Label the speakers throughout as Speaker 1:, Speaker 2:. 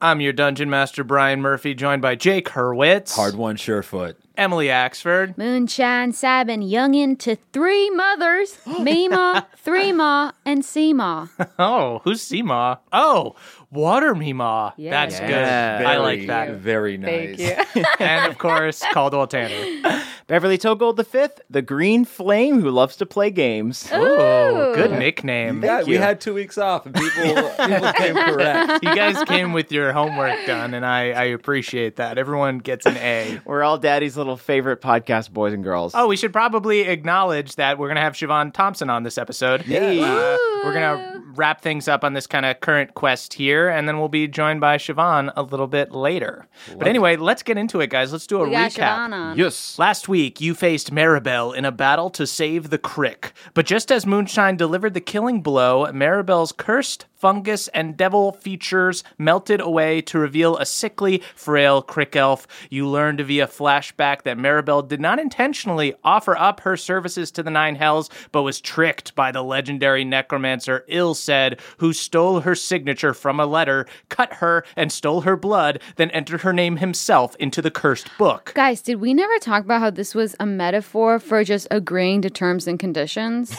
Speaker 1: I'm your dungeon master, Brian Murphy, joined by Jake Hurwitz,
Speaker 2: Hard one, surefoot.
Speaker 1: Emily Axford,
Speaker 3: Moonshine Sabin youngin to three mothers, Mima, Three Ma, and Seema.
Speaker 1: Oh, who's Seema? Oh, Water Mima.
Speaker 3: Yeah.
Speaker 1: That's good.
Speaker 2: Yes,
Speaker 1: I
Speaker 2: very,
Speaker 1: like that.
Speaker 2: Very nice.
Speaker 1: and of course, Caldwell Tanner.
Speaker 4: Beverly Togold the fifth, the Green Flame who loves to play games.
Speaker 1: Oh, good nickname.
Speaker 2: Yeah, we had two weeks off, and people people came correct.
Speaker 1: You guys came with your homework done, and I, I appreciate that. Everyone gets an A.
Speaker 4: We're all daddy's little favorite podcast boys and girls.
Speaker 1: Oh, we should probably acknowledge that we're going to have Siobhan Thompson on this episode.
Speaker 2: Yes.
Speaker 1: Uh, we're going to wrap things up on this kind of current quest here, and then we'll be joined by Siobhan a little bit later. but anyway, let's get into it, guys. Let's do a
Speaker 3: We got
Speaker 1: recap.
Speaker 3: Siobhan on.
Speaker 2: Yes.
Speaker 1: Last week, you faced Maribel in a battle to save the Crick. But just as Moonshine delivered the killing blow, Maribel's cursed fungus and devil features melted away to reveal a sickly, frail Crick elf. You learned via flashback that Maribel did not intentionally offer up her services to the Nine Hells, but was tricked by the legendary necromancer Ilsed, who stole her signature from a letter, cut her, and stole her blood, then entered her name himself into the cursed book.
Speaker 3: Guys, did we never talk about how this was a metaphor for just agreeing to terms and conditions?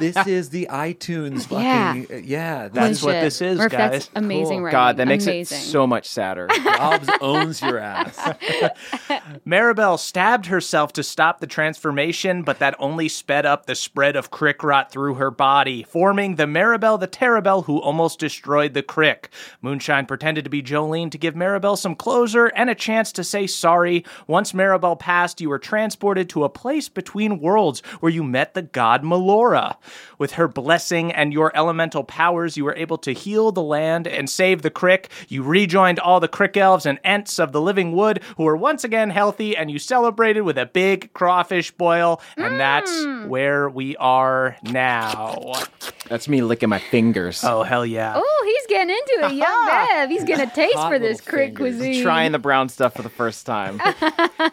Speaker 2: this is the iTunes
Speaker 3: Yeah.
Speaker 2: fucking. Yeah, yeah
Speaker 1: That's
Speaker 2: that's
Speaker 1: what
Speaker 3: Shit.
Speaker 1: this is,
Speaker 3: Murph,
Speaker 1: guys.
Speaker 3: That's amazing,
Speaker 1: Cool.
Speaker 3: right?
Speaker 4: God, that makes
Speaker 3: amazing.
Speaker 4: it so much sadder.
Speaker 2: Hobbs owns your ass.
Speaker 1: Maribel stabbed herself to stop the transformation, but that only sped up the spread of crick rot through her body, forming the Maribel the Terribel who almost destroyed the crick. Moonshine pretended to be Jolene to give Maribel some closure and a chance to say sorry. Once Maribel passed, you were transported to a place between worlds where you met the god Melora. With her blessing and your elemental powers, you were able to heal the land and save the crick. You rejoined all the crick elves and ents of the living wood who were once again healthy, and you celebrated with a big crawfish boil. And
Speaker 4: Mm.
Speaker 1: that's where we are now.
Speaker 4: That's me licking my fingers.
Speaker 1: Oh, hell yeah.
Speaker 3: Oh, he's getting into it, young Bev. He's getting a taste
Speaker 2: Hot
Speaker 3: for this
Speaker 2: little
Speaker 3: crick
Speaker 2: fingers.
Speaker 3: cuisine.
Speaker 4: Trying the brown stuff for the first time.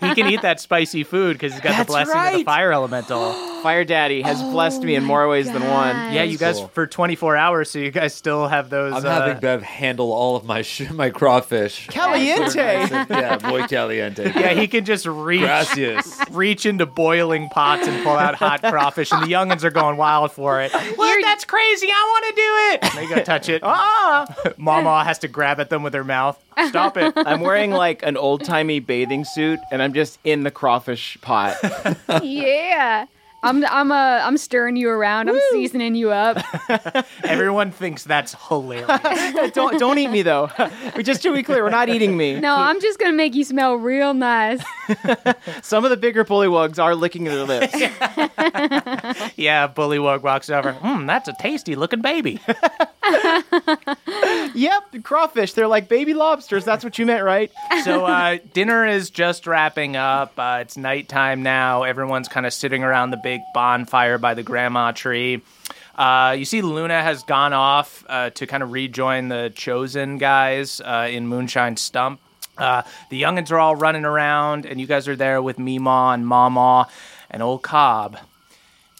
Speaker 1: He can eat that spicy food because he's got the
Speaker 4: That's
Speaker 1: blessing of the
Speaker 4: right.
Speaker 1: fire elemental.
Speaker 4: Fire Daddy has blessed me in more ways than one.
Speaker 1: yeah, you guys
Speaker 2: Cool.
Speaker 1: for 24 hours, so you guys still have those.
Speaker 2: I'm
Speaker 1: uh,
Speaker 2: having Bev handle all of my sh- my crawfish.
Speaker 4: Caliente.
Speaker 2: yeah, muy caliente.
Speaker 1: yeah, he can just reach.
Speaker 2: Gracias.
Speaker 1: reach into boiling pots and pull out hot crawfish, and the youngins are going wild for it. Look, that's crazy! I want to do it. And they go touch it. Ah! Mama has to grab at them with her mouth. Stop it!
Speaker 4: I'm wearing like an old timey bathing suit and I'm just in the crawfish pot.
Speaker 3: yeah. I'm I'm uh, I'm stirring you around. I'm seasoning you up.
Speaker 1: Everyone thinks that's hilarious.
Speaker 4: don't don't eat me though. we just to be clear, we're not eating me.
Speaker 3: No, I'm just gonna make you smell real nice.
Speaker 4: Some of the bigger bullywugs are licking their lips.
Speaker 1: yeah, Bullywug walks over. Hmm, that's a tasty looking baby.
Speaker 4: yep, crawfish. They're like baby lobsters. That's what you meant, right?
Speaker 1: so uh, dinner is just wrapping up. Uh, it's nighttime now. Everyone's kind of sitting around the big bonfire by the grandma tree. Uh, you see, Luna has gone off uh, to kind of rejoin the chosen guys uh, in Moonshine Stump. Uh, the youngins are all running around, and you guys are there with Meemaw and Mama and old Cobb.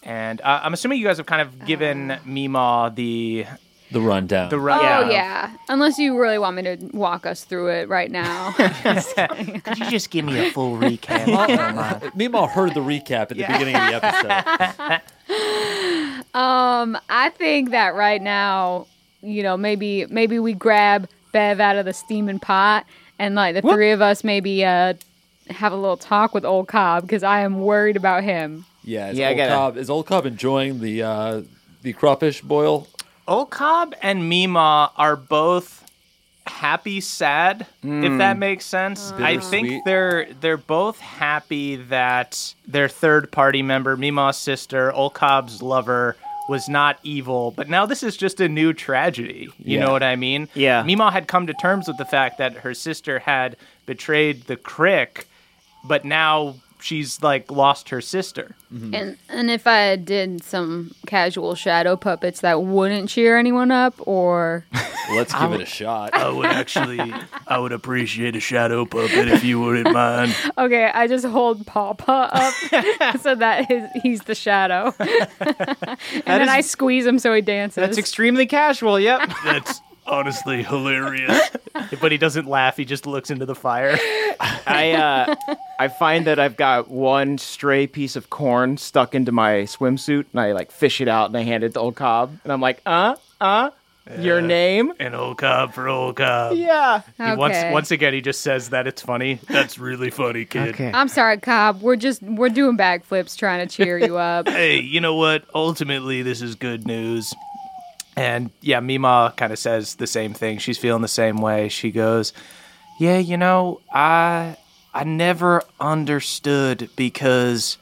Speaker 1: And uh, I'm assuming you guys have kind of given Meemaw the
Speaker 2: The rundown.
Speaker 1: the
Speaker 3: Oh
Speaker 1: run.
Speaker 3: yeah. Unless you really want me to walk us through it right now.
Speaker 1: Could you just give me a full recap? Meemaw?
Speaker 2: Meemaw heard the recap at the beginning of the episode.
Speaker 3: um, I think that right now, you know, maybe maybe we grab Bev out of the steaming pot, and like the three of us maybe uh have a little talk with old Cobb because I am worried about him.
Speaker 2: Yeah, is
Speaker 4: Yeah, I
Speaker 2: old
Speaker 4: gotta-
Speaker 2: Cobb is old Cobb enjoying the uh, the crawfish boil?
Speaker 1: Okob and Mima are both happy sad if that makes sense i think
Speaker 2: Hmm. Bittersweet.
Speaker 1: they're they're both happy that their third party member mima's sister olkob's lover was not evil but now this is just a new tragedy you
Speaker 2: Yeah.
Speaker 1: know what i mean
Speaker 4: Yeah.
Speaker 1: mima had come to terms with the fact that her sister had betrayed the crick but now she's like lost her sister
Speaker 3: And and if I did some casual shadow puppets, that wouldn't cheer anyone up, or
Speaker 2: Let's give it a shot.
Speaker 5: I would actually, I would appreciate a shadow puppet if you wouldn't mind.
Speaker 3: okay, I just hold Papa up so that his, he's the shadow, and then
Speaker 4: is-
Speaker 3: I squeeze him so he dances.
Speaker 4: That's extremely casual. Yep.
Speaker 5: That's honestly hilarious.
Speaker 1: but he doesn't laugh he just looks into the fire
Speaker 4: I uh, I find that I've got one stray piece of corn stuck into my swimsuit, and I like fish it out and I hand it to old Cobb, and I'm like, uh, uh, your name?
Speaker 5: And old cob for old cob.
Speaker 4: Yeah.
Speaker 3: okay.
Speaker 1: Once once again, he just says that it's funny.
Speaker 5: That's really funny, kid.
Speaker 3: I'm sorry, Cobb. We're just we're doing backflips trying to cheer you up.
Speaker 5: Hey, you know what? Ultimately, this is good news.
Speaker 1: And yeah, Mima kind of says the same thing. She's feeling the same way. She goes, "Yeah, you know, I I never understood because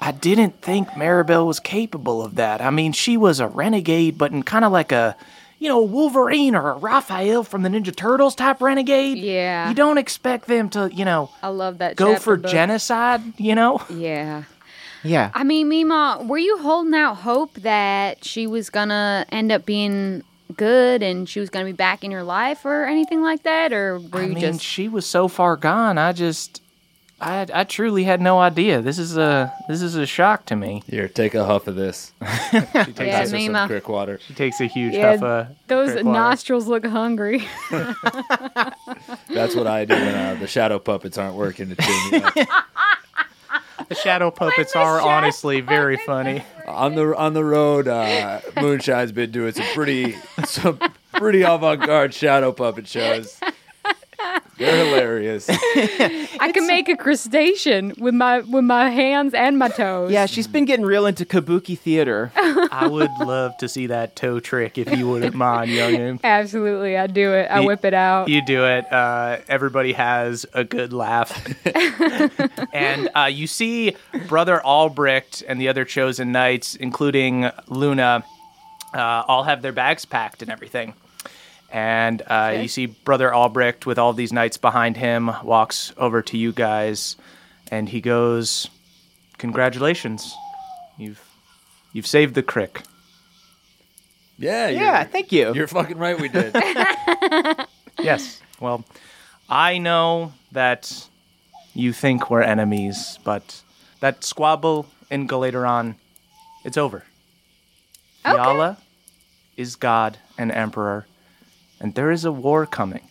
Speaker 1: I didn't think Maribel was capable of that. I mean, she was a renegade, but in kind of like a you know, Wolverine or a Raphael from the Ninja Turtles type renegade.
Speaker 3: Yeah.
Speaker 1: You don't expect them to, you know,
Speaker 3: I love that.
Speaker 1: go
Speaker 3: chapter
Speaker 1: for
Speaker 3: book.
Speaker 1: genocide, you know?
Speaker 3: Yeah.
Speaker 4: Yeah.
Speaker 3: I mean, Mima, were you holding out hope that she was gonna end up being good and she was gonna be back in your life or anything like that, or were
Speaker 1: I
Speaker 3: you
Speaker 1: mean,
Speaker 3: just
Speaker 1: she was so far gone. I just, I, I truly had no idea. This is a, this is a shock to me.
Speaker 2: Here, take a huff of this.
Speaker 1: She takes,
Speaker 3: Yeah,
Speaker 2: Pass her
Speaker 3: Meemaw.
Speaker 2: some crick water.
Speaker 1: she takes a huge
Speaker 3: Yeah,
Speaker 1: huff of
Speaker 3: those
Speaker 1: drink water.
Speaker 3: nostrils look hungry?
Speaker 2: That's what I do when uh, the shadow puppets aren't working to cheer me up.
Speaker 1: The shadow puppets are honestly very funny.
Speaker 2: on the on the road, uh, Moonshine's been doing some pretty some pretty avant garde shadow puppet shows. They're hilarious.
Speaker 3: I can make a crustacean with my with my hands and my toes.
Speaker 4: Yeah, she's been getting real into kabuki theater.
Speaker 1: I would love to see that toe trick if you wouldn't mind, youngin.
Speaker 3: absolutely. I do it. I
Speaker 1: You-
Speaker 3: whip it out.
Speaker 1: You do it. Uh, everybody has a good laugh. and uh, you see Brother Albrecht and the other Chosen Knights, including Luna, uh, all have their bags packed and everything. And uh, you see Brother Albrecht with all these knights behind him walks over to you guys, and he goes, "Congratulations, you've you've saved the crick."
Speaker 2: Yeah,
Speaker 4: yeah,
Speaker 2: you're,
Speaker 4: thank you.
Speaker 2: you're fucking right. We did.
Speaker 1: Yes. Well, I know that you think we're enemies, but that squabble in Galateron, it's over. Fiala is god and emperor, and there is a war coming.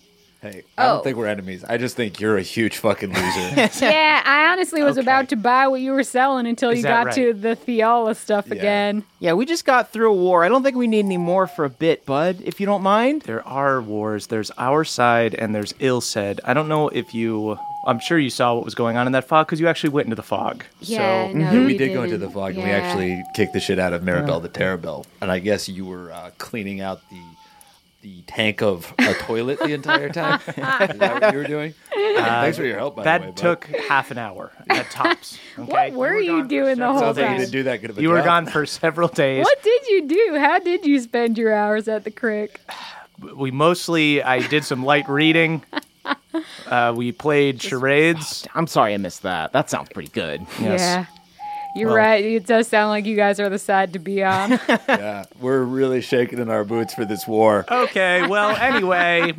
Speaker 2: Hey, I don't
Speaker 3: Oh.
Speaker 2: think we're enemies. I just think you're a huge fucking loser.
Speaker 3: yeah, I honestly was about to buy what you were selling until
Speaker 1: Is
Speaker 3: you
Speaker 1: that
Speaker 3: got
Speaker 1: right?
Speaker 3: to the Fiala stuff again.
Speaker 4: Yeah, we just got through a war. I don't think we need any more for a bit, bud, if you don't mind.
Speaker 1: There are wars. There's our side and there's Ilsed. I don't know if you I'm sure you saw what was going on in that fog because you actually went into the fog.
Speaker 3: Yeah,
Speaker 2: so
Speaker 3: no,
Speaker 2: yeah,
Speaker 1: mhm.
Speaker 3: Mm-hmm. you
Speaker 2: we did go into the
Speaker 3: didn't.
Speaker 2: fog and we
Speaker 3: Yeah.
Speaker 2: actually kicked the shit out of Maribel the Terrabell. And I guess you were uh, cleaning out the the tank of a toilet the entire time. Is that what you were doing? Thanks for your help, by
Speaker 1: that
Speaker 2: the way. bud.
Speaker 1: took half an hour at tops. Okay?
Speaker 3: What were you
Speaker 1: gone for
Speaker 3: doing the
Speaker 1: several
Speaker 3: whole
Speaker 2: Sounds like you
Speaker 3: time?
Speaker 2: didn't do that good of a
Speaker 1: You were
Speaker 2: job.
Speaker 1: gone for several days.
Speaker 3: What did you do? How did you spend your hours at the crick?
Speaker 1: We mostly, I did some light reading. Uh, we played charades.
Speaker 4: I'm sorry I missed that. That sounds pretty good.
Speaker 1: Yes.
Speaker 3: Yeah. You're right. It does sound like you guys are the side to be on.
Speaker 2: Yeah, Uh, we're really shaking in our boots for this war.
Speaker 1: Okay, well, anyway,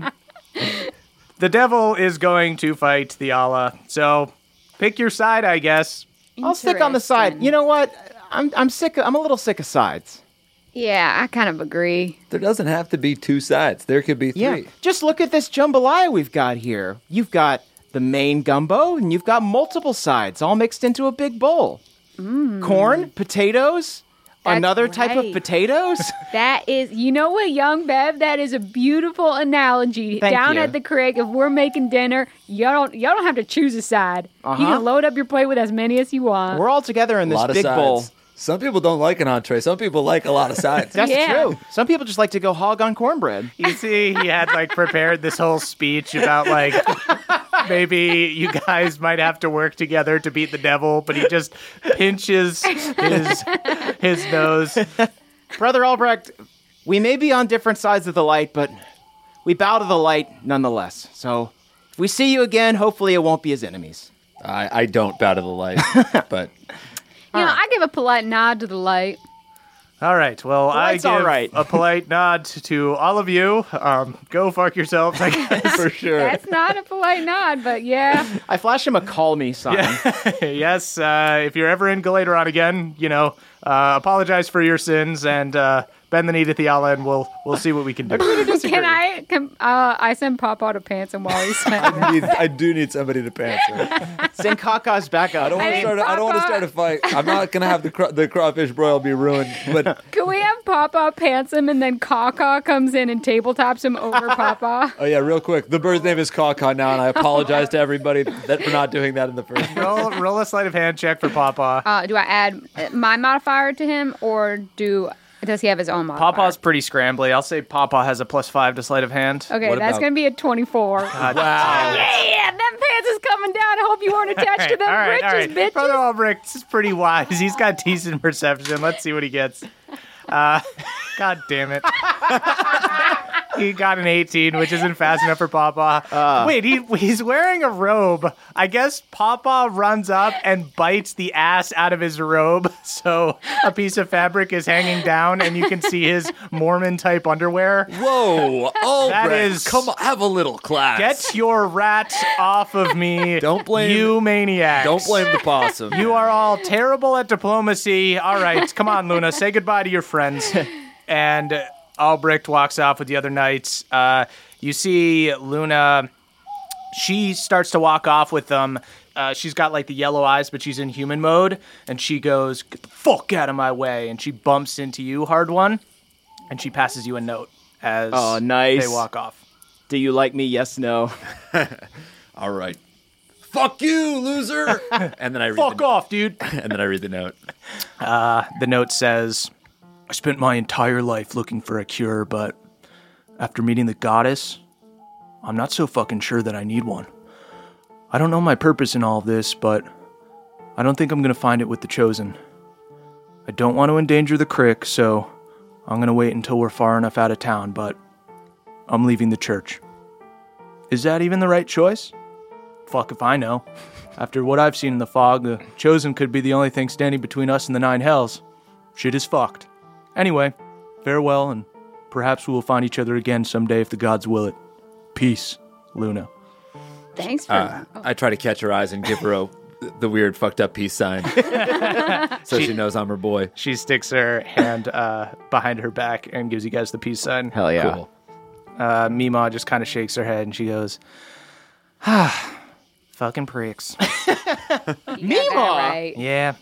Speaker 1: the devil is going to fight the Allah. So pick your side, I guess.
Speaker 4: I'll stick on the side. You know what? I'm I'm sick. Of, I'm a little sick of sides.
Speaker 3: Yeah, I kind of agree.
Speaker 2: There doesn't have to be two sides. There could be three.
Speaker 4: Yeah. Just look at this jambalaya we've got here. You've got the main gumbo, and you've got multiple sides all mixed into a big bowl. Corn, potatoes,
Speaker 3: Mm. That's
Speaker 4: another type of
Speaker 3: right.
Speaker 4: potatoes.
Speaker 3: That is, you know what, young Bev, that is a beautiful analogy.
Speaker 4: Thank
Speaker 3: Down
Speaker 4: you.
Speaker 3: at the crick, if we're making dinner, y'all don't y'all don't have to choose a side. You
Speaker 4: Uh-huh.
Speaker 3: can load up your plate with as many as you want.
Speaker 4: We're all together
Speaker 2: A
Speaker 4: in this
Speaker 2: lot of
Speaker 4: big
Speaker 2: sides.
Speaker 4: bowl.
Speaker 2: Some people don't like an entree. Some people like a lot of sides.
Speaker 4: That's
Speaker 3: Yeah.
Speaker 4: true. Some people just like to go hog on cornbread.
Speaker 1: You see, he had like prepared this whole speech about like maybe you guys might have to work together to beat the devil, but he just pinches his his nose.
Speaker 4: Brother Albrecht, we may be on different sides of the light, but we bow to the light nonetheless. So if we see you again, hopefully it won't be as enemies.
Speaker 2: I, I don't bow to the light, but
Speaker 3: you know, I give a polite nod to the light.
Speaker 1: All right. Well,
Speaker 4: Polite's
Speaker 1: I
Speaker 4: all
Speaker 1: give
Speaker 4: right.
Speaker 1: a polite nod to all of you. Um, go fuck yourselves. I guess.
Speaker 2: for sure.
Speaker 3: That's not a polite nod, but yeah.
Speaker 4: I flash him a call me sign.
Speaker 1: yes. Uh, if you're ever in Galateron again, you know, uh, apologize for your sins and uh, bend the knee to Theala, and we'll we'll see what we can do.
Speaker 3: Can I? Can, uh, I send Pop out of pants and Wally's.
Speaker 2: I, need, I do need somebody to pants. Right?
Speaker 4: Send Kaka's back
Speaker 2: I
Speaker 4: up.
Speaker 2: don't want
Speaker 3: I
Speaker 2: to
Speaker 3: mean,
Speaker 2: start. A, I don't want to
Speaker 3: Papa-
Speaker 2: start a fight. I'm not gonna have the cra- the crawfish broil be ruined. But
Speaker 3: Can we have Papa pants him and then Caw comes in and tabletops him over Papa?
Speaker 2: oh yeah, real quick, the bird's name is Kaka now, and I apologize to everybody that for not doing that in the first. place.
Speaker 1: roll, roll a sleight of hand check for Papa.
Speaker 3: Uh, do I add uh, my modifier to him, or do does he have his own modifier?
Speaker 1: Papa's pretty scrambly. I'll say Papa has a plus five to sleight of hand.
Speaker 3: Okay,
Speaker 2: What
Speaker 3: that's
Speaker 2: about-
Speaker 3: gonna be a twenty-four. yeah,
Speaker 2: Wow.
Speaker 3: them pants is coming down. I hope you weren't attached to them britches, bitches.
Speaker 1: Brother Albrecht is pretty wise. He's got decent perception. Let's see what he gets. Uh, God damn it. he got an 18, which isn't fast enough for Papa.
Speaker 2: Uh.
Speaker 1: Wait, he, he's wearing a robe. I guess Papa runs up and bites the ass out of his robe. So a piece of fabric is hanging down, and you can see his Mormon type underwear.
Speaker 2: Whoa! Oh,
Speaker 1: That
Speaker 2: Brett,
Speaker 1: is-
Speaker 2: come on, have a little class.
Speaker 1: Get your rats off of me.
Speaker 2: Don't blame-
Speaker 1: You maniacs.
Speaker 2: Don't blame the possum.
Speaker 1: You are all terrible at diplomacy. All right, come on, Luna, say goodbye to your friends. And uh, Albrecht walks off with the other knights. Uh, you see Luna, she starts to walk off with them. Uh, she's got like the yellow eyes, but she's in human mode. And she goes, Get the fuck out of my way. And she bumps into you, hard one. And she passes you a note as
Speaker 4: Oh, nice.
Speaker 1: they walk off.
Speaker 4: Do you like me? Yes, no.
Speaker 2: all right. Fuck you, loser! and then I read
Speaker 1: Fuck
Speaker 2: the,
Speaker 1: off, dude.
Speaker 2: And then I read the note.
Speaker 1: The note says, I spent my entire life looking for a cure, but after meeting the goddess, I'm not so fucking sure that I need one. I don't know my purpose in all of this, but I don't think I'm gonna find it with the chosen. I don't want to endanger the crick, so I'm gonna wait until we're far enough out of town, but I'm leaving the church. Is that even the right choice? Fuck if I know. After what I've seen in the fog, the chosen could be the only thing standing between us and the nine hells. Shit is fucked. Anyway, farewell, and perhaps we will find each other again someday if the gods will it. Peace, Luna.
Speaker 3: Thanks for.
Speaker 2: Uh, I try to catch her eyes and give her a, the weird fucked up peace sign, so she, knows I'm her boy.
Speaker 1: She sticks her hand uh, behind her back and gives you guys the peace sign.
Speaker 4: Hell yeah.
Speaker 2: Cool.
Speaker 1: Uh, Mima just kind of shakes her head and she goes, ah, fucking pricks.
Speaker 3: you got that
Speaker 4: Meemaw!
Speaker 3: right.
Speaker 1: yeah,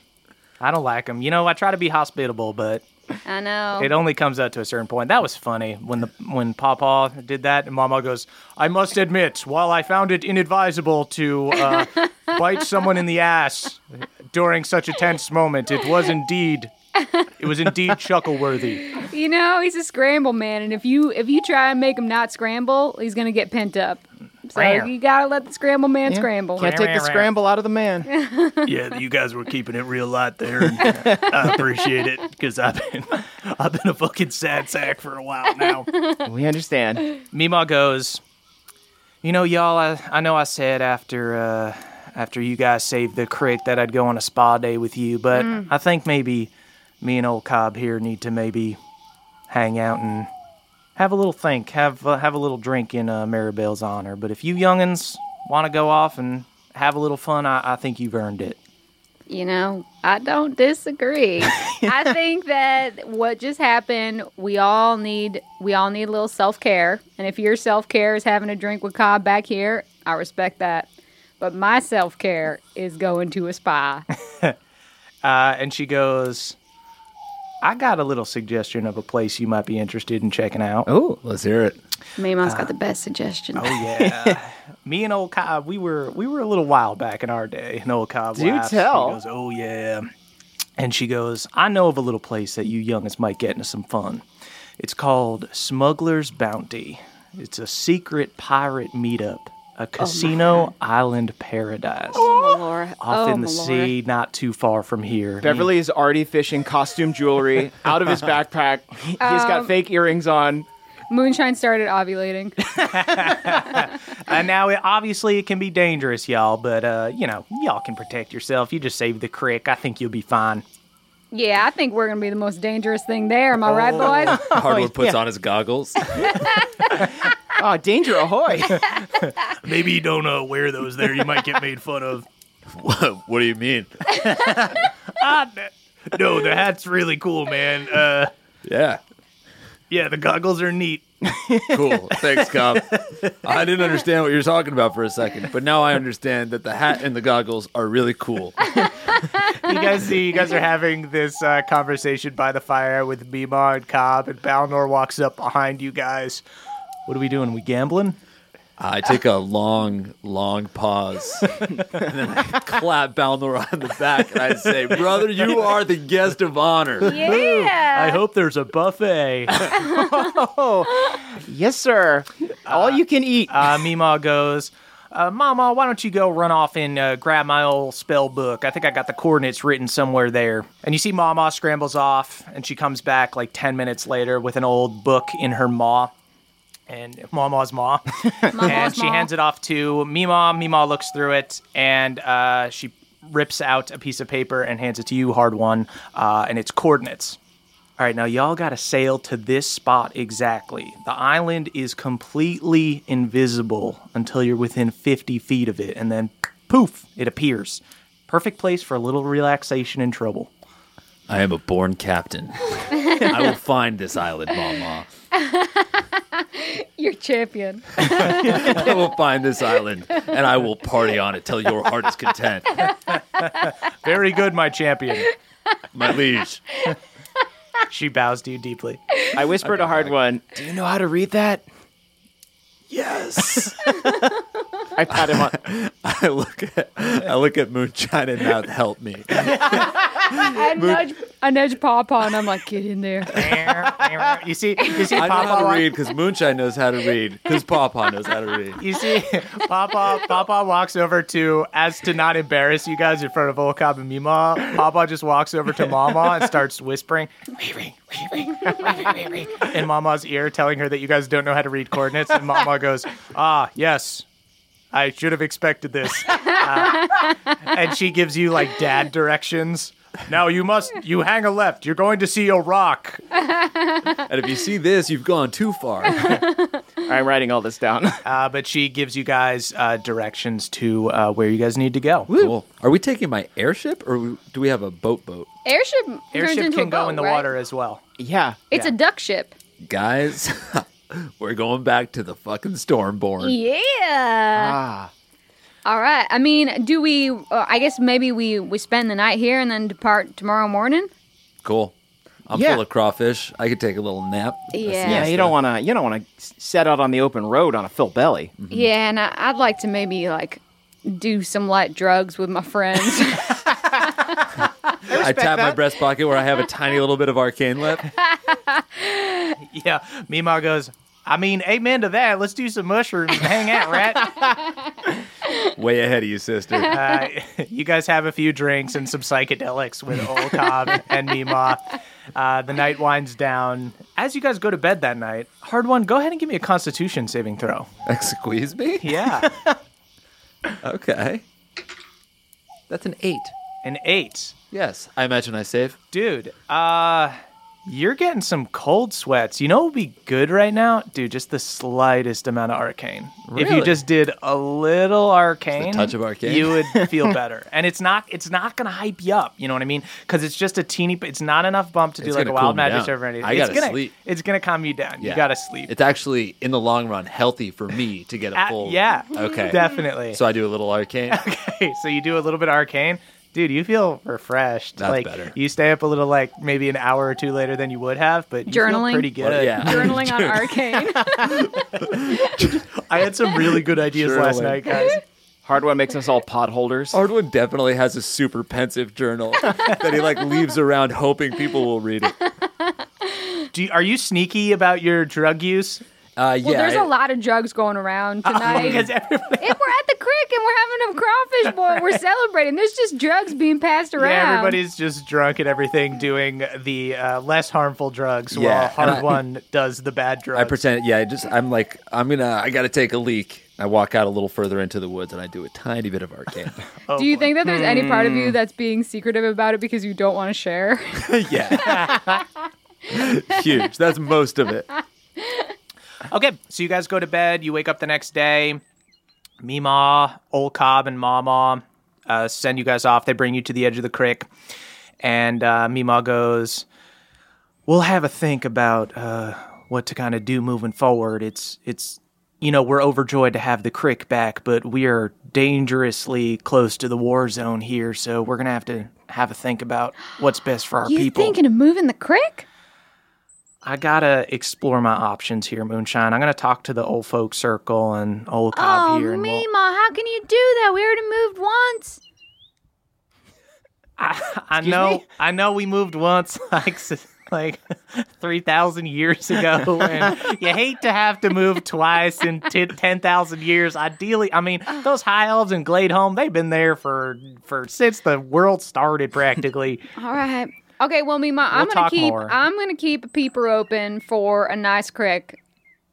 Speaker 1: I don't like them. You know, I try to be hospitable, but
Speaker 3: I know.
Speaker 1: It only comes out to a certain point. That was funny when the when Papa did that, and Mama goes, "I must admit, while I found it inadvisable to uh, bite someone in the ass during such a tense moment, it was indeed." It was indeed chuckle worthy.
Speaker 3: You know, he's a scramble man, and if you if you try and make him not scramble, he's gonna get pent up. So
Speaker 1: Rare.
Speaker 3: you gotta let the scramble man scramble.
Speaker 4: Can't take the scramble out of the man.
Speaker 6: Yeah, you guys were keeping it real light there. And I appreciate it because I've been, I've been a fucking sad sack for a while now.
Speaker 4: we understand.
Speaker 1: Mima goes, You know, y'all, I, I know I said after uh, after you guys saved the crick that I'd go on a spa day with you, but I think maybe me and old Cobb here need to maybe hang out and have a little think, have uh, have a little drink in uh, Maribel's honor. But if you youngins want to go off and have a little fun, I, I think you've earned it.
Speaker 3: You know, I don't disagree. I think that what just happened, we all need we all need a little self care. And if your self care is having a drink with Cobb back here, I respect that. But my self care is going to a spa.
Speaker 1: Uh, and she goes, I got a little suggestion of a place you might be interested in checking out.
Speaker 2: Oh, let's hear it.
Speaker 3: Maymon's
Speaker 1: Uh,
Speaker 3: got the best suggestion.
Speaker 1: oh, me and old Cobb, we were we were a little while back in our day. And old Cobb,
Speaker 4: Do
Speaker 1: laughs.
Speaker 4: tell.
Speaker 1: He goes, "Oh yeah," and she goes, "I know of a little place that you youngins might get into some fun. It's called Smuggler's Bounty. It's a secret pirate meetup,
Speaker 4: Oh,
Speaker 1: a casino island paradise."
Speaker 3: Oh, Melora.
Speaker 1: Off
Speaker 3: oh,
Speaker 1: in the
Speaker 3: Melora.
Speaker 1: sea, not too far from here.
Speaker 4: Beverly is already fishing costume jewelry out of his backpack. He's
Speaker 3: Um,
Speaker 4: got fake earrings on.
Speaker 3: Moonshine started ovulating.
Speaker 1: And now, it, obviously, it can be dangerous, y'all, but, uh, you know, y'all can protect yourself. You just save the crick. I think you'll be fine.
Speaker 3: yeah, I think we're gonna be the most dangerous thing there. Am I
Speaker 1: Oh.
Speaker 3: right, boys?
Speaker 2: Hardwood puts on his goggles.
Speaker 4: Oh, danger ahoy.
Speaker 6: Maybe you don't uh, wear those there. You might get made fun of.
Speaker 2: what do you mean?
Speaker 6: No, the hat's really cool, man. Uh,
Speaker 2: Yeah.
Speaker 6: yeah, the goggles are neat.
Speaker 2: Cool. Thanks, Cobb. I didn't understand what you were talking about for a second, but now I understand that the hat and the goggles are really cool.
Speaker 1: you guys see, you guys are having this uh, conversation by the fire with Mima and Cobb, and Balnor walks up behind you guys. What are we doing? We gambling?
Speaker 2: I take a long, long pause, and then I clap Balnor on the back, and I say, "Brother, you are the guest of honor."
Speaker 3: yeah.
Speaker 1: I hope there's a buffet.
Speaker 4: yes, sir. All you can eat.
Speaker 1: uh, Mima goes, uh, Mama, why don't you go run off and uh, grab my old spell book? I think I got the coordinates written somewhere there. And you see Mama scrambles off, and she comes back like 10 minutes later with an old book in her maw. And Mama's maw. and she
Speaker 3: maw.
Speaker 1: hands it off to Mima. Mima looks through it, and uh, she rips out a piece of paper and hands it to you, hard one, uh, and it's coordinates. All right, now y'all got to sail to this spot exactly. The island is completely invisible until you're within 50 feet of it, and then poof, it appears. Perfect place for a little relaxation and trouble.
Speaker 2: I am a born captain. I will find this island, Mama.
Speaker 3: You're champion.
Speaker 2: I will find this island, and I will party on it till your heart is content,
Speaker 1: Very good, my champion.
Speaker 2: my liege.
Speaker 1: She bows to you deeply.
Speaker 4: I whispered a hard one. Do you know how to read that?
Speaker 2: Yes.
Speaker 4: I pat him on.
Speaker 2: I look at I look at Moonshine and now help me.
Speaker 3: I nudge, I nudge Pawpaw, and I'm like, get in there.
Speaker 1: you see, you see,
Speaker 2: I know how to
Speaker 1: Papa,
Speaker 2: read because Moonshine knows how to read because Pawpaw knows how to read.
Speaker 1: you see, Papa, Papa walks over to, as to not embarrass you guys in front of Olcab and Mima, Papa just walks over to Mama and starts whispering, "Wee, wee, wee, wee, wee, wee, wee," in Mama's ear, telling her that you guys don't know how to read coordinates. And Mama goes, ah, yes, I should have expected this. Uh, and she gives you like dad directions. Now you must, you hang a left. You're going to see a rock.
Speaker 2: And if you see this, you've gone too far.
Speaker 4: I'm writing all this down.
Speaker 1: Uh, but she gives you guys uh, directions to uh, where you guys need to go.
Speaker 2: Cool. Are we taking my airship or we- do we have a boat boat?
Speaker 3: Airship turns
Speaker 1: Airship
Speaker 3: into
Speaker 1: can
Speaker 3: a
Speaker 1: go
Speaker 3: boat,
Speaker 1: in the
Speaker 3: right?
Speaker 1: water as well.
Speaker 4: yeah.
Speaker 3: It's a duck ship.
Speaker 2: Guys, we're going back to the fucking Stormborn.
Speaker 1: Uh,
Speaker 3: Yeah.
Speaker 4: Ah.
Speaker 3: All right. I mean, do we? Uh, I guess maybe we we spend the night here and then depart tomorrow morning.
Speaker 2: Cool. I'm
Speaker 4: Yeah.
Speaker 2: full of crawfish. I could take a little nap.
Speaker 3: Yeah.
Speaker 4: Yeah, you don't want to. You don't want to set out on the open road on a full belly.
Speaker 3: Yeah, and I, I'd like to maybe like do some light drugs with my friends.
Speaker 2: I tap my breast pocket where I have a tiny little bit of arcane left.
Speaker 1: Yeah, Mimar goes. I mean, amen to that. Let's do some mushrooms and hang out, right?
Speaker 2: Way ahead of you, sister.
Speaker 1: uh, you guys have a few drinks and some psychedelics with Old Cobb and Mima. Uh, the night winds down. As you guys go to bed that night, Hard One, go ahead and give me a Constitution saving throw.
Speaker 2: Squeeze me?
Speaker 1: Yeah,
Speaker 2: Okay. That's an eight.
Speaker 1: an eight.
Speaker 2: Yes. I imagine I save.
Speaker 1: Dude, uh you're getting some cold sweats. You know what would be good right now? Dude, just the slightest amount of arcane. If you
Speaker 2: Really?
Speaker 1: just did a little arcane,
Speaker 2: touch of arcane?
Speaker 1: you would feel better. and it's not it's not going to hype you up, you know what I mean? Cuz it's just a teeny it's not enough bump to do
Speaker 2: It's
Speaker 1: like a
Speaker 2: gonna cool
Speaker 1: wild
Speaker 2: me
Speaker 1: magic
Speaker 2: down.
Speaker 1: server or anything.
Speaker 2: I
Speaker 1: it's
Speaker 2: gotta
Speaker 1: gonna
Speaker 2: sleep.
Speaker 1: it's going to calm you down.
Speaker 2: Yeah.
Speaker 1: You got to sleep.
Speaker 2: It's actually, in the long run, healthy for me to get a
Speaker 1: Uh,
Speaker 2: full.
Speaker 1: yeah.
Speaker 2: Okay.
Speaker 1: Definitely.
Speaker 2: So I do a little arcane.
Speaker 1: Okay, so you do a little bit of arcane. Dude, you feel refreshed.
Speaker 2: That's
Speaker 1: like
Speaker 2: better.
Speaker 1: you stay up a little like maybe an hour or two later than you would have, but you
Speaker 3: Journaling?
Speaker 1: feel pretty good.
Speaker 2: Well, yeah.
Speaker 3: Journaling on arcane.
Speaker 1: I had some really good ideas last
Speaker 2: Journaling.
Speaker 1: night, guys.
Speaker 4: Hard one makes us all pot holders.
Speaker 2: Hardwood definitely has a super pensive journal that he like leaves around hoping people will read it. Uh,
Speaker 1: Do you, are you sneaky about your drug use?
Speaker 2: Uh,
Speaker 3: Well,
Speaker 2: yeah,
Speaker 3: there's
Speaker 2: I-
Speaker 3: a lot of drugs going around tonight.
Speaker 1: Uh-huh. Because everybody,
Speaker 3: and we're at the creek and we're having a crawfish boil. We're celebrating. There's just drugs being passed around.
Speaker 1: yeah, everybody's just drunk and everything, doing the uh, less harmful drugs,
Speaker 2: Yeah,
Speaker 1: while
Speaker 2: and
Speaker 1: hard
Speaker 2: I-
Speaker 1: one does the bad drugs.
Speaker 2: I pretend. Yeah, I just I'm like I'm gonna I gotta take a leak. I walk out a little further into the woods and I do a tiny bit of arcane.
Speaker 3: Do
Speaker 1: Oh,
Speaker 3: you think that there's any part of you
Speaker 1: Hmm.
Speaker 3: that's being secretive about it because you don't want to share?
Speaker 2: yeah, huge. That's most of it.
Speaker 1: Okay, so you guys go to bed. You wake up the next day. Mima, Old Cobb, and Mama uh, send you guys off. They bring you to the edge of the creek, and uh, Mima goes, "We'll have a think about uh, what to kind of do moving forward. It's it's." You know, we're overjoyed to have the crick back, but we are dangerously close to the war zone here, so we're gonna have to have a think about what's best for our
Speaker 3: You
Speaker 1: people.
Speaker 3: thinking of moving the creek?
Speaker 1: I gotta explore my options here, Moonshine. I'm gonna talk to the old folk circle and old cob
Speaker 3: oh,
Speaker 1: here. And
Speaker 3: Mima,
Speaker 1: we'll-
Speaker 3: how can you do that? We already moved once.
Speaker 1: I know, I know, we moved once, like s- like three thousand years ago, and you hate to have to move twice in t- ten thousand years. Ideally, I mean, those high elves in Gladeholm, they've been there for for since the world started, practically.
Speaker 3: All right. Okay, well, Mima, I'm
Speaker 1: We'll
Speaker 3: gonna
Speaker 1: talk
Speaker 3: keep
Speaker 1: more.
Speaker 3: I'm gonna keep a peeper open for a nice creek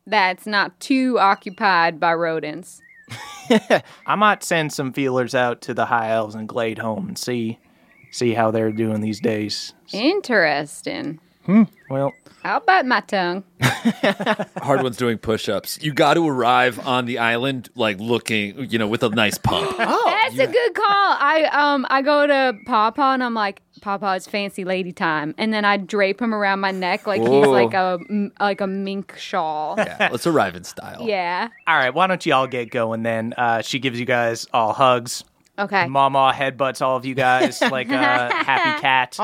Speaker 3: that's not too occupied by rodents.
Speaker 1: I might send some feelers out to the high elves in Gladeholm and see see how they're doing these days.
Speaker 3: Interesting.
Speaker 1: Well,
Speaker 3: I'll bite my tongue.
Speaker 2: Hard one's doing push-ups. You got to arrive on the island like looking, you know, with a nice pump.
Speaker 3: That's a good call. I um I go to Papa and I'm like, Papa, it's fancy lady time, and then I drape him around my neck like he's
Speaker 4: Whoa.
Speaker 3: like a like a mink shawl. Yeah.
Speaker 2: Yeah, let's arrive in style.
Speaker 1: All right, why don't you all get going then? Uh, she gives you guys all hugs.
Speaker 3: Okay.
Speaker 1: Mama headbutts all of you guys like a happy cat.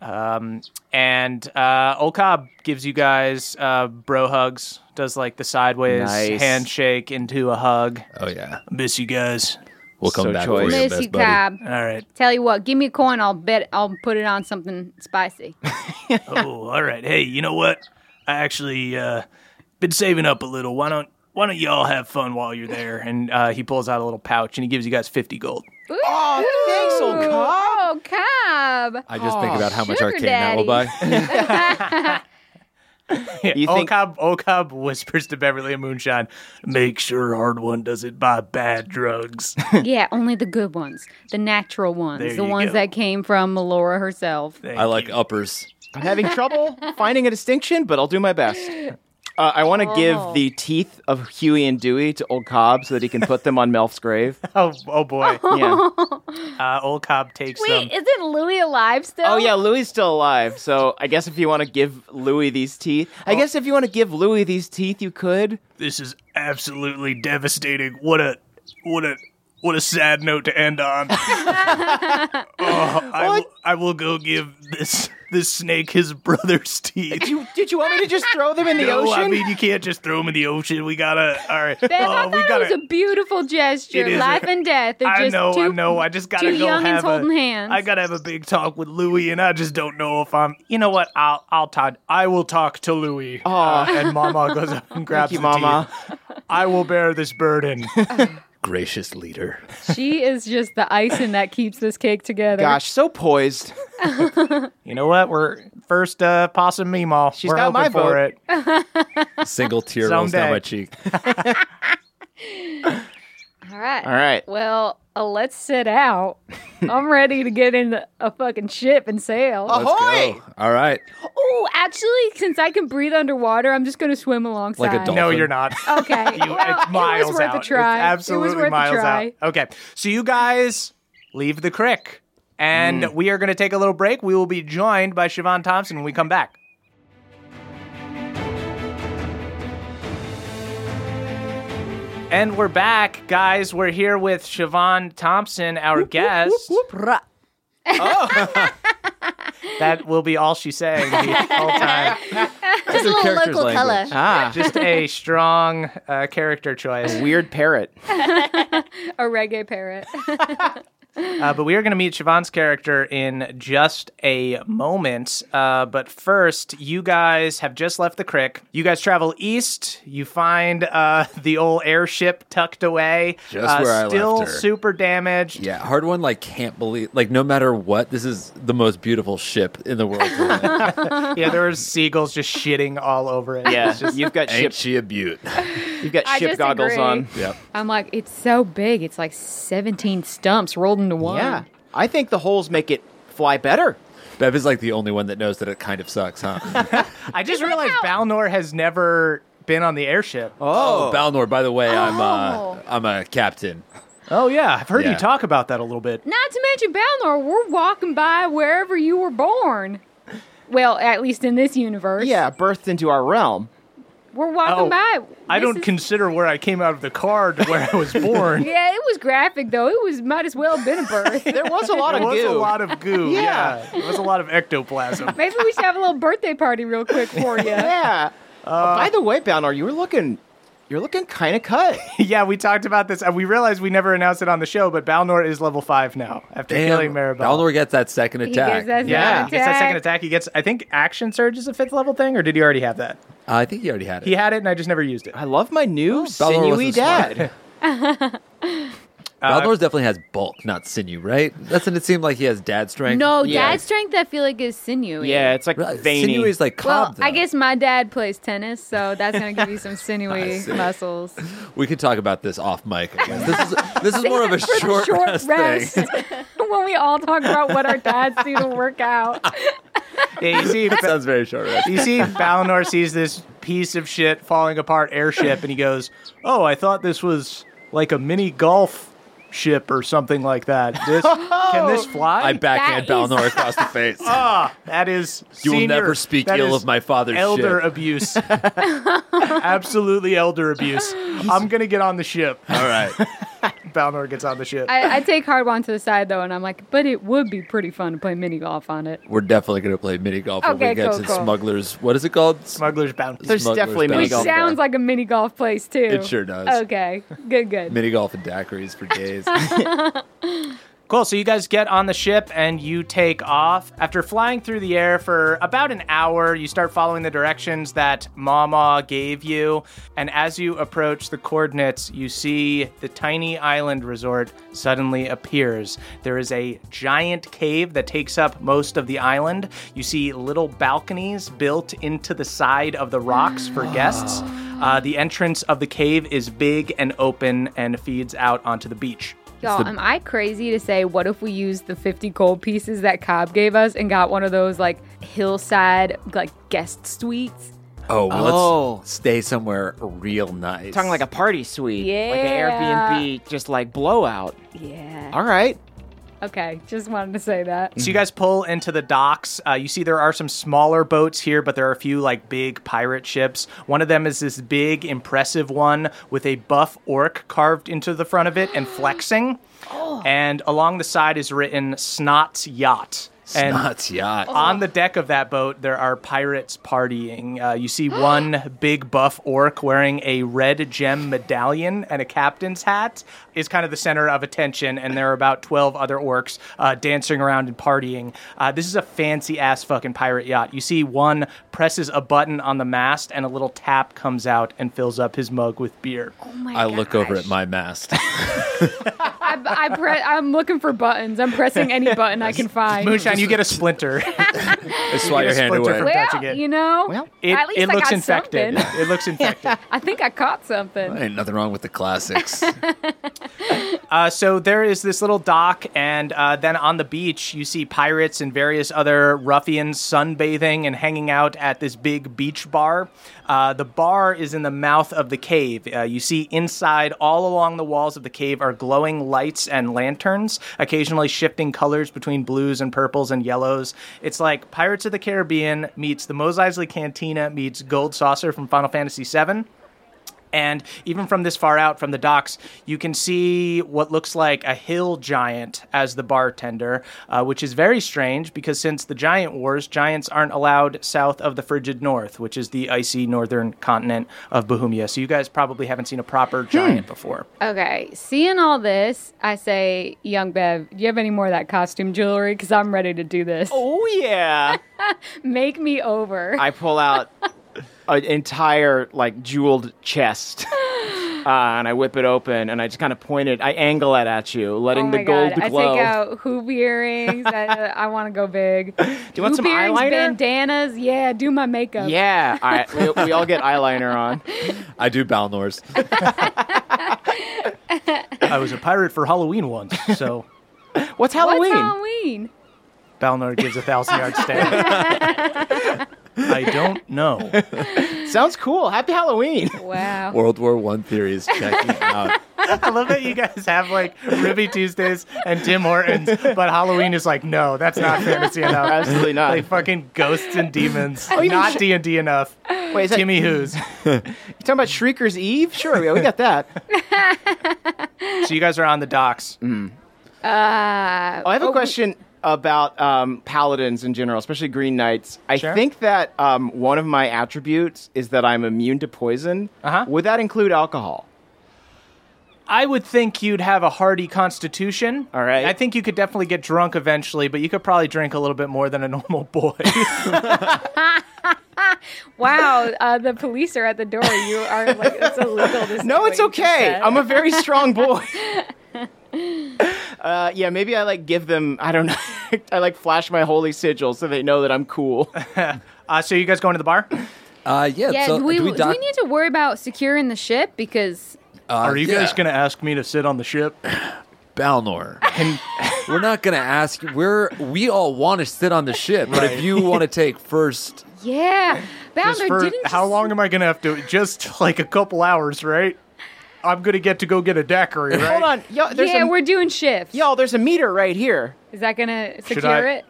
Speaker 1: Um, and uh, Okab gives you guys uh, bro hugs, does like the sideways
Speaker 4: Nice.
Speaker 1: handshake into a hug.
Speaker 2: Oh yeah.
Speaker 7: Miss you guys.
Speaker 2: We'll come
Speaker 4: So
Speaker 2: back for you,
Speaker 4: choice.
Speaker 3: Miss
Speaker 2: best
Speaker 3: you,
Speaker 2: buddy.
Speaker 3: Cobb.
Speaker 7: All right.
Speaker 3: Tell you what, give me a coin. I'll bet I'll put it on something spicy.
Speaker 7: Oh, all right. Hey, you know what? I actually uh been saving up a little. Why don't why don't y'all have fun while you're there?
Speaker 1: And uh, he pulls out a little pouch and he gives you guys 50 gold.
Speaker 3: oh,
Speaker 1: thanks, old
Speaker 3: Oh, Cobb.
Speaker 2: I just think about how much
Speaker 3: sugar
Speaker 2: arcane that will
Speaker 3: daddy.
Speaker 2: buy.
Speaker 1: Yeah,
Speaker 4: You think-
Speaker 1: Okab, Okab whispers to Beverly and Moonshine,
Speaker 7: Make sure Hard One doesn't buy bad drugs.
Speaker 3: yeah, only the good ones, the natural ones,
Speaker 7: There
Speaker 3: the
Speaker 7: you
Speaker 3: ones
Speaker 7: go.
Speaker 3: that came from Melora herself.
Speaker 7: Thank
Speaker 2: I like
Speaker 7: you.
Speaker 2: uppers.
Speaker 4: I'm having trouble finding a distinction, but I'll do my best. Uh, I want to give
Speaker 3: Oh.
Speaker 4: the teeth of Huey and Dewey to old Cobb so that he can put them on Melf's grave.
Speaker 1: Oh, oh boy.
Speaker 4: Yeah.
Speaker 1: Uh, old Cobb takes them.
Speaker 3: Wait, isn't Louis alive still?
Speaker 4: Oh yeah, Louie's still alive. So I guess if you want to give Louie these teeth, I guess if you want to give Louie these teeth, you could.
Speaker 7: This is absolutely devastating. What a what a what a sad note to end on. oh, I, will, I will go give this
Speaker 1: the snake his brother's teeth.
Speaker 4: Did you, did you want me to just throw them in the
Speaker 1: no,
Speaker 4: ocean?
Speaker 1: I mean you can't just throw them in the ocean. We gotta. All right.
Speaker 3: Bev, I
Speaker 1: oh,
Speaker 3: thought
Speaker 1: we
Speaker 3: it was
Speaker 1: gotta.
Speaker 3: a beautiful gesture.
Speaker 1: It is a-
Speaker 3: Life and death. They're
Speaker 1: I
Speaker 3: just
Speaker 1: know,
Speaker 3: two,
Speaker 1: I know. I just gotta
Speaker 3: two
Speaker 1: go
Speaker 3: youngins
Speaker 1: have
Speaker 3: holding
Speaker 1: a,
Speaker 3: hands.
Speaker 1: I gotta have a big talk with Louie, and I just don't know if I'm. You know what? I'll, I'll talk. I will talk to Louie. Uh, and Mama goes up and grabs
Speaker 4: you,
Speaker 1: the teeth.
Speaker 4: Mama.
Speaker 1: I will bear this burden.
Speaker 2: Gracious leader.
Speaker 3: she is just the icing that keeps this cake together.
Speaker 4: Gosh, so poised.
Speaker 1: you know what? We're first uh, possum meemaw. She's We're
Speaker 4: got
Speaker 1: hoping
Speaker 4: my
Speaker 1: for
Speaker 4: vote.
Speaker 1: it.
Speaker 2: Single tear rolls
Speaker 1: Someday.
Speaker 2: down my cheek.
Speaker 3: All right.
Speaker 4: All right.
Speaker 3: Well, uh, let's sit out. I'm ready to get in a fucking ship and sail.
Speaker 1: Oh.
Speaker 2: Let's go. All right.
Speaker 3: Oh, actually, since I can breathe underwater, I'm just going to swim alongside.
Speaker 2: Like a dolphin.
Speaker 1: No, you're not.
Speaker 3: Okay.
Speaker 1: You-
Speaker 3: well,
Speaker 1: it's miles
Speaker 3: it was worth
Speaker 1: out.
Speaker 3: a try.
Speaker 1: It's absolutely
Speaker 3: it was worth
Speaker 1: miles
Speaker 3: a try.
Speaker 1: out. Okay, so you guys leave the crick, and we are going to take a little break. We will be joined by Siobhan Thompson when we come back. And we're back, guys. We're here with Siobhan Thompson, our guest. Oh. that will be all she's saying the whole time
Speaker 8: Just a little
Speaker 2: character's
Speaker 8: local
Speaker 2: language.
Speaker 8: color.
Speaker 4: Ah,
Speaker 1: just a strong uh, character choice.
Speaker 4: weird parrot.
Speaker 3: A reggae parrot.
Speaker 1: Uh, but we are going to meet Siobhan's character in just a moment. Uh, but first, you guys have just left the crick. You guys travel east. You find uh, the old airship tucked away.
Speaker 2: Just
Speaker 1: uh,
Speaker 2: where I left
Speaker 1: Still
Speaker 2: her.
Speaker 1: super damaged.
Speaker 2: Yeah, hard one. Like, can't believe. Like, no matter what, this is the most beautiful ship in the world.
Speaker 1: Yeah, there were seagulls just shitting all over it.
Speaker 4: Yeah, you've got ship.
Speaker 2: Ain't she a beaut?
Speaker 4: You've got
Speaker 3: I
Speaker 4: ship goggles
Speaker 3: disagree.
Speaker 4: on.
Speaker 2: yep.
Speaker 3: I'm like, it's so big. It's like 17 stumps rolled into one.
Speaker 4: Yeah, I think the holes make it fly better.
Speaker 2: Bev is like the only one that knows that it kind of sucks, huh?
Speaker 1: I just realized Balnor has never been on the airship. Oh,
Speaker 2: oh, Balnor. By the way, I'm uh,
Speaker 8: Oh.
Speaker 2: I'm a captain.
Speaker 1: Oh, yeah. I've heard
Speaker 2: Yeah.
Speaker 1: you talk about that a little bit.
Speaker 3: Not to mention, Balnor, we're walking by wherever you were born. Well, at least in this universe.
Speaker 4: Yeah, birthed into our realm.
Speaker 3: We're walking
Speaker 1: Oh,
Speaker 3: by.
Speaker 1: I
Speaker 3: This
Speaker 1: don't
Speaker 3: is-
Speaker 1: consider where I came out of the car to where I was born.
Speaker 3: Yeah, it was graphic, though. It was might as well have been a birth.
Speaker 4: There was a lot of
Speaker 1: It was
Speaker 4: goo.
Speaker 1: a lot of goo.
Speaker 4: Yeah.
Speaker 1: yeah. it was a lot of ectoplasm.
Speaker 3: Maybe we should have a little birthday party real quick for you.
Speaker 4: yeah. Oh, by the way, Balnor, you were looking, you're looking kind of cut.
Speaker 1: yeah, we talked about this, and we realized we never announced it on the show, but Balnor is level five now after killing Maribel.
Speaker 2: Balnor gets that second
Speaker 3: He
Speaker 2: attack.
Speaker 3: gives us
Speaker 1: yeah,
Speaker 3: that
Speaker 1: he gets that second
Speaker 3: attack.
Speaker 1: attack. He gets, I think, action surge is a fifth level thing, or did he already have that?
Speaker 2: Uh, I think he already had it.
Speaker 1: He had it, and I just never used it.
Speaker 2: Uh,
Speaker 4: I love my new sinewy
Speaker 2: wasn't smart.
Speaker 4: dad.
Speaker 2: Balnor definitely has bulk, not sinew, right? That's and it seemed like he has dad strength.
Speaker 3: No,
Speaker 4: Yeah.
Speaker 3: dad strength I feel like is sinewy.
Speaker 4: yeah, it's like
Speaker 2: Right,
Speaker 4: veiny.
Speaker 2: sinew is like
Speaker 3: Well,
Speaker 2: cob.
Speaker 3: I
Speaker 2: though.
Speaker 3: guess my dad plays tennis, so that's gonna give you some sinewy
Speaker 2: see.
Speaker 3: muscles.
Speaker 2: we could talk about this off mic. I guess. This is this is more of a
Speaker 3: For the
Speaker 2: short, rest, thing.
Speaker 3: when we all talk about what our dads do to work out.
Speaker 1: Yeah, you see,
Speaker 2: Sounds very short rest.
Speaker 1: you see, Balnor sees this piece of shit falling apart airship, and he goes, "Oh, I thought this was like a mini golf." Ship or something like that. This, can this fly?
Speaker 2: I backhand
Speaker 3: That is- Oh.
Speaker 2: Balnor across the face.
Speaker 1: Ah, that is.
Speaker 2: You will
Speaker 1: senior-
Speaker 2: never speak
Speaker 1: that
Speaker 2: ill
Speaker 1: is
Speaker 2: of my father's
Speaker 1: elder
Speaker 2: ship.
Speaker 1: abuse. Absolutely elder abuse. I'm gonna get on the ship.
Speaker 2: All right.
Speaker 1: Balnor gets on the ship.
Speaker 3: I, I take Hardwon to the side though, and I'm like, but it would be pretty fun to play mini golf on it.
Speaker 2: We're definitely going to play mini golf when
Speaker 3: Okay,
Speaker 2: we get
Speaker 3: cool,
Speaker 2: to
Speaker 3: cool.
Speaker 2: Smugglers. What is it called?
Speaker 1: Smuggler's bounty.
Speaker 4: There's
Speaker 2: Smugglers
Speaker 4: definitely
Speaker 2: Down.
Speaker 4: mini
Speaker 3: Which
Speaker 4: golf.
Speaker 3: sounds like a mini golf place too.
Speaker 2: It sure does.
Speaker 3: Okay, good, good.
Speaker 2: mini golf and daiquiris for days. Oh,
Speaker 1: Cool. So you guys get on the ship and you take off. After flying through the air for about an hour, you start following the directions that Mama gave you. And as you approach the coordinates, you see the tiny island resort suddenly appears. There is a giant cave that takes up most of the island. You see little balconies built into the side of the rocks for guests. Uh, the entrance of the cave is big and open and feeds out onto the beach.
Speaker 3: Y'all, am I crazy to say what if we used the 50 gold pieces that Cobb gave us and got one of those like hillside like guest suites?
Speaker 2: oh, well,
Speaker 4: Oh.
Speaker 2: let's stay somewhere real nice.
Speaker 4: talking like a party suite, like
Speaker 3: Yeah.
Speaker 4: an Airbnb, just like blowout.
Speaker 3: Yeah.
Speaker 4: All right.
Speaker 3: Okay, just wanted to say that.
Speaker 1: So you guys pull into the docks. Uh, you see there are some smaller boats here, but there are a few like big pirate ships. One of them is this big, impressive one with a buff orc carved into the front of it and flexing. And along the side is written Snot's Yacht. And
Speaker 2: Snot's yacht.
Speaker 3: Oh
Speaker 1: on the deck of that boat, there are pirates partying. Uh, you see one big buff orc wearing a red gem medallion and a captain's hat is kind of the center of attention, and there are about 12 other orcs uh, dancing around and partying. Uh, this is a fancy ass fucking pirate yacht. You see one presses a button on the mast, and a little tap comes out and fills up his mug with beer.
Speaker 3: Oh my
Speaker 2: I look over
Speaker 3: gosh.
Speaker 2: at my mast.
Speaker 3: I, I pre- I'm looking for buttons. I'm pressing any button I can find.
Speaker 1: Moonshine, you get a splinter.
Speaker 2: I swat your hand
Speaker 1: splinter
Speaker 2: away.
Speaker 1: from-
Speaker 3: well,
Speaker 1: touching it.
Speaker 3: you know,
Speaker 1: It,
Speaker 3: at least
Speaker 1: it
Speaker 3: I
Speaker 1: looks
Speaker 3: got
Speaker 1: infected.
Speaker 3: something.
Speaker 1: It looks infected.
Speaker 3: I think I caught something.
Speaker 2: Ain't nothing wrong with the classics.
Speaker 1: Uh, so there is this little dock, and uh, then on the beach, you see pirates and various other ruffians sunbathing and hanging out at this big beach bar. Uh, the bar is in the mouth of the cave. Uh, you see inside, all along the walls of the cave are glowing lights and lanterns, occasionally shifting colors between blues and purples and yellows. It's like Pirates of the Caribbean meets the Mos Eisley Cantina meets Gold Saucer from Final Fantasy VII. And even from this far out from the docks, you can see what looks like a hill giant as the bartender, uh, which is very strange because since the giant wars, giants aren't allowed south of the frigid north, which is the icy northern continent of Bohemia. So you guys probably haven't seen a proper giant before.
Speaker 3: Okay, seeing all this, I say, young Bev, do you have any more of that costume jewelry? Because I'm ready to do this.
Speaker 4: Oh yeah.
Speaker 3: Make me over.
Speaker 4: I pull out an entire like jeweled chest. Uh, and I whip it open, and I just kind of point it. I angle it at you,
Speaker 3: oh
Speaker 4: letting
Speaker 3: my
Speaker 4: the gold
Speaker 3: God.
Speaker 4: glow.
Speaker 3: I take out hoop earrings. I, uh, I want to go big. Do
Speaker 4: you want
Speaker 3: hoop
Speaker 4: some
Speaker 3: earrings,
Speaker 4: eyeliner?
Speaker 3: Bandanas. Yeah, do my makeup.
Speaker 4: yeah, I, we, we all get eyeliner on.
Speaker 2: I do Balnor's.
Speaker 1: I was a pirate for Halloween once, so
Speaker 4: What's
Speaker 3: What's
Speaker 4: Halloween?
Speaker 3: Halloween?
Speaker 1: Balnor gives a thousand yard stare. I don't know.
Speaker 4: Sounds cool. Happy Halloween.
Speaker 3: Wow.
Speaker 2: World War One theories checking out.
Speaker 1: I love that you guys have like Ruby Tuesdays and Tim Hortons, but Halloween is like, no, that's not fantasy enough.
Speaker 4: Absolutely not.
Speaker 1: Like fucking ghosts and demons,
Speaker 3: Oh,
Speaker 4: you mean
Speaker 1: not
Speaker 4: sh-
Speaker 1: D and D enough.
Speaker 4: Wait, is that,
Speaker 1: Timmy Who's.
Speaker 4: you talking about Shrieker's Eve? Sure, yeah, we got that.
Speaker 1: So you guys are on the docks.
Speaker 4: Mm.
Speaker 3: Uh,
Speaker 4: Oh, I have a
Speaker 3: oh,
Speaker 4: question about um, paladins in general, especially green knights. I think that um, one of my attributes is that I'm immune to poison.
Speaker 1: Uh-huh.
Speaker 4: Would that include alcohol?
Speaker 1: I would think you'd have a hardy constitution.
Speaker 4: All right.
Speaker 1: I think you could definitely get drunk eventually, but you could probably drink a little bit more than a normal boy.
Speaker 3: Wow, uh, the police are at the door. You are like, it's illegal. This
Speaker 4: No, it's okay. I'm a very strong boy. Uh, yeah, maybe I like give them. I don't know. I like flash my holy sigil so they know that I'm cool.
Speaker 1: uh, so you guys going to the bar?
Speaker 2: Uh, yeah.
Speaker 3: Yeah,
Speaker 2: so
Speaker 3: do, we,
Speaker 2: do we, dock-
Speaker 3: need to worry about securing the ship? Because
Speaker 2: uh,
Speaker 1: Are you guys
Speaker 2: yeah,
Speaker 1: going to ask me to sit on the ship?
Speaker 2: Balnor? we're not gonna ask. We're we all want to sit on the ship, but if you want to take first,
Speaker 3: yeah,
Speaker 1: Just
Speaker 3: Bounder
Speaker 1: for-
Speaker 3: didn't.
Speaker 1: how
Speaker 3: you-
Speaker 1: long am I going to have to? Just like a couple hours, right? I'm going to get to go get a daiquiri, right?
Speaker 4: Hold on, y'all. There's
Speaker 3: Yeah,
Speaker 4: a,
Speaker 3: we're doing shifts.
Speaker 4: y'all. There's a meter right here.
Speaker 3: is that gonna
Speaker 1: I-
Speaker 3: secure it?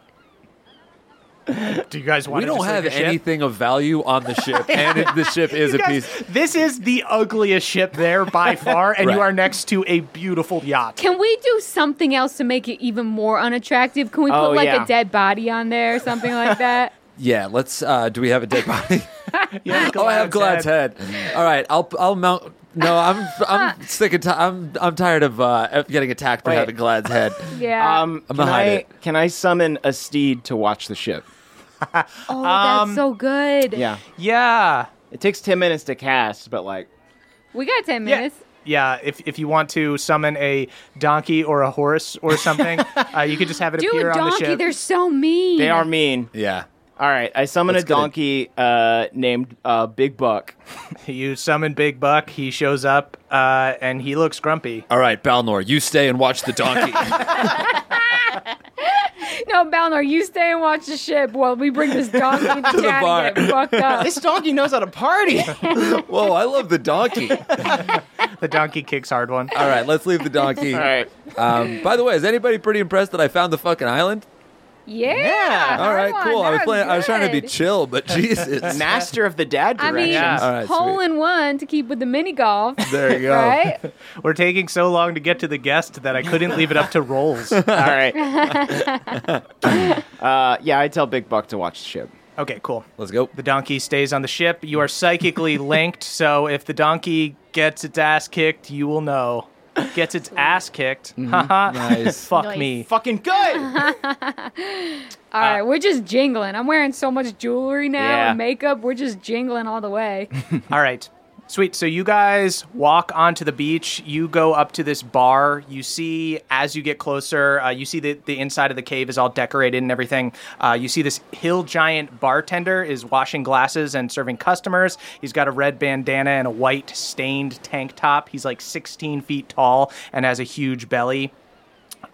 Speaker 1: Do you guys want
Speaker 2: we
Speaker 1: to
Speaker 2: don't
Speaker 1: just
Speaker 2: have
Speaker 1: leave the ship?
Speaker 2: anything of value on the ship, and it, the ship is a
Speaker 1: Guys,
Speaker 2: piece.
Speaker 1: this is the ugliest ship there by far, and you
Speaker 2: Right.
Speaker 1: are next to a beautiful yacht.
Speaker 3: Can we do something else to make it even more unattractive? Can we put
Speaker 4: Oh,
Speaker 3: like
Speaker 4: yeah.
Speaker 3: a dead body on there or something like that?
Speaker 2: Yeah. Let's. Uh, do we have a dead body?
Speaker 1: Yeah,
Speaker 2: oh, I have Glad's head. All right. I'll I'll mount. No, I'm I'm sick of. T- I'm I'm tired of uh, getting attacked for
Speaker 4: Wait.
Speaker 2: having Glad's head.
Speaker 3: Yeah.
Speaker 4: Um,
Speaker 2: I'm
Speaker 4: can
Speaker 2: gonna hide
Speaker 4: I
Speaker 2: it.
Speaker 4: can I summon a steed to watch the ship?
Speaker 3: oh, that's so good.
Speaker 4: Yeah,
Speaker 1: Yeah.
Speaker 4: it takes ten minutes to cast, but like
Speaker 3: We got ten
Speaker 1: Yeah.
Speaker 3: minutes.
Speaker 1: Yeah, if, if you want to summon a donkey or a horse or something, uh, you could just have it
Speaker 3: Do
Speaker 1: appear
Speaker 3: a
Speaker 1: on the
Speaker 3: donkey.
Speaker 1: ship.
Speaker 3: They're so mean.
Speaker 4: they are mean.
Speaker 2: Yeah.
Speaker 4: All right, I summon
Speaker 2: Let's
Speaker 4: a
Speaker 2: get it.
Speaker 4: donkey uh, named uh, Big Buck.
Speaker 1: You summon Big Buck, he shows up, uh, and he looks grumpy.
Speaker 2: All right, Balnor, you stay and watch the donkey.
Speaker 3: No, Balnor, you stay and watch the ship while we bring this donkey to the
Speaker 2: bar.
Speaker 3: And get fucked up.
Speaker 4: This donkey knows how to party.
Speaker 2: Whoa, I love the donkey. All
Speaker 1: The donkey kicks hard one.
Speaker 2: right, let's leave the donkey.
Speaker 4: All right.
Speaker 2: Um, by the way, is anybody pretty impressed that I found the fucking island?
Speaker 3: Yeah.
Speaker 2: All right,
Speaker 3: Harlan,
Speaker 2: cool. I
Speaker 3: that
Speaker 2: was playing. I was trying to be
Speaker 3: good.
Speaker 2: chill, but Jesus.
Speaker 4: Master of the dad
Speaker 3: I
Speaker 4: direction.
Speaker 3: mean,
Speaker 1: Yeah.
Speaker 2: All right,
Speaker 3: hole
Speaker 2: sweet.
Speaker 3: in one to keep with the mini golf.
Speaker 2: there you go.
Speaker 3: Right?
Speaker 1: We're taking so long to get to the guest that I couldn't leave it up to rolls.
Speaker 4: All right. uh, yeah, I tell Big Buck to watch the ship.
Speaker 1: Okay, cool.
Speaker 2: Let's go.
Speaker 1: The donkey stays on the ship. You are psychically linked, so if the donkey gets its ass kicked, you will know. Gets its ass kicked. Haha.
Speaker 2: Nice.
Speaker 1: Fuck
Speaker 3: Nice.
Speaker 1: me.
Speaker 4: Fucking good.
Speaker 3: All right, we're just jingling. I'm wearing so much jewelry now
Speaker 4: Yeah.
Speaker 3: and makeup. We're just jingling all the way.
Speaker 1: All right. Sweet. So you guys walk onto the beach. You go up to this bar. You see, as you get closer, uh, you see that the inside of the cave is all decorated and everything. Uh, you see this hill giant bartender is washing glasses and serving customers. He's got a red bandana and a white stained tank top. He's like 16 feet tall and has a huge belly.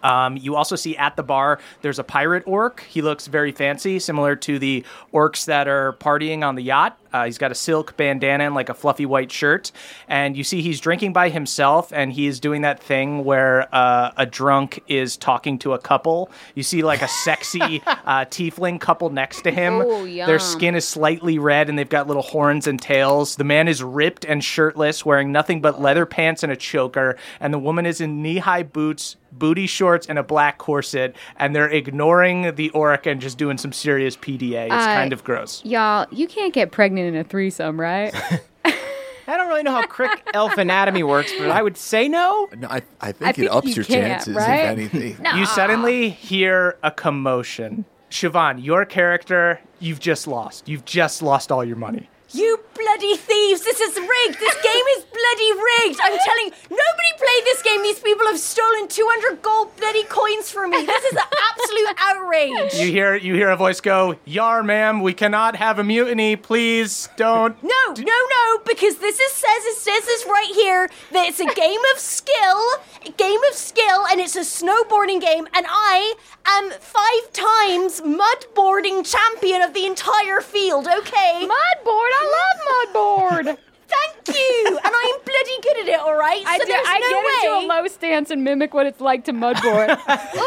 Speaker 1: Um, you also see at the bar there's a pirate orc. He looks very fancy, similar to the orcs that are partying on the yacht. Uh, he's got a silk bandana and like a fluffy white shirt. And you see he's drinking by himself, and he is doing that thing where uh, a drunk is talking to a couple. You see like a sexy uh, tiefling couple next to him.
Speaker 3: Oh,
Speaker 1: Their
Speaker 3: yum.
Speaker 1: skin is slightly red, and they've got little horns and tails. The man is ripped and shirtless, wearing nothing but leather pants and a choker. And the woman is in knee-high boots booty shorts and a black corset, and they're ignoring the orc and just doing some serious PDA. It's
Speaker 3: Uh,
Speaker 1: kind of gross.
Speaker 3: Y'all, you can't get pregnant in a threesome, right?
Speaker 4: I don't really know how crick elf anatomy works, but I would say no.
Speaker 2: No, I, I think
Speaker 3: I
Speaker 2: it
Speaker 3: think
Speaker 2: ups
Speaker 3: you
Speaker 2: your
Speaker 3: can't,
Speaker 2: chances,
Speaker 3: right?
Speaker 2: if anything.
Speaker 3: No.
Speaker 1: You suddenly hear a commotion. Siobhan, your character, you've just lost. You've just lost all your money.
Speaker 9: You bloody thieves! This is rigged! This game is bloody rigged! I'm telling nobody played this game. These people have stolen 200 gold bloody coins from me. This is an absolute outrage.
Speaker 1: You hear you hear a voice go, "Yar, ma'am, we cannot have a mutiny. Please don't."
Speaker 9: No, no, no, because this is says it says this right here that it's a game of skill, a game of skill, and it's a snowboarding game, and I am five times mudboarding champion of the entire field, okay?
Speaker 3: mudboard. I love mudboard.
Speaker 9: Thank you! And I'm bloody good at it, alright?
Speaker 3: I,
Speaker 9: so
Speaker 3: do,
Speaker 9: there's
Speaker 3: I
Speaker 9: no
Speaker 3: get
Speaker 9: way.
Speaker 3: into a low stance and mimic what it's like to mudboard. Ooh,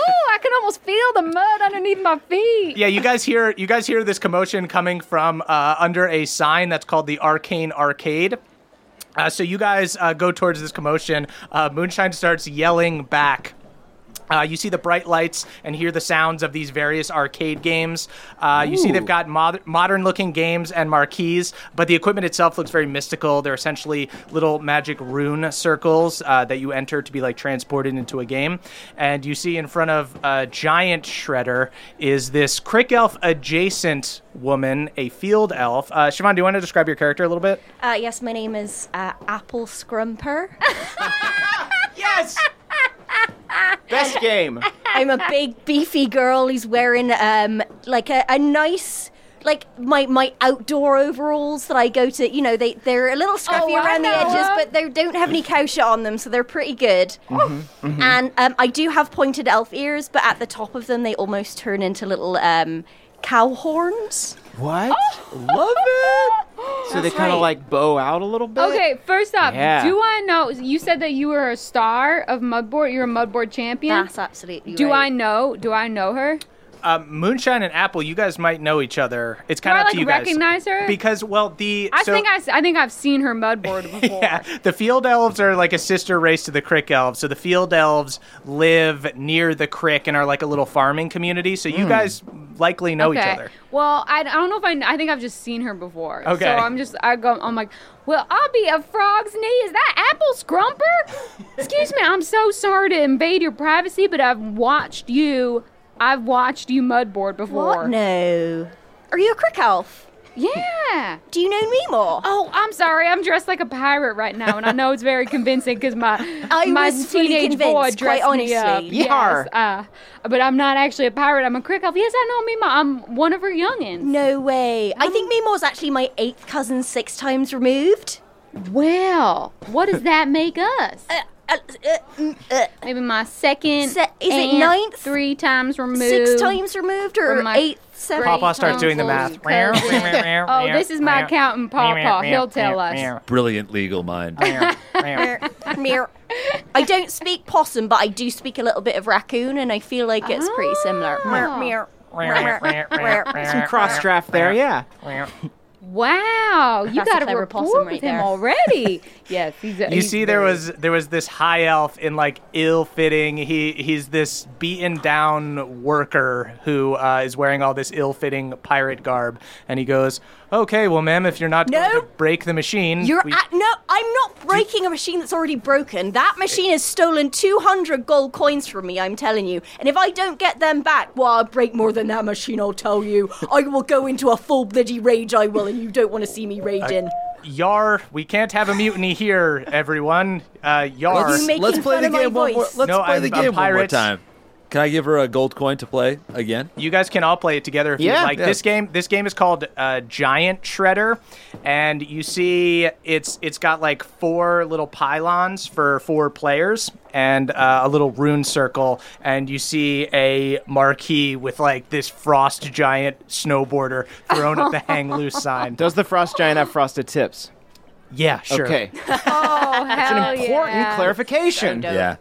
Speaker 3: I can almost feel the mud underneath my feet.
Speaker 1: Yeah, you guys hear you guys hear this commotion coming from uh, under a sign that's called the Arcane Arcade. Uh, so you guys uh, go towards this commotion. Uh, Moonshine starts yelling back. Uh, you see the bright lights and hear the sounds of these various arcade games. Uh, you see they've got mod- modern looking games and marquees, but the equipment itself looks very mystical. They're essentially little magic rune circles uh, that you enter to be like transported into a game. And you see in front of a giant shredder is this Crick Elf adjacent woman, a field elf. Uh, Siobhan, do you want to describe your character a little bit?
Speaker 9: Uh, yes, my name is uh, Apple Scrumper.
Speaker 4: Yes. Best game.
Speaker 9: I'm a big beefy girl who's wearing um like a, a nice like my my outdoor overalls that I go to. You know they they're a little scruffy
Speaker 3: Oh, I
Speaker 9: around the
Speaker 3: know
Speaker 9: edges,
Speaker 3: her.
Speaker 9: but they don't have any cowshit on them, so they're pretty good. And um, I do have pointed elf ears, but at the top of them they almost turn into little um cow horns.
Speaker 4: What? Love it. So they kind of like bow out a little bit.
Speaker 3: Okay, first up,
Speaker 4: Yeah.
Speaker 3: do I know? You said that you were a star of mudboard. You're a mudboard champion.
Speaker 9: That's absolutely.
Speaker 3: do I
Speaker 9: right.
Speaker 3: know? Do I know her?
Speaker 1: Um, Moonshine and Apple, you guys might know each other. It's
Speaker 3: Do
Speaker 1: kind of
Speaker 3: I
Speaker 1: up
Speaker 3: like
Speaker 1: to you guys.
Speaker 3: recognize her?
Speaker 1: Because well, the
Speaker 3: I
Speaker 1: so-
Speaker 3: think I, s- I think I've seen her mudboard before.
Speaker 1: Yeah, the field elves are like a sister race to the crick elves. So the field elves live near the crick and are like a little farming community. So
Speaker 4: Hmm.
Speaker 1: you guys likely know each
Speaker 3: Okay.
Speaker 1: other.
Speaker 3: Well, I, I don't know if I. kn- I think I've just seen her before.
Speaker 1: Okay.
Speaker 3: So I'm just. I go. I'm like. Well, I'll be a frog's knee. Is that Apple Scrumper? Excuse me. I'm so sorry to invade your privacy, but I've watched you. I've watched you mudboard before.
Speaker 9: What? No. Are you a crick elf?
Speaker 3: Yeah.
Speaker 9: Do you know me more?
Speaker 3: Oh, I'm sorry. I'm dressed like a pirate right now, and I know it's very convincing because my
Speaker 9: I
Speaker 3: my
Speaker 9: was fully
Speaker 3: teenage boy
Speaker 9: convinced,
Speaker 3: dressed
Speaker 9: quite
Speaker 3: me up.
Speaker 9: honestly.
Speaker 4: Yar.
Speaker 3: Yes, uh, but I'm not actually a pirate. I'm a crick elf. Yes, I know me. Ma. I'm one of her youngins.
Speaker 9: No way. I think
Speaker 3: Um,
Speaker 9: Mimo's actually my eighth cousin, six times removed.
Speaker 3: Well, what does that make us?
Speaker 9: Uh, uh, mm, uh,
Speaker 3: Maybe my second.
Speaker 9: Se- is it
Speaker 3: aunt,
Speaker 9: ninth?
Speaker 3: Three times removed.
Speaker 9: six times removed or
Speaker 3: From my
Speaker 9: eight, seven?
Speaker 3: great
Speaker 1: Papa starts doing the math.
Speaker 3: cousin. oh, this is my accountant, Paw Paw. He'll tell us.
Speaker 2: Brilliant legal mind.
Speaker 9: Mir- I
Speaker 8: Ah.
Speaker 9: don't speak possum, but I do speak a little bit of raccoon, and I feel like it's pretty similar. Mir- mir.
Speaker 4: Some cross draft there, yeah.
Speaker 3: Wow, you
Speaker 8: That's a
Speaker 3: got a
Speaker 8: clever
Speaker 3: rapport
Speaker 8: possum
Speaker 3: with
Speaker 8: right
Speaker 3: him
Speaker 8: there.
Speaker 3: already. yes, he's.
Speaker 1: You see, there was there was this high elf in like ill-fitting. He he's this beaten-down worker who uh, is wearing all this ill-fitting pirate garb, and he goes, "Okay, well, ma'am, if you're not
Speaker 8: No.
Speaker 1: going to break the machine,
Speaker 8: You're
Speaker 1: we-
Speaker 8: at, no, I'm not breaking a machine that's already broken. That machine has stolen 200 gold coins from me, I'm telling you. And if I don't get them back, well, I'll break more than that machine, I'll tell you. I will go into a full bloody rage, I will, and you don't want to see me raging.
Speaker 1: Yar, we can't have a mutiny here, everyone. Uh, Yar,
Speaker 8: Let's- making
Speaker 2: Let's play
Speaker 8: fun
Speaker 2: the
Speaker 8: of my
Speaker 2: game one more.
Speaker 8: voice?
Speaker 2: Let's
Speaker 1: No,
Speaker 2: play
Speaker 1: I'm-
Speaker 2: the
Speaker 1: I'm
Speaker 2: game one more
Speaker 1: pirates.
Speaker 2: time. Can I give her a gold coin to play again?
Speaker 1: you guys can all play it together if
Speaker 4: Yeah,
Speaker 1: you like.
Speaker 2: yeah.
Speaker 1: This game, this game is called uh, Giant Shredder, and you see it's it's got like four little pylons for four players and uh, a little rune circle, and you see a marquee with like this frost giant snowboarder thrown at the hang loose sign.
Speaker 4: Does the frost giant have frosted tips?
Speaker 1: Yeah, sure.
Speaker 4: Okay.
Speaker 3: Oh, hell
Speaker 4: Important
Speaker 3: yeah.
Speaker 4: clarification.
Speaker 8: So dope.
Speaker 2: Yeah.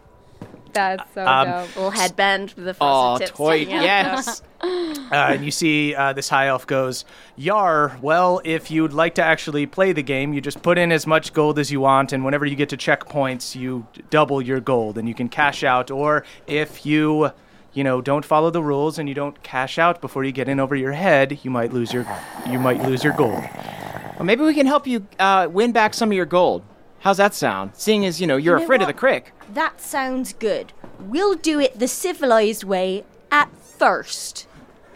Speaker 3: That's so
Speaker 1: um,
Speaker 3: dope.
Speaker 8: Little headband with the
Speaker 4: Oh,
Speaker 8: frosted tips.
Speaker 4: toy. Yes.
Speaker 1: Uh, and you see uh, this high elf goes, Yar, well, if you'd like to actually play the game, you just put in as much gold as you want, and whenever you get to checkpoints, you d- double your gold and you can cash out. Or if you, you know, don't follow the rules and you don't cash out before you get in over your head, you might lose your, you might lose your gold.
Speaker 4: Well, maybe we can help you uh, win back some of your gold. How's that sound? Seeing as you know you're
Speaker 8: know
Speaker 4: afraid
Speaker 8: what?
Speaker 4: of the crick.
Speaker 8: That sounds good. We'll do it the civilized way at first.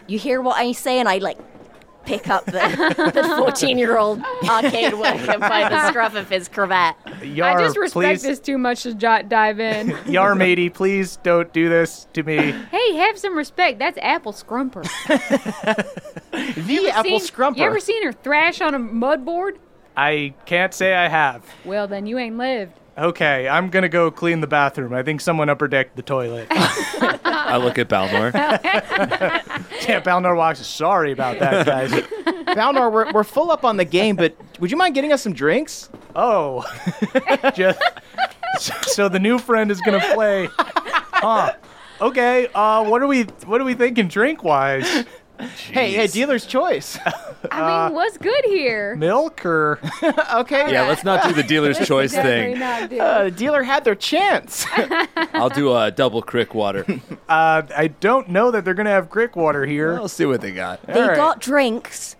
Speaker 8: You hear what I say, and I like pick up the, the 14 year old arcade worker by the scruff of his cravat.
Speaker 1: Yar,
Speaker 3: I just respect
Speaker 1: please,
Speaker 3: this too much to jot dive in.
Speaker 1: Yar, matey, please don't do this to me.
Speaker 3: hey, have some respect. That's Apple Scrumper.
Speaker 4: The apple
Speaker 3: Seen-
Speaker 4: scrumper.
Speaker 3: You ever seen her thrash on a mud board?
Speaker 1: I can't say I have.
Speaker 3: Well, then you ain't lived.
Speaker 1: Okay, I'm gonna go clean the bathroom. I think someone upper decked the toilet.
Speaker 2: I look at Balnor.
Speaker 1: yeah, Balnor walks. Sorry about that, guys.
Speaker 4: Balnor, we're, we're full up on the game, but would you mind getting us some drinks?
Speaker 1: Oh, just so the new friend is gonna play. Huh. Okay. Uh, what are we? What are we thinking drink wise?
Speaker 4: Hey, hey, dealer's choice.
Speaker 2: Uh,
Speaker 3: I mean, what's good here?
Speaker 1: Milk or
Speaker 4: okay.
Speaker 2: yeah, let's not do the dealer's choice
Speaker 3: Definitely
Speaker 2: thing.
Speaker 3: not dude.
Speaker 4: Uh, the dealer had their chance.
Speaker 2: I'll do a double crick water.
Speaker 1: uh, I don't know that they're gonna have Grick water
Speaker 4: Oh.
Speaker 1: here.
Speaker 2: I'll see what they got.
Speaker 8: They got drinks.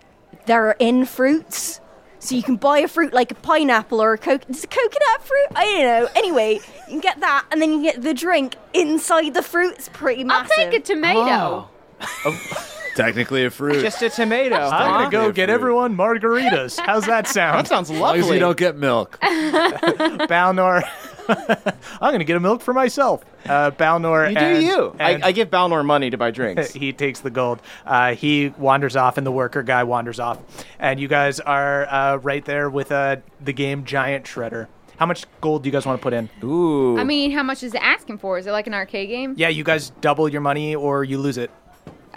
Speaker 8: There are in fruits. So you can buy a fruit like a pineapple or a coke. Is it coconut fruit? I don't know. Anyway, you can get that, and then you get the drink inside the fruit. It's pretty
Speaker 3: I'll
Speaker 8: massive.
Speaker 3: take a
Speaker 2: Oh.
Speaker 3: tomato.
Speaker 2: Technically a fruit.
Speaker 4: Just a tomato.
Speaker 1: I'm
Speaker 4: huh?
Speaker 1: gonna go get
Speaker 2: Fruit.
Speaker 1: everyone margaritas. How's that sound,
Speaker 4: That sounds
Speaker 2: as long as
Speaker 4: lovely.
Speaker 2: you don't get milk.
Speaker 1: Balnor? I'm gonna get a milk for myself. Uh, Balnor.
Speaker 4: you
Speaker 1: and-
Speaker 4: do you. I,
Speaker 1: and-
Speaker 4: I give Balnor money to buy drinks.
Speaker 1: he takes the gold. Uh, he wanders off, and the worker guy wanders off. And you guys are uh, right there with uh, the game Giant Shredder. How much gold do you guys want to put in?
Speaker 4: Ooh.
Speaker 3: I mean, how much is it asking for? Is it like an arcade game?
Speaker 1: Yeah, you guys double your money or you lose it.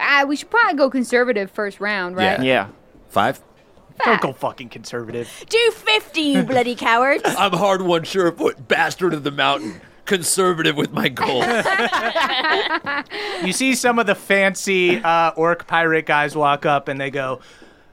Speaker 3: Ah, we should probably go conservative first round, right?
Speaker 4: yeah.
Speaker 2: Five?
Speaker 1: Don't go fucking conservative.
Speaker 8: Do 50, you bloody cowards.
Speaker 2: I'm hard one surefoot bastard of the mountain. Conservative with my gold.
Speaker 1: You see some of the fancy uh, orc pirate guys walk up, and they go,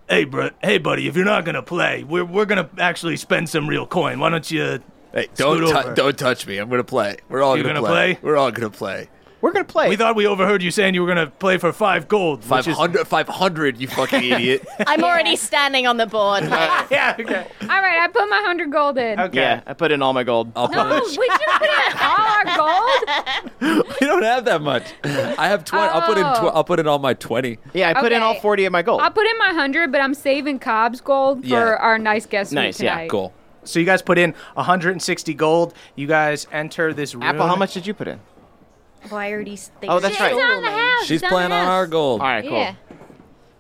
Speaker 1: "Hey, bro, hey, buddy, if you're not gonna play, we're we're gonna actually spend some real coin. Why don't you?"
Speaker 2: hey,
Speaker 1: Scoot
Speaker 2: don't
Speaker 1: over.
Speaker 2: tou- don't touch me. I'm gonna play. We're all
Speaker 1: You're
Speaker 2: gonna,
Speaker 1: gonna
Speaker 2: play.
Speaker 1: play?
Speaker 2: We're all gonna play.
Speaker 4: We're going to play.
Speaker 1: We thought we overheard you saying you were gonna play for five gold. which is-
Speaker 2: 500, 500 you fucking idiot.
Speaker 8: I'm already standing on the board.
Speaker 1: Yeah. Okay.
Speaker 3: All right, I put my 100 gold in.
Speaker 1: Okay.
Speaker 4: yeah, I put in all my gold.
Speaker 2: I'll put
Speaker 3: Oh, we should put in all our gold?
Speaker 2: You don't have that much. I have 20. I'll put in
Speaker 3: Oh.
Speaker 2: tw- I'll put in all my 20.
Speaker 4: yeah, I put in
Speaker 3: okay.
Speaker 4: all 40 of my gold.
Speaker 3: I'll put in my 100, but I'm saving Cobb's gold for
Speaker 2: Yeah.
Speaker 3: our nice guest suite
Speaker 4: Nice, yeah,
Speaker 3: tonight.
Speaker 2: Cool.
Speaker 1: So you guys put in 160 gold. You guys enter this room.
Speaker 4: Apple, how much did you put in?
Speaker 8: Why are these things?
Speaker 4: Oh, that's
Speaker 3: It's
Speaker 4: right.
Speaker 3: on the house.
Speaker 2: She's
Speaker 3: it's on
Speaker 2: playing
Speaker 3: the
Speaker 2: on
Speaker 3: house.
Speaker 2: our gold.
Speaker 4: All right, cool.
Speaker 3: Yeah.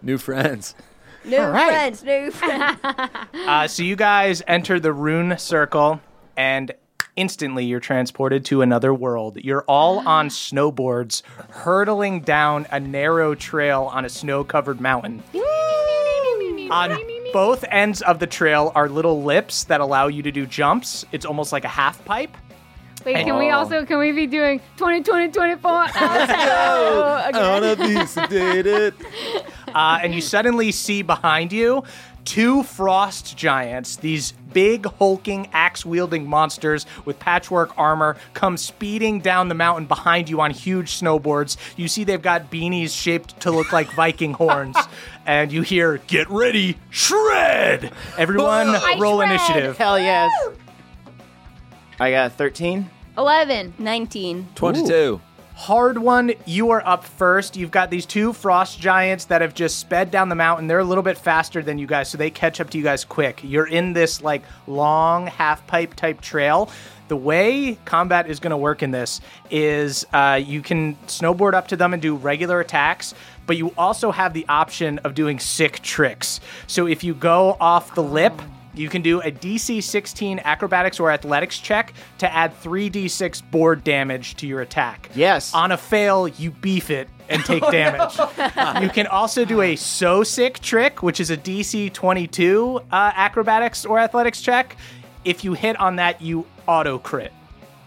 Speaker 2: New friends.
Speaker 8: New
Speaker 4: right.
Speaker 8: friends, new friends.
Speaker 1: Uh, so you guys enter the rune circle, and instantly you're transported to another world. You're all on snowboards, hurtling down a narrow trail on a snow-covered mountain. on both ends of the trail are little lips that allow you to do jumps. It's almost like a half pipe.
Speaker 3: Wait, can we also can we be doing 20, 20, 24 hours?
Speaker 2: On a piece of dated.
Speaker 1: Uh, and you suddenly see behind you two frost giants, these big, hulking, axe wielding monsters with patchwork armor, come speeding down the mountain behind you on huge snowboards. You see they've got beanies shaped to look like Viking horns. And you hear, get ready, shred! Everyone,
Speaker 3: I
Speaker 1: roll
Speaker 3: shred.
Speaker 1: initiative.
Speaker 4: Hell yes. I got 13.
Speaker 3: 11.
Speaker 9: 19.
Speaker 2: 22.
Speaker 1: Hard one, you are up first. You've got these two frost giants that have just sped down the mountain. They're a little bit faster than you guys, so they catch up to you guys quick. You're in this like long half pipe type trail. The way combat is going to work in this is uh, you can snowboard up to them and do regular attacks, but you also have the option of doing sick tricks. So if you go off the lip, you can do a DC 16 acrobatics or athletics check to add 3d6 board damage to your attack.
Speaker 4: Yes.
Speaker 1: On a fail, you beef it and take damage. you can also do a so sick trick, which is a DC 22 uh, acrobatics or athletics check. If you hit on that, you auto crit.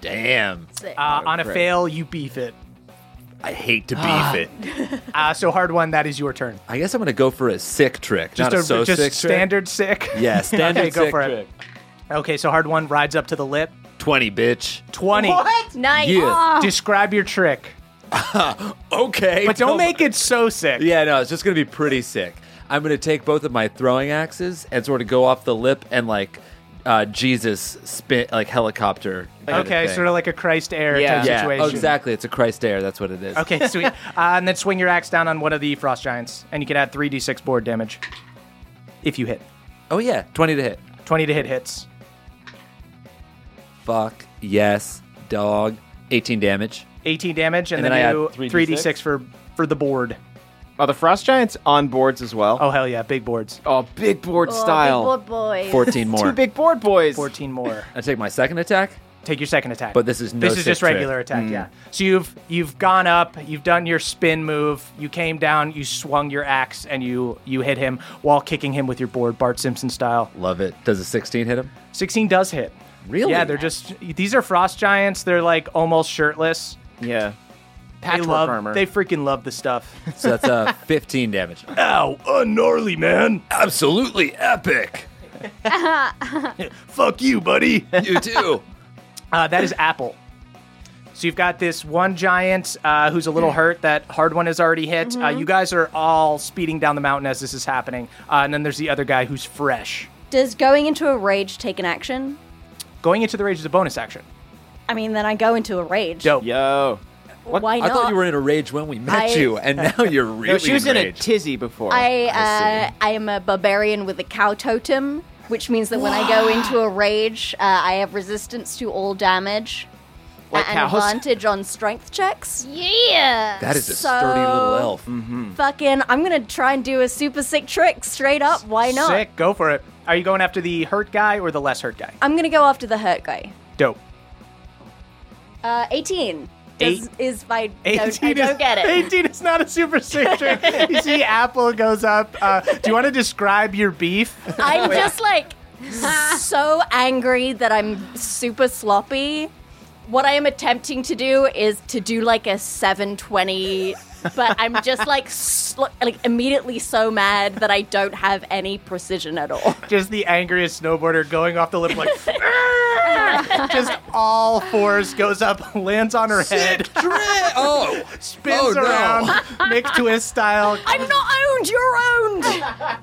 Speaker 2: Damn.
Speaker 1: Uh, on a fail, you beef it.
Speaker 2: I hate to
Speaker 1: Ah.
Speaker 2: beef it.
Speaker 1: Uh, so hard one. That is your turn.
Speaker 2: I guess I'm going to go for a sick trick.
Speaker 1: Just
Speaker 2: not a, so
Speaker 1: just
Speaker 2: sick
Speaker 1: standard sick.
Speaker 2: trick. Yeah, standard
Speaker 1: Okay, go
Speaker 2: sick
Speaker 1: for it.
Speaker 2: trick.
Speaker 1: Okay, so hard one rides up to the lip.
Speaker 2: 20, bitch.
Speaker 1: Twenty. Ah.
Speaker 9: Nice. Oh,
Speaker 2: Yeah.
Speaker 1: Describe your trick.
Speaker 2: Okay.
Speaker 1: But don't
Speaker 2: Come
Speaker 1: make it so sick.
Speaker 2: Oh Yeah, no, it's just gonna be pretty sick. I'm gonna take both of my throwing axes and sort of go off the lip and like uh, Jesus spin like helicopter. kind
Speaker 1: Okay,
Speaker 2: thing.
Speaker 1: sort of like a Christ air
Speaker 4: Yeah.
Speaker 1: type
Speaker 2: yeah,
Speaker 1: situation.
Speaker 2: oh, exactly. It's a Christ air. That's what it is.
Speaker 1: Okay, sweet. uh, and then swing your axe down on one of the frost giants, and you can add 3d6 board damage if you hit.
Speaker 2: Oh yeah, twenty to hit.
Speaker 1: 20 to hit hits.
Speaker 2: Fuck yes, dog. Eighteen damage.
Speaker 1: 18 damage, and,
Speaker 2: And
Speaker 1: then,
Speaker 2: then I
Speaker 1: you
Speaker 2: add
Speaker 1: 3d6,
Speaker 2: 3d6?
Speaker 1: for for the board.
Speaker 4: Are the frost giants on boards as well?
Speaker 1: Oh hell yeah, big boards.
Speaker 4: Oh, big board style.
Speaker 9: Oh, big boy.
Speaker 2: Fourteen more.
Speaker 4: Two big board boys.
Speaker 1: 14 more.
Speaker 2: I take my second attack.
Speaker 1: Take your second attack.
Speaker 2: But this is no
Speaker 1: This is
Speaker 2: sick
Speaker 1: just
Speaker 2: trick. Mm.
Speaker 1: regular attack, yeah. So you've you've gone up, you've done your spin move, you came down, you swung your axe and you you hit him while kicking him with your board Bart Simpson style.
Speaker 2: Love it. Does a sixteen hit him?
Speaker 1: 16 does hit.
Speaker 2: Really?
Speaker 1: Yeah, they're just these are frost giants. They're like almost shirtless.
Speaker 4: Yeah.
Speaker 1: They love
Speaker 4: armor.
Speaker 1: they freaking love the stuff.
Speaker 2: So that's uh, fifteen damage.
Speaker 1: Ow, ungnarly man.
Speaker 2: Absolutely epic.
Speaker 1: Fuck you, buddy.
Speaker 2: You too.
Speaker 1: Uh, that is Apple. So you've got this one giant uh, who's a little hurt. That hard one has already hit. Uh, you guys are all speeding down the mountain as this is happening. Uh, and then there's the other guy who's fresh.
Speaker 9: Does going into a rage take an action?
Speaker 1: Going into the rage is a bonus action.
Speaker 9: I mean, then I go into a rage.
Speaker 1: Dope.
Speaker 4: Yo.
Speaker 9: Why
Speaker 2: I
Speaker 9: not?
Speaker 2: thought you were in a rage when we met
Speaker 9: I-
Speaker 2: you, and now you're really.
Speaker 4: No, she was in a
Speaker 2: rage.
Speaker 4: tizzy before.
Speaker 9: I, uh, I am a barbarian with a cow totem, which means that when I go into a rage, uh, I have resistance to all damage.
Speaker 4: Like
Speaker 9: and
Speaker 4: cows?
Speaker 9: advantage on strength checks. Yeah.
Speaker 2: That is a sturdy little
Speaker 9: So-
Speaker 2: elf.
Speaker 9: Fucking, I'm gonna try and do a super sick trick straight up. Why not?
Speaker 1: Sick. Go for it. Are you going after the hurt guy or the less hurt guy?
Speaker 9: I'm gonna go after the hurt guy.
Speaker 1: Dope.
Speaker 9: Uh, 18. Does,
Speaker 1: Eight-
Speaker 9: Is my.
Speaker 1: 18
Speaker 9: Don't, I don't
Speaker 1: is,
Speaker 9: get it.
Speaker 1: 18 is not a super sick trick. you see, Apple goes up. Uh, do you want to describe your beef?
Speaker 9: I'm just like so angry that I'm super sloppy. What I am attempting to do is to do like a 720, but I'm just like sl- like immediately so mad that I don't have any precision at all.
Speaker 1: Just the angriest snowboarder going off the lip, like, "Arr!" just all fours goes up, lands on her head,
Speaker 2: oh,
Speaker 1: spins
Speaker 2: Oh, no.
Speaker 1: around, Nick Twist style.
Speaker 9: I'm not owned. You're owned.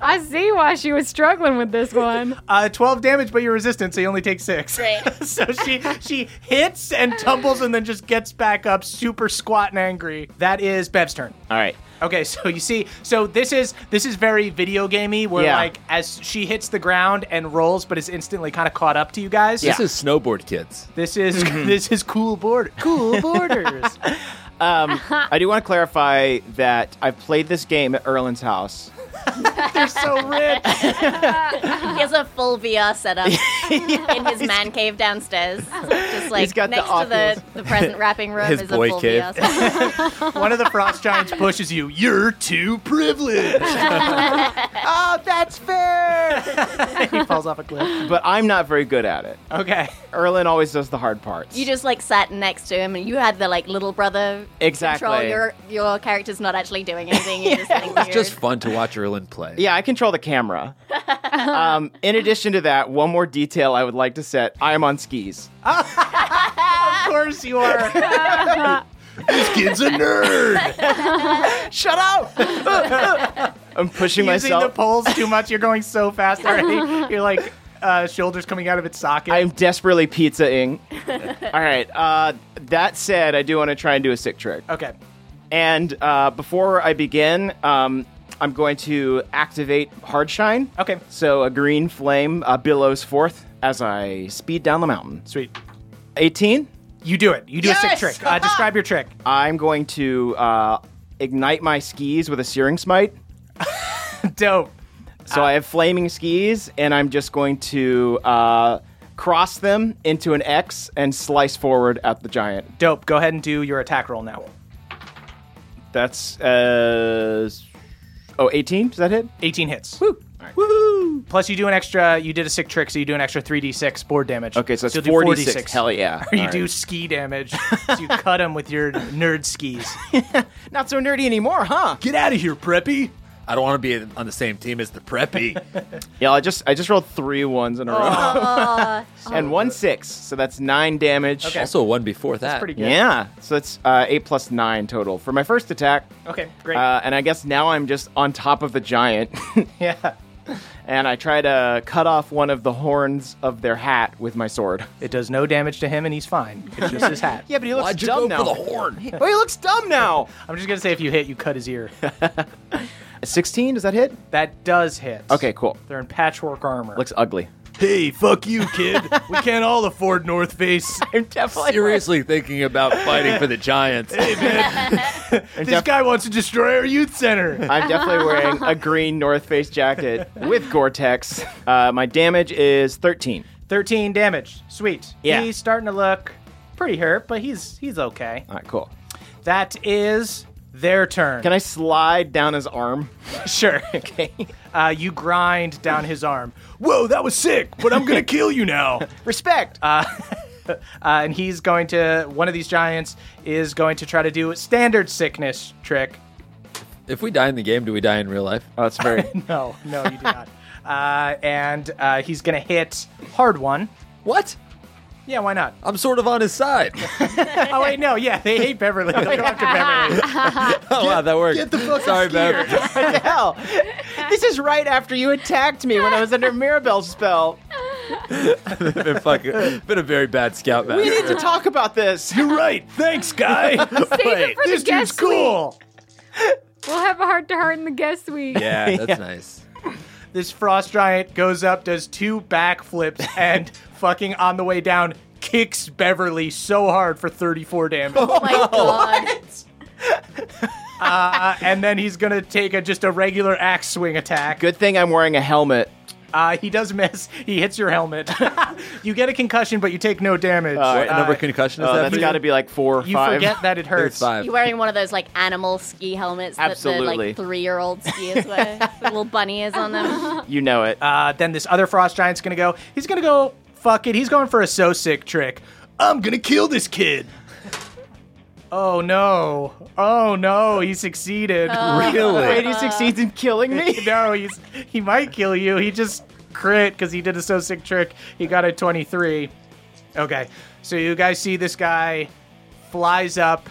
Speaker 3: I see why she was struggling with this one.
Speaker 1: Uh, 12 damage, but you're resistant, so you only take six.
Speaker 9: Great.
Speaker 1: so she she hits and tumbles and then just gets back up, super squat and angry. That is Bev's turn.
Speaker 4: All right.
Speaker 1: Okay, so you see, so this is this is very video gamey, where
Speaker 4: Yeah.
Speaker 1: like as she hits the ground and rolls, but is instantly kind of caught up to you guys.
Speaker 2: this is snowboard kids.
Speaker 1: This is this is cool board, cool borders.
Speaker 4: I do want to clarify that I've played this game at Erlin's house.
Speaker 1: They're so rich.
Speaker 9: He has a full VR setup. in his man cave downstairs. Just like
Speaker 4: He's got the
Speaker 9: next to the,
Speaker 4: Oculus.
Speaker 9: the present wrapping room
Speaker 10: His
Speaker 9: is
Speaker 10: boy
Speaker 9: a full
Speaker 10: cave.
Speaker 9: VR.
Speaker 1: One of the frost giants pushes you. You're too privileged. Ah,
Speaker 4: oh, that's fair.
Speaker 1: he falls off a cliff.
Speaker 4: but I'm not very good at it.
Speaker 1: Okay.
Speaker 4: Erlen always does the hard parts.
Speaker 9: You just like sat next to him, and you had the like little brother control.
Speaker 4: Exactly.
Speaker 9: Your your character's not actually doing anything. You're just sitting
Speaker 2: It's just fun to watch Erlen play.
Speaker 4: Yeah, I control the camera. um, in addition to that, one more detail I would like to set. I am on skis.
Speaker 1: Of course you are.
Speaker 2: This kid's a nerd.
Speaker 4: Shut up! I'm pushing
Speaker 1: Using the
Speaker 4: myself.
Speaker 1: poles too much. You're going so fast already. You're like uh, shoulders coming out of its socket.
Speaker 4: I'm desperately pizzaing. All right. Uh, that said, I do want to try and do a sick trick.
Speaker 1: okay.
Speaker 4: And uh, before I begin, um, I'm going to activate Hard Shine.
Speaker 1: Okay.
Speaker 4: So a green flame uh, billows forth as I speed down the mountain.
Speaker 1: Sweet.
Speaker 4: 18.
Speaker 1: You do it. You do a sick
Speaker 4: Yes!
Speaker 1: trick. Uh, describe your trick.
Speaker 4: I'm going to uh, ignite my skis with a Searing Smite.
Speaker 1: Dope.
Speaker 4: So I have flaming skis, and I'm just going to uh, cross them into an X and slice forward at the giant.
Speaker 1: Dope. Go ahead and do your attack roll now.
Speaker 4: That's uh oh 18. Does that hit?
Speaker 1: 18 hits. Woo. Plus, you do an extra. You did a sick trick, so you do an extra 3d6 board damage.
Speaker 4: Okay, so it's
Speaker 1: you'll do
Speaker 4: 46. Hell yeah!
Speaker 1: Or you
Speaker 4: All
Speaker 1: do
Speaker 4: right.
Speaker 1: ski damage. so you cut him with your nerd skis.
Speaker 4: not so nerdy anymore, huh?
Speaker 1: Get out of here, preppy.
Speaker 2: I don't want to be on the same team as the preppy.
Speaker 4: Yeah, I just I just rolled three ones in a row and one six, so that's nine damage.
Speaker 2: also, one before that.
Speaker 1: Pretty good.
Speaker 4: Yeah, so that's uh, eight plus nine total for my first attack.
Speaker 1: Okay, great.
Speaker 4: Uh, and I guess now I'm just on top of the giant,
Speaker 1: yeah.
Speaker 4: and I try to cut off one of the horns of their hat with my sword.
Speaker 1: It does no damage to him, and he's fine. It's just his hat.
Speaker 4: Yeah, but he looks
Speaker 2: Why'd you
Speaker 4: dumb
Speaker 2: go
Speaker 4: now.
Speaker 2: for the horn?
Speaker 4: oh, he looks dumb now.
Speaker 1: I'm just gonna say, if you hit, you cut his ear.
Speaker 4: Sixteen? Does that hit?
Speaker 1: That does hit.
Speaker 4: Okay, cool.
Speaker 1: They're in patchwork armor.
Speaker 4: Looks ugly.
Speaker 1: hey, fuck you, kid. we can't all afford North Face.
Speaker 4: I'm definitely
Speaker 2: Seriously thinking about fighting for the Giants.
Speaker 1: this guy wants to destroy our youth center.
Speaker 4: I'm definitely wearing a green North Face jacket with Gore-Tex. Uh, my damage is 13.
Speaker 1: 13 damage. Sweet.
Speaker 4: Yeah.
Speaker 1: He's starting to look pretty hurt, but he's he's okay.
Speaker 4: All right, cool.
Speaker 1: That is their turn.
Speaker 4: Can I slide down his arm?
Speaker 1: Sure. Okay. Uh, you grind down his arm. Whoa, that was sick, but I'm going to kill you now.
Speaker 4: Respect.
Speaker 1: Uh, and he's going to, one of these giants is going to try to do a standard sickness trick.
Speaker 2: if we die in the game, do we die in real life?
Speaker 4: oh, that's very.
Speaker 1: No, no, you do not. Uh, and uh, he's going to hit hard one.
Speaker 2: What?
Speaker 1: Yeah, why not?
Speaker 2: I'm sort of on his side.
Speaker 1: Oh, wait, no, yeah, they hate Beverly. They'll go after Beverly.
Speaker 2: oh, wow, that worked. Get the fuck Sorry, Bev.
Speaker 4: what the hell? This is right after you attacked me when I was under Mirabelle's spell.
Speaker 2: been, fucking, been a very bad scout
Speaker 4: We
Speaker 2: master.
Speaker 4: need to talk about this.
Speaker 1: You're right. Thanks, guy.
Speaker 3: Save it for the guest week.
Speaker 1: cool.
Speaker 3: We'll have a heart to heart in the guest week.
Speaker 2: Yeah, that's nice.
Speaker 1: This frost giant goes up, does two backflips, and fucking on the way down kicks Beverly so hard for 34 damage.
Speaker 9: Oh my god.
Speaker 1: Uh, and then he's gonna take a just a regular axe swing attack.
Speaker 4: Good thing I'm wearing a helmet.
Speaker 1: Uh, he does miss. He hits your helmet. you get a concussion, but you take no damage.
Speaker 2: What
Speaker 1: Uh,
Speaker 2: number concussion is
Speaker 4: Oh,
Speaker 2: that?
Speaker 4: that's
Speaker 2: for
Speaker 4: got to
Speaker 2: you?
Speaker 4: be like four or
Speaker 1: you
Speaker 4: five.
Speaker 1: forget that it hurts.
Speaker 2: It's five.
Speaker 9: You're wearing one of those like animal ski helmets that the
Speaker 4: Absolutely.
Speaker 9: like three year old skiers wear, with little bunny ears on them.
Speaker 4: You know it.
Speaker 1: Uh, then this other frost giant's gonna go. He's gonna go. Fuck it. He's going for a so sick trick. I'm gonna kill this kid. Oh no! Oh no! He succeeded.
Speaker 4: Wait,
Speaker 2: Really?
Speaker 4: he succeeds in killing me?
Speaker 1: no, he's he might kill you. He just crit because he did a so sick trick. He got a 23. Okay, so you guys see this guy flies up,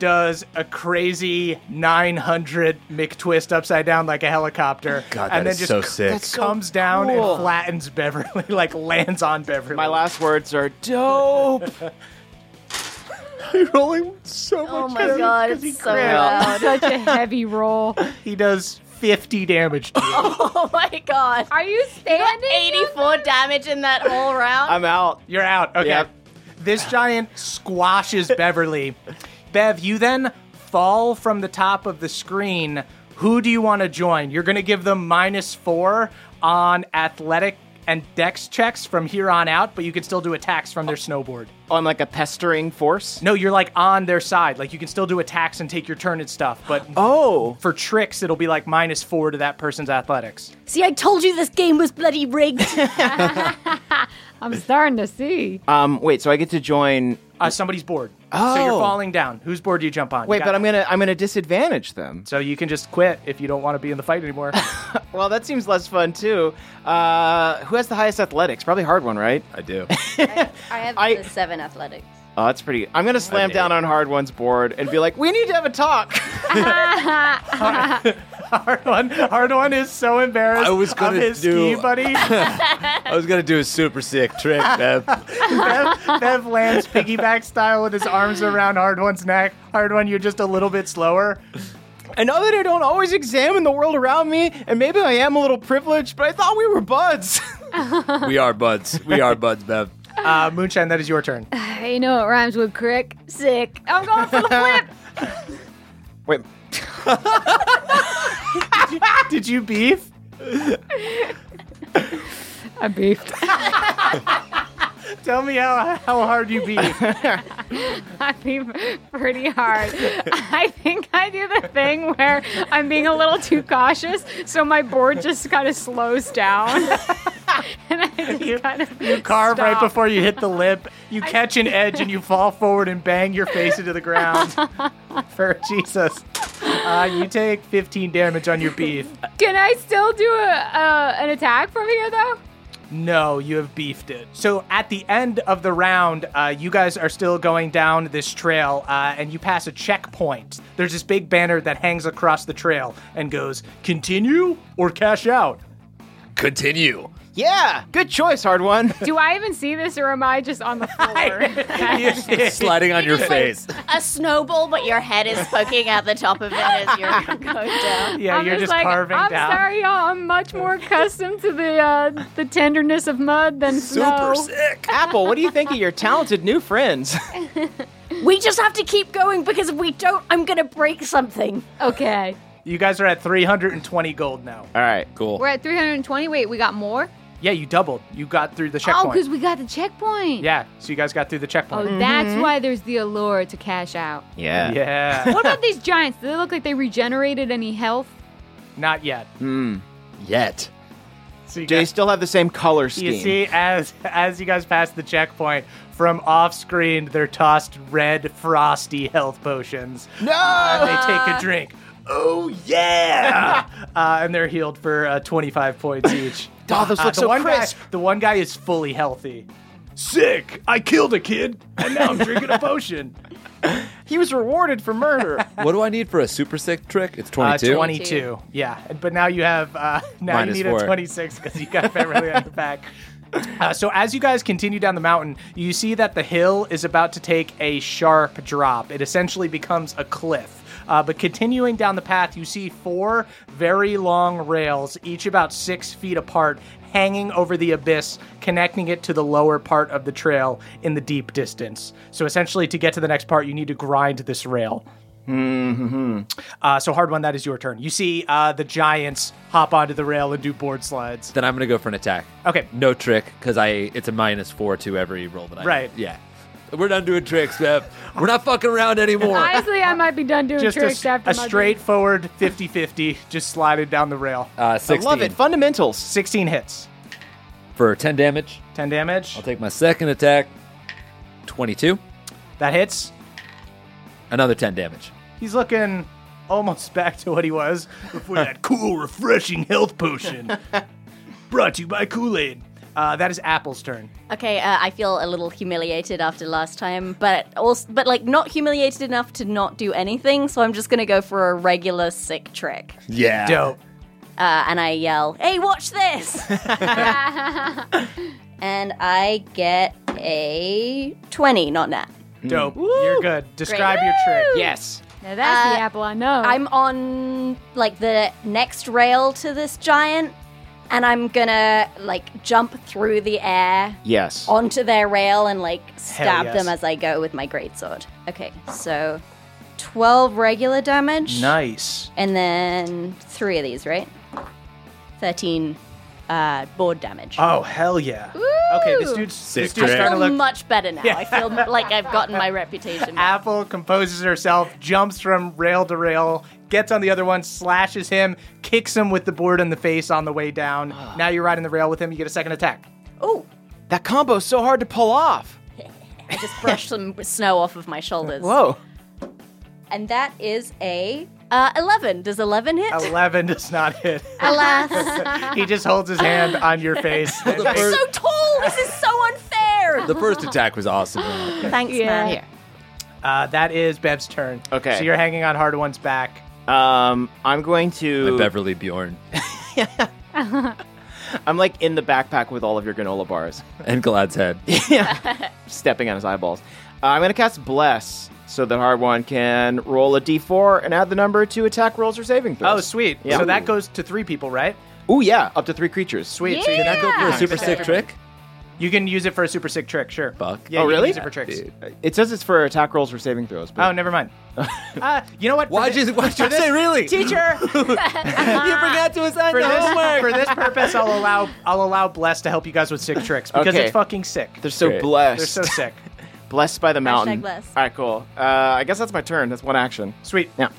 Speaker 1: does a crazy 900 McTwist upside down like a helicopter,
Speaker 2: God, that
Speaker 1: and then
Speaker 2: is
Speaker 1: just
Speaker 2: so
Speaker 1: c-
Speaker 2: sick. That's so
Speaker 1: comes down
Speaker 4: cool.
Speaker 1: and flattens Beverly, like lands on Beverly.
Speaker 4: My last words are dope.
Speaker 1: You're rolling so
Speaker 9: Oh my god,
Speaker 1: he
Speaker 9: it's so
Speaker 1: crit.
Speaker 9: loud.
Speaker 3: Such a heavy roll.
Speaker 1: He does 50 damage to you.
Speaker 9: Oh my god.
Speaker 3: Are you standing?
Speaker 9: Eighty four damage in that whole round.
Speaker 4: I'm out.
Speaker 1: You're out. Okay.
Speaker 4: Yep.
Speaker 1: This giant squashes Beverly. Bev, you then fall from the top of the screen. Who do you want to join? You're going to give them minus four on athletic and dex checks from here on out, but you can still do attacks from their snowboard.
Speaker 4: on like a pestering force.
Speaker 1: No, you're like on their side. Like you can still do attacks and take your turn and stuff, but
Speaker 4: Oh,
Speaker 1: for tricks, it'll be like minus four to that person's athletics.
Speaker 8: See, I told you this game was bloody rigged.
Speaker 3: I'm starting to see.
Speaker 4: um, wait. So I get to join.
Speaker 1: Uh, somebody's bored. Oh. So you're
Speaker 4: Oh.
Speaker 1: falling down. Whose board do you jump on?
Speaker 4: Wait,
Speaker 1: You
Speaker 4: but
Speaker 1: got-
Speaker 4: I'm gonna I'm gonna disadvantage them.
Speaker 1: So you can just quit if you don't want to be in the fight anymore.
Speaker 4: Well, that seems less fun too. Uh, who has the highest athletics? Probably hard one, right?
Speaker 2: I do.
Speaker 9: I have
Speaker 4: I-
Speaker 9: the seven athletics.
Speaker 4: Oh, that's pretty. I'm gonna slam down on hard one's board and be like, "We need to have a talk."
Speaker 1: hard one. Hard one is so embarrassed.
Speaker 2: I was gonna
Speaker 1: of his
Speaker 2: do-
Speaker 1: ski buddy.
Speaker 2: I was gonna do a super sick trick, man.
Speaker 1: Bev, Bev lands piggyback style with his arms around Hard One's neck. Hard One, you're just a little bit slower.
Speaker 4: I know that I don't always examine the world around me, and maybe I am a little privileged, but I thought we were buds.
Speaker 2: we are buds. We are buds, Bev.
Speaker 1: Uh, Moonshine, that is your turn.
Speaker 3: Hey, you know what rhymes with crick? Sick. I'm going for the flip.
Speaker 4: wait,
Speaker 1: Did you beef?
Speaker 3: I beefed.
Speaker 1: Tell me how, how hard you beef.
Speaker 3: I beef pretty hard. I think I do the thing where I'm being a little too cautious, so my board just kind of slows down. and I just kind of you
Speaker 1: Carve right before you hit the lip. You catch an edge and you fall forward and bang your face into the ground. For Jesus. Uh, you take 15 damage on your beef.
Speaker 3: Can I still do a, uh, an attack from here though?
Speaker 1: No, you have beefed it. So at the end of the round, uh, you guys are still going down this trail, uh, and you pass a checkpoint. There's this big banner that hangs across the trail and goes, "Continue or cash out."
Speaker 2: Continue.
Speaker 4: yeah, good choice, hard one.
Speaker 3: Do I even see this, or am I just on the floor?
Speaker 2: Sliding on your face.
Speaker 9: A snowball, but your head is poking out the top of it as you're going down.
Speaker 1: Yeah,
Speaker 3: I'm
Speaker 1: you're just,
Speaker 3: like,
Speaker 1: carving
Speaker 3: I'm
Speaker 1: down.
Speaker 3: sorry, y'all. I'm much more accustomed to the uh, the tenderness of mud than snow.
Speaker 2: Super sick.
Speaker 4: Apple, what do you think of your talented new friends?
Speaker 8: we just have to keep going because if we don't, I'm gonna break something.
Speaker 3: Okay,
Speaker 1: You guys are at 320 gold now.
Speaker 4: All right,
Speaker 2: Cool.
Speaker 3: we're at 320. Wait, we got more?
Speaker 1: Yeah, you doubled. You got through the
Speaker 3: Oh,
Speaker 1: checkpoint.
Speaker 3: because we got the checkpoint.
Speaker 1: yeah, so you guys got through the
Speaker 3: Oh,
Speaker 1: checkpoint.
Speaker 3: that's why there's the allure to cash out.
Speaker 4: Yeah.
Speaker 1: Yeah,
Speaker 3: What about these giants? Do they look like they regenerated any health?
Speaker 1: not yet.
Speaker 2: Yet.
Speaker 1: So you
Speaker 4: Do they
Speaker 1: guys-
Speaker 4: still have the same color scheme?
Speaker 1: You see, as as you guys pass the checkpoint, from off screen, they're tossed red frosty health potions. No, they take a drink. Oh yeah, uh, and they're healed for uh, twenty five points each.
Speaker 4: Oh, those
Speaker 1: Uh,
Speaker 4: look
Speaker 1: the
Speaker 4: so
Speaker 1: one
Speaker 4: crisp.
Speaker 1: Guy, the one guy is fully healthy. Sick! I killed a kid, and now I'm drinking a potion.
Speaker 4: He was rewarded for murder.
Speaker 2: What do I need for a super sick trick? It's
Speaker 1: Uh,
Speaker 2: 22.
Speaker 1: 22. Yeah, but now you have uh, now
Speaker 2: Minus
Speaker 1: you need a
Speaker 2: four.
Speaker 1: 26 because you got Beverly on your back. Uh, so as you guys continue down the mountain, you see that the hill is about to take a sharp drop. It essentially becomes a cliff. Uh, but continuing down the path, you see four very long rails, each about six feet apart, hanging over the abyss, connecting it to the lower part of the trail in the deep distance. So essentially, to get to the next part, you need to grind this rail. Uh, so hard one, that is your turn. You see uh, the giants hop onto the rail and do board slides.
Speaker 2: Then I'm gonna go for an attack.
Speaker 1: Okay.
Speaker 2: No trick, because I it's a minus four to every roll that I.
Speaker 1: Right.
Speaker 2: Yeah. We're done doing tricks, Bev. We're not fucking around anymore.
Speaker 3: Honestly, I might be done doing
Speaker 1: Just a,
Speaker 3: tricks
Speaker 1: s-
Speaker 3: after
Speaker 1: a
Speaker 3: my
Speaker 1: straightforward 50 50, just slided down the rail.
Speaker 2: Uh, 16
Speaker 4: I love it. Fundamentals.
Speaker 1: 16 hits,
Speaker 2: for 10 damage.
Speaker 1: 10 damage.
Speaker 2: I'll take my second attack. 22.
Speaker 1: That hits.
Speaker 2: Another 10 damage.
Speaker 1: He's looking almost back to what he was before that cool, refreshing health potion brought to you by Kool Aid. Uh, that is Apple's turn.
Speaker 9: Okay, uh, I feel a little humiliated after last time, but also, but like not humiliated enough to not do anything. So I'm just gonna go for a regular sick trick,
Speaker 2: Yeah.
Speaker 1: Dope.
Speaker 9: uh, and I yell, "Hey, watch this!" and I get a twenty, not nat.
Speaker 1: Dope. You're good. Describe your trick.
Speaker 4: Yes.
Speaker 3: Now that's the
Speaker 9: Uh,
Speaker 3: apple I know.
Speaker 9: I'm on like the next rail to this giant, and I'm gonna like jump through the air
Speaker 4: Yes.
Speaker 9: onto their rail and like stab
Speaker 1: yes.
Speaker 9: them as I go with my greatsword. Okay, so 12 regular damage.
Speaker 1: Nice.
Speaker 9: And then three of these, right? 13 uh, board damage.
Speaker 1: Oh hell yeah! Okay, this dude's
Speaker 2: Sick
Speaker 1: this dude's
Speaker 2: trick.
Speaker 9: I
Speaker 1: starting
Speaker 9: feel
Speaker 1: to look.
Speaker 9: much better now. I feel like I've gotten my reputation. back.
Speaker 1: Apple composes herself, jumps from rail to rail, gets on the other one, slashes him, kicks him with the board in the face on the way down.
Speaker 2: Ah.
Speaker 1: now you're riding the rail with him. You get a second attack.
Speaker 9: Oh,
Speaker 11: That combo's so hard to pull off.
Speaker 9: I just brushed some snow off of my shoulders.
Speaker 4: Whoa.
Speaker 9: And that is a uh, eleven. Does eleven hit?
Speaker 1: Eleven does not hit.
Speaker 9: Alas,
Speaker 1: he just holds his hand on your face.
Speaker 9: I'm so tall. This is so unfair.
Speaker 2: The first attack was awesome.
Speaker 9: Thanks, man.
Speaker 3: Yeah.
Speaker 1: Uh, that is Bev's turn.
Speaker 4: Okay.
Speaker 1: So you're hanging on Hard One's back.
Speaker 4: Um, I'm going to.
Speaker 2: Like Beverly Bjorn
Speaker 4: I'm like in the backpack with all of your granola bars,
Speaker 2: and Glad's head.
Speaker 4: stepping on his eyeballs. Uh, I'm going to cast Bless so that Hard One can roll a d4 and add the number to attack rolls or saving
Speaker 1: Oh,
Speaker 4: throws.
Speaker 1: sweet.
Speaker 4: Yeah.
Speaker 1: So that goes to three people, right?
Speaker 4: Oh, yeah, up to three creatures.
Speaker 1: Sweet. So
Speaker 2: Can
Speaker 1: you,
Speaker 2: I go for a super sick trick?
Speaker 1: you can use it for a super sick trick, sure.
Speaker 2: Fuck.
Speaker 1: Yeah,
Speaker 4: Oh,
Speaker 1: you can
Speaker 4: really?
Speaker 1: Use it for tricks.
Speaker 4: It says it's for attack rolls or saving throws. But
Speaker 1: Oh, never mind. uh, you know what? For
Speaker 2: Why'd
Speaker 1: thi-
Speaker 2: you, why'd you say really?
Speaker 1: teacher
Speaker 2: you forgot to
Speaker 1: Ah.
Speaker 2: assign
Speaker 1: for
Speaker 2: the
Speaker 1: this
Speaker 2: homework.
Speaker 1: for this purpose? I'll allow I'll allow Bless to help you guys with sick tricks because
Speaker 4: Okay.
Speaker 1: it's fucking sick.
Speaker 4: They're so
Speaker 2: Great.
Speaker 4: blessed.
Speaker 1: They're so sick.
Speaker 4: blessed by the mountain.
Speaker 9: blessed.
Speaker 4: All right, cool. Uh, I guess that's my turn. That's one action.
Speaker 1: Sweet.
Speaker 4: Yeah.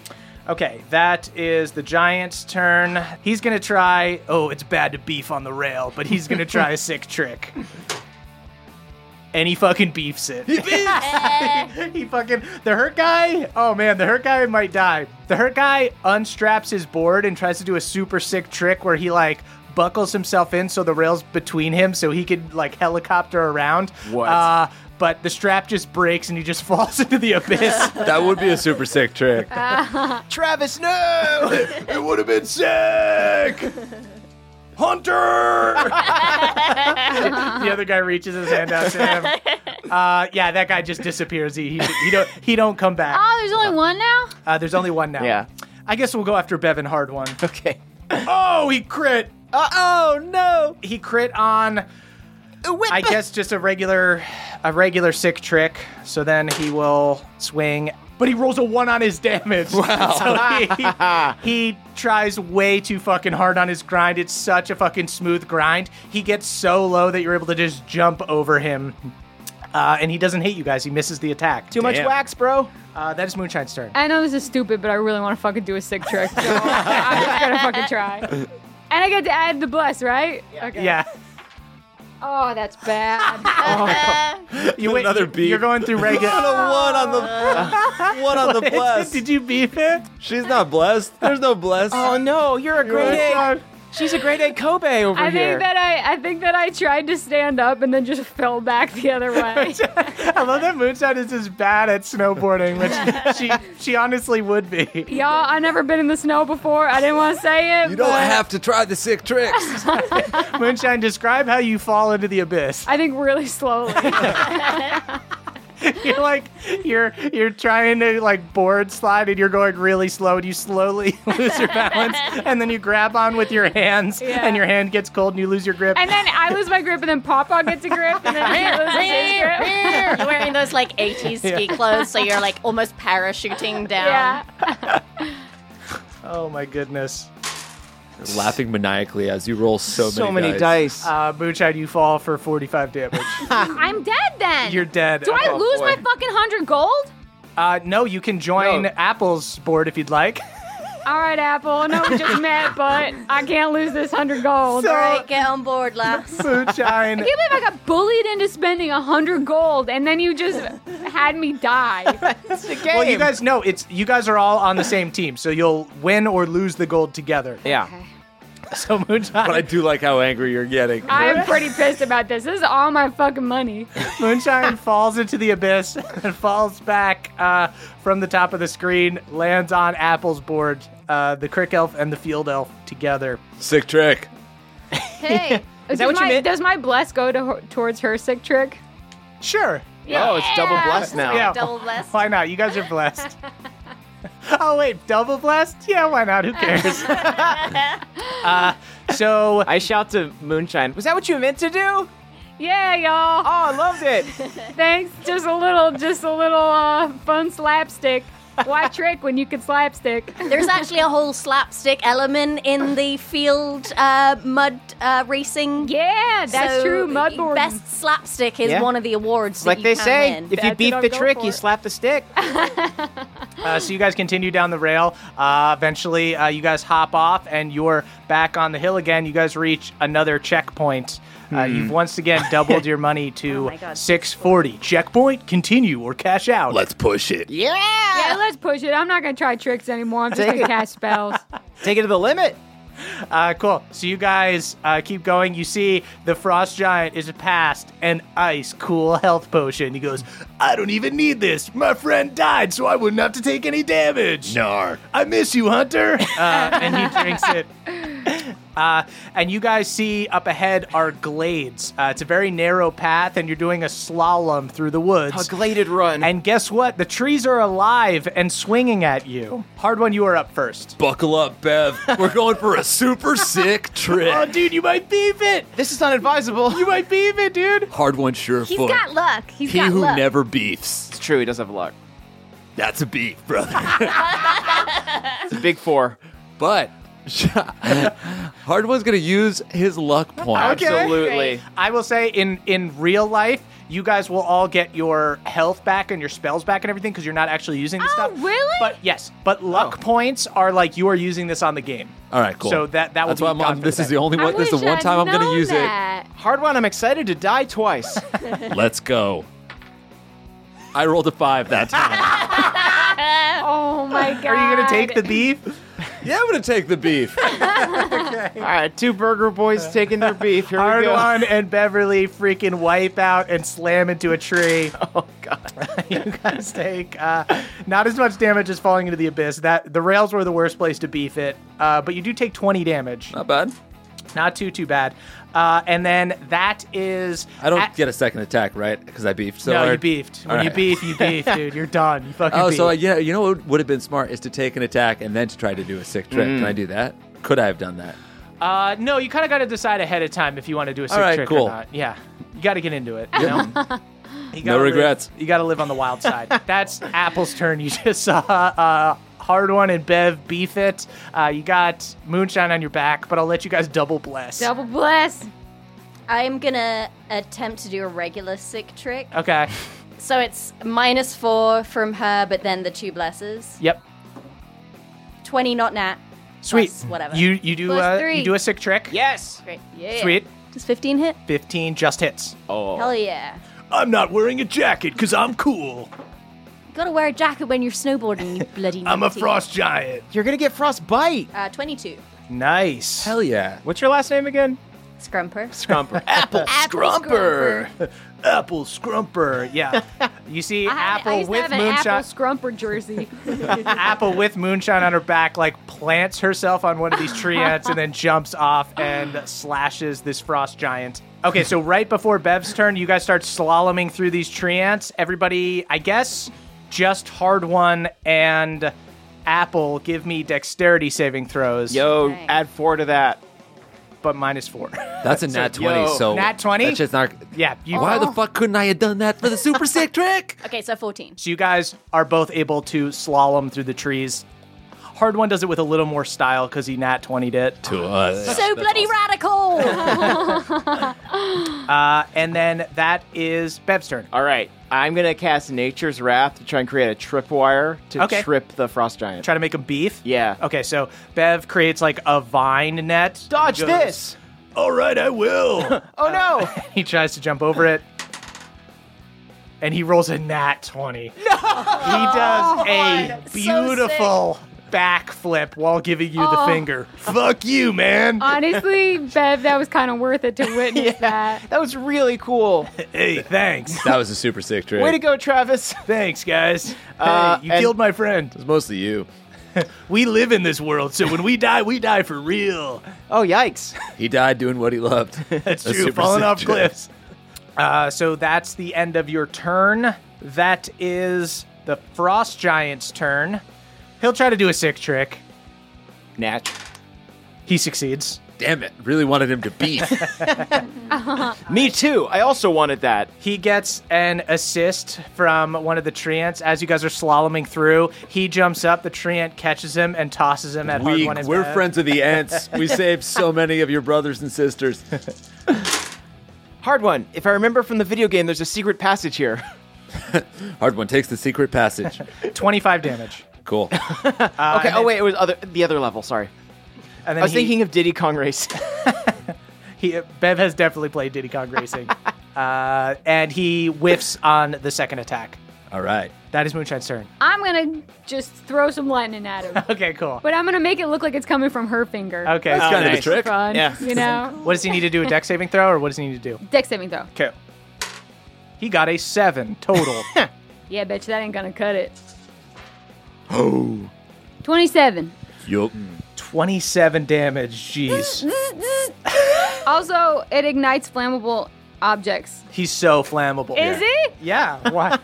Speaker 1: Okay, that is the giant's turn. He's gonna try. Oh, it's bad to beef on the rail, but he's gonna try a sick trick. And he fucking beefs it. He beefs. he fucking the hurt guy. Oh man, the hurt guy might die. The hurt guy unstraps his board and tries to do a super sick trick where he like buckles himself in so the rail's between him so he could like helicopter around.
Speaker 4: What?
Speaker 1: Uh, but the strap just breaks and he just falls into the abyss.
Speaker 2: That would be a super sick trick. Ah.
Speaker 4: Travis, no!
Speaker 2: it would have been sick. Hunter.
Speaker 1: the other guy reaches his hand out to him. Uh, yeah, that guy just disappears. He he, he don't he don't come back.
Speaker 3: Oh, there's only one now.
Speaker 1: Uh, there's only one now.
Speaker 4: Yeah.
Speaker 1: I guess we'll go after Bevan Hard One.
Speaker 4: okay.
Speaker 1: Oh, he crit. oh no, he crit on. I guess just a regular, a regular sick trick. So then he will swing, but he rolls a one on his damage. Wow. So he, he tries way too fucking hard on his grind. It's such a fucking smooth grind. He gets so low that you're able to just jump over him, uh, and he doesn't hit you guys. He misses the attack.
Speaker 4: Too much wax, bro.
Speaker 1: Uh, that is Moonshine's turn.
Speaker 3: I know this is stupid, but I really want to fucking do a sick trick. So I'm just gonna fucking try. And I get to add the bless, right? Okay.
Speaker 1: Yeah,
Speaker 3: Oh, that's bad.
Speaker 1: you wait,
Speaker 2: Another
Speaker 1: you-
Speaker 2: beep.
Speaker 1: You're going through regular.
Speaker 2: one on the one on the
Speaker 1: Ah.
Speaker 2: blessed.
Speaker 1: Did you beep it?
Speaker 2: She's not blessed. There's no blessed.
Speaker 4: Oh no, you're a great A. She's a great A Kobe over
Speaker 3: I
Speaker 4: here.
Speaker 3: think that I, I think that I tried to stand up and then just fell back the other way.
Speaker 1: uh, I love that Moonshine is as bad at snowboarding, which she she honestly would be.
Speaker 3: Y'all, I've never been in the snow before. I didn't want to say it.
Speaker 2: You don't
Speaker 3: but
Speaker 2: have to try the sick tricks.
Speaker 1: Moonshine, describe how you fall into the abyss.
Speaker 3: I think really slowly.
Speaker 1: You're like you're you're trying to like board slide and you're going really slow and you slowly lose your balance and then you grab on with your hands
Speaker 3: Yeah.
Speaker 1: and your hand gets cold and you lose your grip.
Speaker 3: and then I lose my grip, and then Papa gets a grip, and then he loses his grip.
Speaker 9: You're wearing those like 80s ski clothes, so you're like almost parachuting down.
Speaker 3: Yeah.
Speaker 1: oh my goodness.
Speaker 2: Laughing maniacally as you roll so,
Speaker 4: so many, dice.
Speaker 1: Uh, Moonshine, you fall for 45 damage.
Speaker 3: I'm dead then.
Speaker 1: You're dead. Oh,
Speaker 3: Do I lose my fucking hundred gold?
Speaker 1: Uh, no, you can join
Speaker 4: No.
Speaker 1: Apple's board if you'd like.
Speaker 3: All right, Apple. I know we just met, but I can't lose this hundred gold.
Speaker 1: So-
Speaker 9: All right, get on board, lass.
Speaker 1: Moonshine.
Speaker 3: I can't believe I got bullied into spending a hundred gold, and then you just had me die.
Speaker 1: Well, you guys know it's you guys are all on the same team, so you'll win or lose the gold together.
Speaker 4: yeah.
Speaker 1: So Moonshine,
Speaker 2: But I do like how angry you're getting.
Speaker 3: I'm pretty pissed about this. This is all my fucking money.
Speaker 1: Moonshine falls into the abyss and falls back uh, from the top of the screen, lands on Apple's board, uh, the Crick Elf and the Field Elf together.
Speaker 2: Sick trick.
Speaker 3: Hey, is
Speaker 4: that what you
Speaker 3: my,
Speaker 4: meant?
Speaker 3: Does my bless go to her, towards her sick trick?
Speaker 1: Sure,
Speaker 4: Oh, it's double blessed now.
Speaker 1: Yeah.
Speaker 9: Double blessed.
Speaker 1: why not? You guys are blessed. oh wait, double blessed? Yeah, why not? Who cares? uh, so
Speaker 4: I shout to Moonshine. Was that what you meant to do? Oh,
Speaker 3: Yeah, y'all.
Speaker 4: I loved it.
Speaker 3: Thanks. Just a little, just a little uh, fun slapstick. Why trick when you can slapstick?
Speaker 9: There's actually a whole slapstick element in the field uh, mud uh, racing.
Speaker 3: Yeah, that's
Speaker 9: So,
Speaker 3: true. Mudborn.
Speaker 9: Best slapstick is
Speaker 4: Yeah.
Speaker 9: one of the awards. that
Speaker 4: Like
Speaker 9: you
Speaker 4: they
Speaker 9: can
Speaker 4: say,
Speaker 9: win.
Speaker 4: if
Speaker 3: That's
Speaker 4: you
Speaker 3: what
Speaker 4: beef
Speaker 3: I'm
Speaker 4: the
Speaker 3: going
Speaker 4: trick,
Speaker 3: for.
Speaker 4: you slap the stick.
Speaker 1: Uh, so you guys continue down the rail. Uh, eventually, uh, you guys hop off, and you're back on the hill again. You guys reach another checkpoint. Uh, You've once again doubled your money to
Speaker 9: Oh my God.
Speaker 1: 640. Checkpoint, continue or cash out.
Speaker 2: push it.
Speaker 3: yeah, let's push it. I'm not gonna try tricks anymore. I'm just gonna cast spells.
Speaker 4: Take it to the limit.
Speaker 1: Uh, cool. So you guys uh, keep going. You see the frost giant is past an ice cool health potion. He goes, "I don't even need this. My friend died, so I wouldn't have to take any damage."
Speaker 2: Nar.
Speaker 1: I miss you, Hunter. Uh, and he drinks it. Uh, and you guys see up ahead are glades. Uh, it's a very narrow path, and you're doing a slalom through the woods.
Speaker 4: A gladed run.
Speaker 1: and guess what? The trees are alive and swinging at you. Hard one, you are up first.
Speaker 2: Buckle up, Bev. We're going for a super sick
Speaker 1: Oh,
Speaker 2: trip.
Speaker 1: dude, you might beef it.
Speaker 4: this is unadvisable.
Speaker 1: You might beef it, dude.
Speaker 2: Hard one, sure
Speaker 3: He's
Speaker 2: foot.
Speaker 3: got luck. He's
Speaker 2: he
Speaker 3: got
Speaker 2: who
Speaker 3: luck.
Speaker 2: never beefs.
Speaker 4: It's true. He does have luck.
Speaker 2: That's a beef, brother.
Speaker 4: It's a big four.
Speaker 2: but Hard one's gonna use his luck point.
Speaker 4: Absolutely.
Speaker 1: I will say in in real life, you guys will all get your health back and your spells back and everything because you're not actually using the
Speaker 3: Oh,
Speaker 1: stuff.
Speaker 3: really?
Speaker 1: But yes, but luck points are like you are using this on the game.
Speaker 2: All right, cool.
Speaker 1: So that that will
Speaker 2: That's
Speaker 1: be
Speaker 2: why I'm
Speaker 1: gone
Speaker 2: on.
Speaker 1: for
Speaker 2: This
Speaker 1: the
Speaker 2: is
Speaker 1: day.
Speaker 2: the only
Speaker 3: I
Speaker 2: one. This is the
Speaker 3: wish
Speaker 2: one
Speaker 3: I'd
Speaker 2: time I'm gonna
Speaker 3: known
Speaker 2: use
Speaker 3: that.
Speaker 4: Hard one. I'm excited to die twice.
Speaker 2: it. Let's go. I rolled a five that time.
Speaker 3: Oh my god.
Speaker 1: Are you gonna take the beef?
Speaker 2: yeah, I'm gonna take the beef.
Speaker 4: All right, two burger boys taking their beef. Here we
Speaker 1: Hard
Speaker 4: go.
Speaker 1: one and Beverly freaking wipe out and slam into a tree.
Speaker 4: Oh god.
Speaker 1: you guys take uh, not as much damage as falling into the abyss. That the rails were the worst place to beef it, uh, but you do take twenty damage.
Speaker 2: Not bad.
Speaker 1: Not too too bad. Uh, and then that is
Speaker 2: I don't
Speaker 1: at-
Speaker 2: get a second attack, right? Because I beefed. So
Speaker 1: no,
Speaker 2: hard.
Speaker 1: you beefed. When you
Speaker 2: right.
Speaker 1: beef, you beef, dude. You're done. You fucking
Speaker 2: Oh,
Speaker 1: beef.
Speaker 2: so I, yeah, you know what would have been smart is to take an attack and then to try to do a sick trick. Can I do that? Could I have done that?
Speaker 1: uh, no, you kind of got to decide ahead of time if you want to do a sick
Speaker 2: right,
Speaker 1: trick
Speaker 2: cool.
Speaker 1: or not. Yeah, you got to get into it. You know? You
Speaker 2: No
Speaker 1: gotta live-
Speaker 2: regrets.
Speaker 1: you got to live on the wild side. That's Apple's turn. You just saw uh, hard one and Bev beef it. Uh, you got moonshine on your back, but I'll let you guys double bless.
Speaker 3: double bless?
Speaker 9: I'm gonna attempt to do a regular sick trick.
Speaker 1: Okay.
Speaker 9: So it's minus four from her, but then the two blesses.
Speaker 1: Yep.
Speaker 9: Twenty not nat.
Speaker 1: Sweet.
Speaker 9: Plus whatever.
Speaker 1: You you do
Speaker 3: Plus
Speaker 1: uh,
Speaker 3: three.
Speaker 1: you do a sick trick.
Speaker 4: Yes.
Speaker 9: Great.
Speaker 3: Yeah.
Speaker 1: Sweet.
Speaker 9: Does fifteen hit?
Speaker 1: Fifteen just hits.
Speaker 9: Hell yeah.
Speaker 1: I'm not wearing a jacket because I'm cool.
Speaker 9: You gotta wear a jacket when you're snowboarding, you bloody nutty.
Speaker 1: giant.
Speaker 4: You're gonna get frostbite.
Speaker 9: Uh, twenty-two.
Speaker 1: Nice.
Speaker 2: Hell yeah!
Speaker 4: What's your last name again?
Speaker 9: Scrumper.
Speaker 4: Scrumper.
Speaker 9: Scrumper.
Speaker 1: Apple Scrumper. Yeah. You see
Speaker 3: I, had,
Speaker 1: Apple
Speaker 3: I used to
Speaker 1: with
Speaker 3: have an
Speaker 1: moonshine.
Speaker 3: apple scrumper jersey.
Speaker 1: Apple with moonshine on her back, like plants herself on one of these tree ants and then jumps off and slashes this frost giant. Okay, so right before Bev's turn, you guys start slaloming through these tree ants. Everybody, I guess, just hard one and Apple, give me dexterity saving throws,
Speaker 4: Yo,
Speaker 9: Nice.
Speaker 4: add four to that.
Speaker 1: but minus four.
Speaker 2: That's a nat twenty.
Speaker 4: yo.
Speaker 2: so
Speaker 1: Nat 20?
Speaker 2: That's just not.
Speaker 1: yeah, you
Speaker 2: Why the fuck couldn't I have done that for the super sick trick?
Speaker 9: Okay, so fourteen.
Speaker 1: So you guys are both able to slalom through the trees. Hard one does it with a little more style because he nat 20'd it.
Speaker 2: To us.
Speaker 9: So bloody radical.
Speaker 1: Uh, and then that is Bev's turn.
Speaker 4: All right, I'm gonna cast Nature's Wrath to try and create a tripwire to
Speaker 1: Okay.
Speaker 4: trip the frost giant.
Speaker 1: Try to make him beef.
Speaker 4: yeah.
Speaker 1: Okay, so Bev creates like a vine net.
Speaker 4: Dodge
Speaker 1: Goes-
Speaker 4: this.
Speaker 1: All right, I will.
Speaker 4: Oh no.
Speaker 1: he tries to jump over it. And he rolls a nat 20. No! He
Speaker 4: Oh,
Speaker 1: does a beautiful backflip while giving you
Speaker 4: Oh.
Speaker 1: the finger. Fuck you, man.
Speaker 4: Uh,
Speaker 3: Honestly, Bev, that was kind of worth it to witness that.
Speaker 4: that was really cool.
Speaker 1: Hey, thanks.
Speaker 2: That was a super sick trick.
Speaker 4: Way to go, Travis.
Speaker 1: Thanks, guys.
Speaker 4: Uh,
Speaker 1: hey, you
Speaker 4: and-
Speaker 1: killed my friend.
Speaker 2: It's mostly you.
Speaker 1: We live in this world, so when we die, we die for real.
Speaker 4: Oh yikes.
Speaker 2: He died doing what he loved.
Speaker 1: That's
Speaker 2: A
Speaker 1: true.
Speaker 2: super
Speaker 1: Falling
Speaker 2: sick
Speaker 1: off
Speaker 2: trick.
Speaker 1: cliffs. Uh, so that's the end of your turn. That is the frost giant's turn. He'll try to do a sick trick.
Speaker 4: Natch.
Speaker 1: He succeeds.
Speaker 2: damn it. Really wanted him to beat.
Speaker 4: Me too. I also wanted that.
Speaker 1: He gets an assist from one of the treants as you guys are slaloming through. He jumps up, the treant catches him and tosses him at hard
Speaker 2: we,
Speaker 1: one. in
Speaker 2: we're
Speaker 1: bed.
Speaker 2: friends of the ants. We saved so many of your brothers and sisters.
Speaker 4: Hard one. If I remember from the video game, there's a secret passage here.
Speaker 2: Hard one takes the secret passage.
Speaker 1: Twenty-five damage.
Speaker 2: Cool.
Speaker 4: okay. Oh wait, it was other the other level. Sorry.
Speaker 1: And then
Speaker 4: I was
Speaker 1: he,
Speaker 4: thinking of Diddy Kong Race.
Speaker 1: he, Bev has definitely played Diddy Kong Racing, uh, and he whiffs on the second attack.
Speaker 2: All right.
Speaker 1: That is Moonshine's turn.
Speaker 3: I'm gonna just throw some lightning at him,
Speaker 1: Okay, cool.
Speaker 3: but I'm gonna make it look like it's coming from her finger.
Speaker 1: Okay, uh,
Speaker 2: That's kind
Speaker 4: nice.
Speaker 2: of a trick.
Speaker 3: Fun,
Speaker 4: Yeah.
Speaker 3: You know,
Speaker 1: what does he need to do? A deck saving throw, or what does he need to do?
Speaker 3: deck saving throw.
Speaker 1: Okay. He got a seven total.
Speaker 3: Yeah, bitch, that ain't gonna cut it. Oh. 27.
Speaker 2: Yup.
Speaker 1: Twenty-seven damage. Jeez,
Speaker 3: Also, it ignites flammable objects.
Speaker 1: he's so flammable.
Speaker 3: Is it?
Speaker 1: Yeah. Why?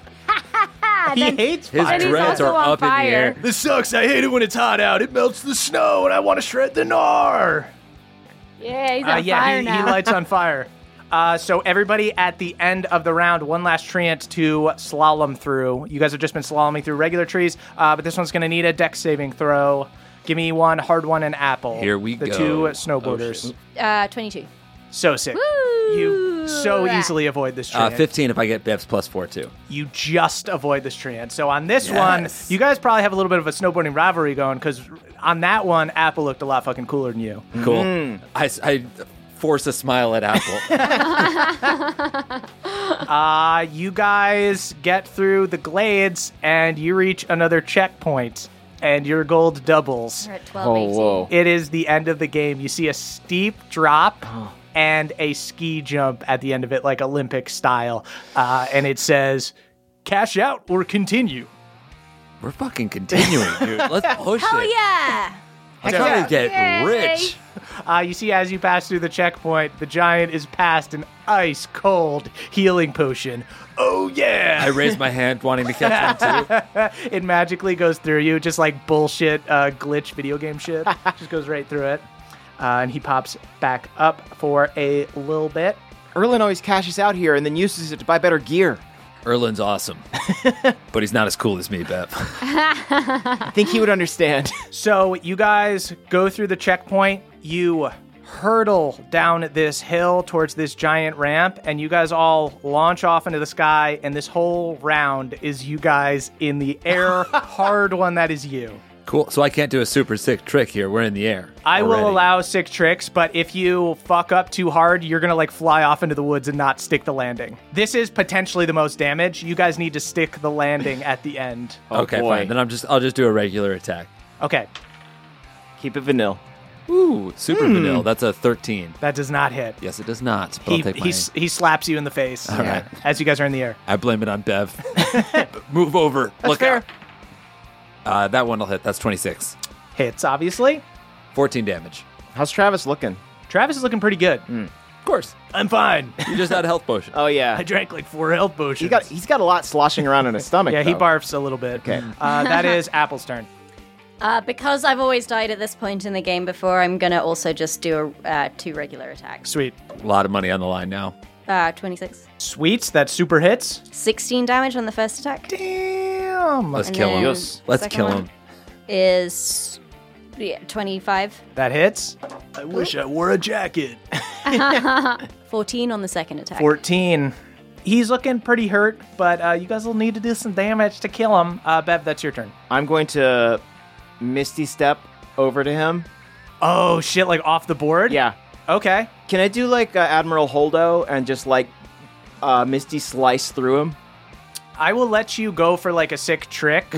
Speaker 1: he hates
Speaker 2: His
Speaker 1: fire.
Speaker 3: he's
Speaker 2: dreads
Speaker 3: also
Speaker 2: are
Speaker 3: on
Speaker 2: up in the air.
Speaker 3: fire.
Speaker 1: This sucks. I hate it when it's hot out. It melts the snow, and I want to shred the gnar.
Speaker 3: Yeah, he's
Speaker 1: Uh,
Speaker 3: on
Speaker 1: yeah,
Speaker 3: fire
Speaker 1: he,
Speaker 3: now.
Speaker 1: he lights on fire. Uh, so everybody at the end of the round, one last treant to slalom through. You guys have just been slaloming through regular trees, uh, but this one's going to need a deck saving throw. Give me one hard one and apple.
Speaker 2: Here we
Speaker 1: the
Speaker 2: go.
Speaker 1: two
Speaker 2: Oh,
Speaker 1: snowboarders.
Speaker 9: Uh, 22.
Speaker 1: so sick. You so easily avoid this
Speaker 2: Uh,
Speaker 1: treant.
Speaker 2: 15 if I get Bev's plus 4, too.
Speaker 1: you just avoid this treant. So on this
Speaker 2: Yes.
Speaker 1: one, you guys probably have a little bit of a snowboarding rivalry going because on that one, Apple looked a lot fucking cooler than you.
Speaker 2: Cool. I, I force a smile at Apple.
Speaker 1: Uh, you guys get through the glades and you reach another checkpoint, and your gold doubles.
Speaker 9: We're at 12, 18.
Speaker 1: It is the end of the game. You see a steep drop and a ski jump at the end of it, like Olympic style. Uh, and it says, cash out or continue.
Speaker 2: We're fucking continuing, dude. Let's push
Speaker 9: Hell
Speaker 2: it.
Speaker 9: yeah!
Speaker 2: I gotta get
Speaker 3: Yay.
Speaker 2: rich.
Speaker 1: Uh, you see, as you pass through the checkpoint, the giant is passed an ice cold healing potion. Oh, yeah!
Speaker 2: I raised my hand wanting to catch one, too.
Speaker 1: it magically goes through you, just like bullshit uh, glitch video game shit. just goes right through it. Uh, and he pops back up for a little bit.
Speaker 4: Erlin always cashes out here and then uses it to buy better gear.
Speaker 2: Erlin's awesome, but he's not as cool as me, Bev.
Speaker 4: I think he would understand.
Speaker 1: So you guys go through the checkpoint. You hurtle down this hill towards this giant ramp, and you guys all launch off into the sky. And this whole round is you guys in the air. Hard one, that is you.
Speaker 2: Cool. So I can't do a super sick trick here. We're in the air.
Speaker 1: I
Speaker 2: already.
Speaker 1: will allow sick tricks, but if you fuck up too hard, you're gonna like fly off into the woods and not stick the landing. This is potentially the most damage. You guys need to stick the landing at the end.
Speaker 2: Okay,
Speaker 4: boy.
Speaker 2: fine. Then I'm just I'll just do a regular attack.
Speaker 1: Okay,
Speaker 4: Keep it vanilla.
Speaker 2: Ooh, super vanilla. That's a 13.
Speaker 1: that does not hit.
Speaker 2: Yes, it does not. But
Speaker 1: He,
Speaker 2: I'll take
Speaker 1: he,
Speaker 2: my.
Speaker 1: s- he slaps you in the face
Speaker 2: right.
Speaker 1: as you guys are in the air.
Speaker 2: I blame it on Bev. Move over. Look out. Uh, that one will hit. That's 26.
Speaker 1: Hits, obviously.
Speaker 2: 14 damage.
Speaker 4: How's Travis looking?
Speaker 1: Travis is looking pretty good.
Speaker 2: Of course.
Speaker 1: I'm fine.
Speaker 2: You just had a health potion.
Speaker 4: Oh yeah.
Speaker 1: I drank like four health potions.
Speaker 4: He got he's got a lot sloshing around in his stomach.
Speaker 1: yeah, he
Speaker 4: though.
Speaker 1: barfs a little bit.
Speaker 4: Okay.
Speaker 1: Uh, that is Apple's turn.
Speaker 9: Uh, because I've always died at this point in the game before, I'm gonna also just do a, uh, two regular attacks.
Speaker 1: Sweet.
Speaker 2: A lot of money on the line now.
Speaker 9: Uh, 26.
Speaker 1: Sweet, that super hits.
Speaker 9: 16 damage on the first attack.
Speaker 1: Damn.
Speaker 2: Let's
Speaker 9: And
Speaker 2: kill him.
Speaker 9: then
Speaker 2: Let's
Speaker 9: second
Speaker 2: kill
Speaker 9: one
Speaker 2: him.
Speaker 9: Is yeah, 25.
Speaker 1: That hits. I wish I wore a jacket.
Speaker 9: 14 on the second attack.
Speaker 1: 14. He's looking pretty hurt, but uh, you guys will need to do some damage to kill him. Uh, Bev, that's your turn.
Speaker 4: I'm going to misty step over to him.
Speaker 1: Oh, shit, like off the board?
Speaker 4: Yeah.
Speaker 1: Okay.
Speaker 4: Can I do like uh, Admiral Holdo and just like uh, misty slice through him?
Speaker 1: I will let you go for like a sick trick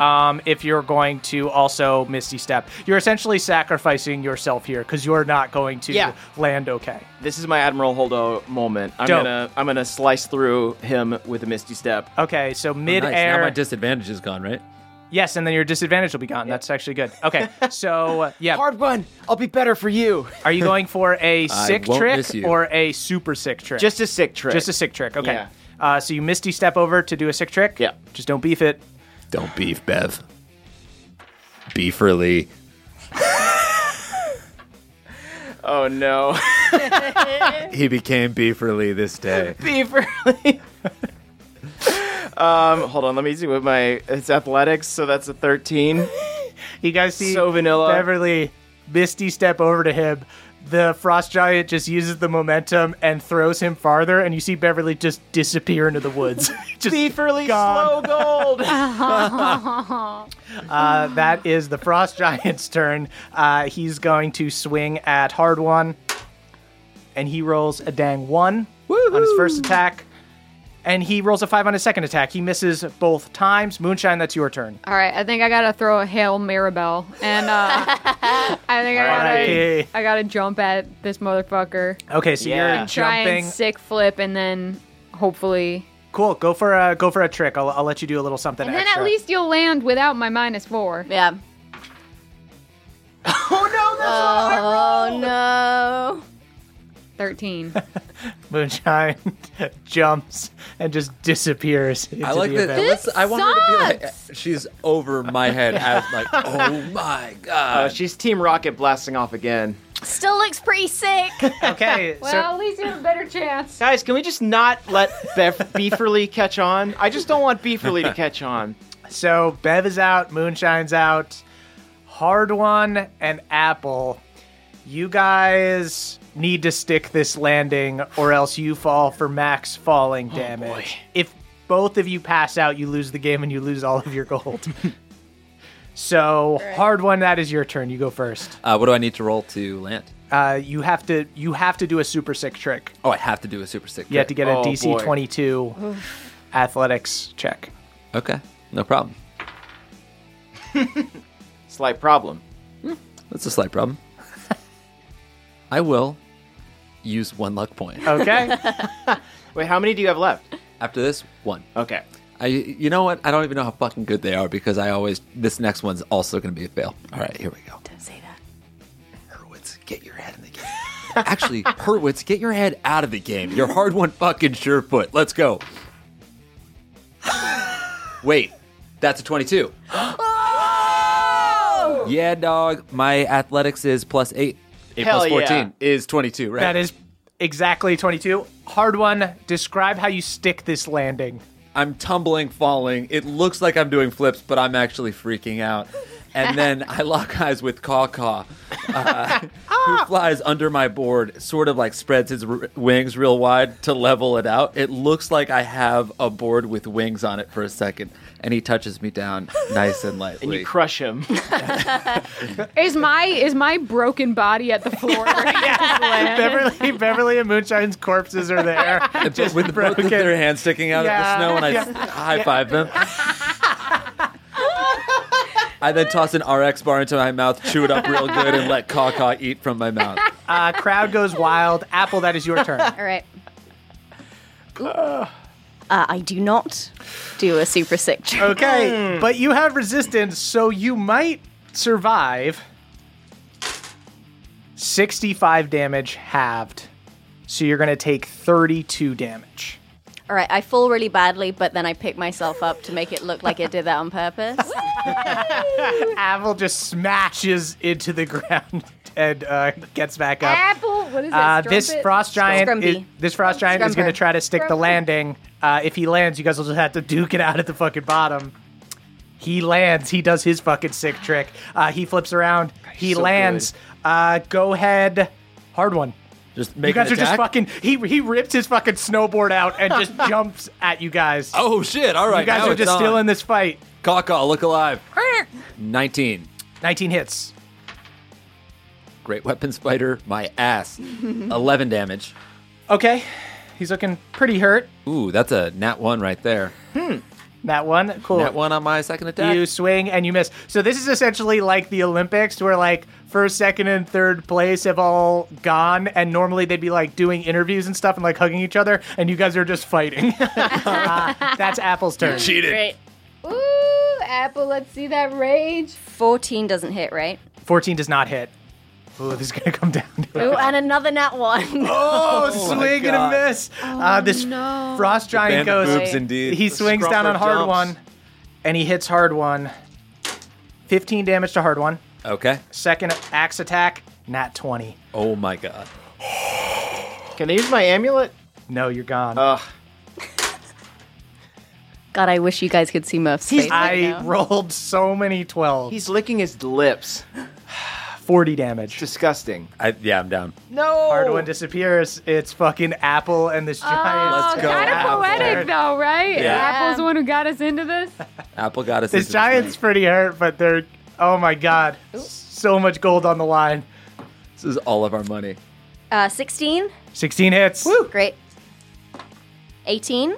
Speaker 1: um, if you're going to also Misty Step. You're essentially sacrificing yourself here because you're not going to
Speaker 4: Yeah.
Speaker 1: land okay.
Speaker 4: This is my Admiral Holdo moment. I'm
Speaker 1: Dope.
Speaker 4: gonna I'm gonna slice through him with a misty step.
Speaker 1: Okay, so
Speaker 2: Oh,
Speaker 1: mid
Speaker 2: Nice. Now
Speaker 1: air.
Speaker 2: my disadvantage is gone, right?
Speaker 1: yes, and then your disadvantage will be gone. That's actually good. Okay, so uh, yeah.
Speaker 4: Hard one. I'll be better for you.
Speaker 1: Are you going for a
Speaker 2: I
Speaker 1: sick
Speaker 2: won't
Speaker 1: trick
Speaker 2: miss you.
Speaker 1: or a super sick trick?
Speaker 4: Just a sick trick.
Speaker 1: Just a sick trick. Okay.
Speaker 4: Yeah.
Speaker 1: Uh, so you misty step over to do a sick trick.
Speaker 4: Yeah.
Speaker 1: Just don't beef it.
Speaker 2: Don't beef, Bev. Beeferly.
Speaker 4: Oh no.
Speaker 10: He became Beeferly this day.
Speaker 4: Beaverly. um, hold on, let me see what my it's athletics, so that's a thirteen.
Speaker 1: You guys see
Speaker 4: So vanilla.
Speaker 1: Beverly Misty step over to him. The frost giant just uses the momentum and throws him farther, and you see Beverly just disappear into the woods. just
Speaker 4: Beeferly
Speaker 1: Gone.
Speaker 4: slow gold.
Speaker 1: uh, that is the frost giant's turn. Uh, he's going to swing at hard one, and he rolls a dang one on his first attack, and he rolls a five on his second attack. He misses both times. Moonshine, that's your turn.
Speaker 3: All right, I think I gotta throw a hail Maribel, and uh, I think I gotta,
Speaker 1: Okay.
Speaker 3: I gotta jump at this motherfucker,
Speaker 1: Okay, so
Speaker 4: Yeah.
Speaker 1: you're
Speaker 3: try
Speaker 1: jumping.
Speaker 3: and sick flip, and then hopefully,
Speaker 1: Cool. Go for a go for a trick. I'll, I'll let you do a little something
Speaker 3: and
Speaker 1: extra.
Speaker 3: then at least you'll land without my minus four.
Speaker 9: Yeah. oh no! That's oh
Speaker 3: Thirteen.
Speaker 1: Moonshine jumps and just disappears. Into
Speaker 2: I like
Speaker 1: the
Speaker 2: that.
Speaker 1: Event.
Speaker 2: Let's, I want her to be like,
Speaker 3: sucks!
Speaker 2: she's over my head. I was like, oh my
Speaker 4: Uh,
Speaker 2: god.
Speaker 4: she's Team Rocket blasting off again.
Speaker 9: Still looks pretty sick.
Speaker 1: Okay,
Speaker 3: well,
Speaker 1: so
Speaker 3: at least you have a better chance.
Speaker 4: Guys, can we just not let Bef- Beeferly catch on? I just don't want Beeferly to catch on.
Speaker 1: so Bev is out, Moonshine's out, Hard One and Apple. You guys need to stick this landing, or else you fall for max falling
Speaker 2: Oh,
Speaker 1: damage. If both of you pass out, you lose the game and you lose all of your gold. so Hard One, that is your turn. You go first.
Speaker 2: Uh, what do I need to roll to land?
Speaker 1: Uh, you have to you have to do a super sick trick.
Speaker 2: Oh, I have to do a super sick.
Speaker 1: You have to get a
Speaker 4: Oh,
Speaker 1: DC
Speaker 4: boy.
Speaker 1: 22 athletics check.
Speaker 2: Okay, no problem.
Speaker 4: Slight problem.
Speaker 2: That's a slight problem. I will use one luck point
Speaker 1: Oh. Okay.
Speaker 4: Wait, how many do you have left?
Speaker 2: after this one.
Speaker 4: Okay.
Speaker 2: I, you know what? I don't even know how fucking good they are because I always this next one's also going to be a fail. All right, here we go.
Speaker 9: Don't say that.
Speaker 2: Hurwitz, get your head in the game. Actually, Hurwitz, get your head out of the game. You're hard one fucking sure foot. Let's go. Wait, that's a 22.
Speaker 9: Oh!
Speaker 2: Yeah, dog. My athletics is plus eight. Eight
Speaker 4: Hell
Speaker 2: plus 14
Speaker 4: yeah.
Speaker 2: is 22, right?
Speaker 1: that is exactly 22. Hard one. Describe how you stick this landing.
Speaker 2: I'm tumbling, falling. It looks like I'm doing flips, but I'm actually freaking out. And then I lock eyes with Caw Caw, uh, who flies under my board, sort of like spreads his r- wings real wide to level it out. It looks like I have a board with wings on it for a second, and he touches me down nice and lightly.
Speaker 4: And you crush him.
Speaker 3: Is my is my broken body at the floor?
Speaker 1: Beverly, Beverly and Moonshine's corpses are there.
Speaker 2: just with, both with their hands sticking out
Speaker 1: Yeah.
Speaker 2: of the snow, and I high five them. I then toss an RX bar into my mouth, chew it up real good, and let Caw Caw eat from my mouth.
Speaker 1: Uh, crowd goes wild. Apple, that is your turn.
Speaker 9: All right. Uh, I do not do a super sick trick.
Speaker 1: Okay. Hmm. but you have resistance, so you might survive. 65 damage halved. So you're going to take 32 damage.
Speaker 9: All right, I fall really badly, but then I pick myself up to make it look like I did that on purpose.
Speaker 1: Avil just smashes into the ground and uh, gets back up.
Speaker 3: Apple. What is
Speaker 1: Uh,
Speaker 3: that?
Speaker 1: this
Speaker 3: strumpet?
Speaker 1: frost giant,
Speaker 9: Scrumpy.
Speaker 1: is, this frost giant is
Speaker 9: Scrumper.
Speaker 1: going to try to stick the
Speaker 3: Scrumpy.
Speaker 1: landing. Uh, if he lands, you guys will just have to duke it out at the fucking bottom. He lands. He does his fucking sick trick. Uh, he flips around. He
Speaker 4: so
Speaker 1: lands. Uh, go ahead, hard one.
Speaker 2: Just
Speaker 1: You
Speaker 2: make
Speaker 1: guys
Speaker 2: an
Speaker 1: are just
Speaker 2: attack?
Speaker 1: fucking. He he rips his fucking snowboard out and just jumps at you guys.
Speaker 2: Oh shit! All right,
Speaker 1: you guys
Speaker 2: now
Speaker 1: are
Speaker 2: it's
Speaker 1: just
Speaker 2: on.
Speaker 1: still in this fight.
Speaker 2: Caw Caw, look alive. Nineteen.
Speaker 1: 19 hits.
Speaker 2: Great weapon spider, my ass. Eleven damage.
Speaker 1: Okay, he's looking pretty hurt.
Speaker 2: Ooh, that's a nat one right there.
Speaker 1: That one, cool.
Speaker 2: Nat one on my second attack.
Speaker 1: You swing and you miss. So this is essentially like the Olympics, where like first, second, and third place have all gone, and normally they'd be like doing interviews and stuff and like hugging each other, and you guys are just fighting. Uh, that's Apple's turn.
Speaker 9: Great.
Speaker 3: Ooh, Apple. Let's see that rage.
Speaker 9: 14 doesn't hit, right?
Speaker 1: Fourteen does not hit. Oh, this is gonna come down. to it.
Speaker 9: Oh, and another nat one.
Speaker 1: Oh, swing and a miss. uh, this frost giant
Speaker 2: Band of
Speaker 1: goes.
Speaker 2: boobs indeed.
Speaker 1: He swings down on
Speaker 4: Scrumper
Speaker 1: hard
Speaker 4: jumps.
Speaker 1: one, and he hits hard one. Fifteen damage to hard one.
Speaker 2: okay.
Speaker 1: Second axe attack Nat 20.
Speaker 2: Oh my god.
Speaker 4: Can I use my amulet?
Speaker 1: No, you're gone.
Speaker 4: Ugh.
Speaker 9: God, I wish you guys could see Murph's face. right
Speaker 1: I
Speaker 9: now.
Speaker 1: rolled so many 12s.
Speaker 4: He's licking his lips.
Speaker 1: 40 damage.
Speaker 4: Disgusting.
Speaker 2: I, yeah, I'm down.
Speaker 4: No.
Speaker 1: Hardwin disappears. It's fucking Apple and this giant.
Speaker 3: Oh,
Speaker 2: Let's go,
Speaker 3: kind of
Speaker 2: Apple.
Speaker 3: poetic though, right?
Speaker 2: Yeah.
Speaker 3: Apple's the one who got us into this.
Speaker 2: Apple got us.
Speaker 1: This
Speaker 2: into
Speaker 1: giant's pretty hurt, but they're. Oh my god. So much gold on the line.
Speaker 2: This is all of our money.
Speaker 9: Uh, 16.
Speaker 1: 16 hits.
Speaker 9: Great. 18.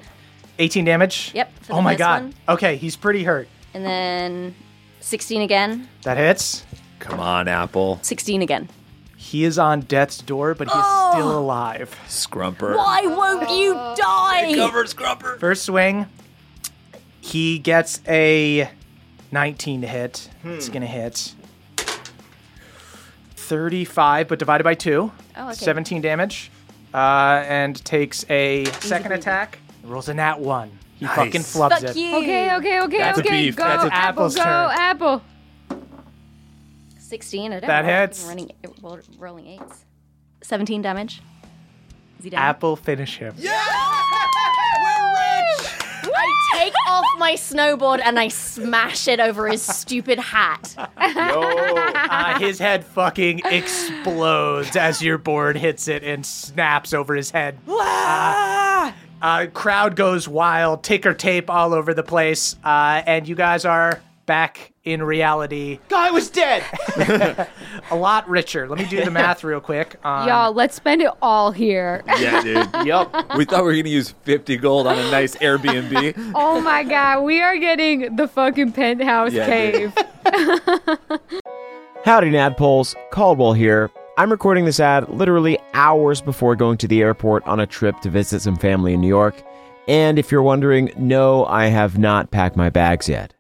Speaker 1: 18 damage.
Speaker 9: Yep, for the
Speaker 1: Oh my
Speaker 9: first
Speaker 1: god.
Speaker 9: one.
Speaker 1: Okay, he's pretty hurt.
Speaker 9: And then 16 again.
Speaker 1: That hits.
Speaker 2: Come on, Apple.
Speaker 9: 16 again.
Speaker 1: He is on death's door, but he's still alive.
Speaker 2: Scrumper.
Speaker 8: Why won't you die?
Speaker 2: Cover Scrumper.
Speaker 1: First swing, he gets a 19 to hit.
Speaker 9: Hmm.
Speaker 1: It's going to hit 35, but divided by 2.
Speaker 9: Oh, okay.
Speaker 1: 17 damage. Uh, and takes a second attack. Rolls a nat 1. He fucking flubs
Speaker 9: Fuck
Speaker 1: it.
Speaker 9: you.
Speaker 3: Okay, okay, okay,
Speaker 2: That's a
Speaker 3: okay.
Speaker 2: beef.
Speaker 3: Go,
Speaker 2: That's a-
Speaker 3: Apple,
Speaker 1: Apple's
Speaker 3: go,
Speaker 1: turn.
Speaker 3: Apple.
Speaker 9: 16. I don't
Speaker 1: That
Speaker 9: know. I'm
Speaker 1: hits.
Speaker 9: Running, roll- rolling eights. 17 damage. Is he down?
Speaker 1: Apple finish him.
Speaker 9: I take off my snowboard and I smash it over his stupid hat.
Speaker 1: Uh, his head fucking explodes as your board hits it and snaps over his head. Uh, uh, crowd goes wild, ticker tape all over the place, uh, and you guys are back in reality
Speaker 4: Guy was dead.
Speaker 1: a lot richer. Let me do the math real quick. Um,
Speaker 3: Y'all, let's spend it all here.
Speaker 2: Yeah, dude.
Speaker 4: yup.
Speaker 2: we thought we were gonna use 50 gold on a nice Airbnb.
Speaker 3: oh my god, we are getting the fucking penthouse
Speaker 2: Yeah,
Speaker 3: cave.
Speaker 2: dude.
Speaker 11: Howdy, Nadpoles. Caldwell here. I'm recording this ad literally hours before going to the airport on a trip to visit some family in New York. And if you're wondering, no, I have not packed my bags yet.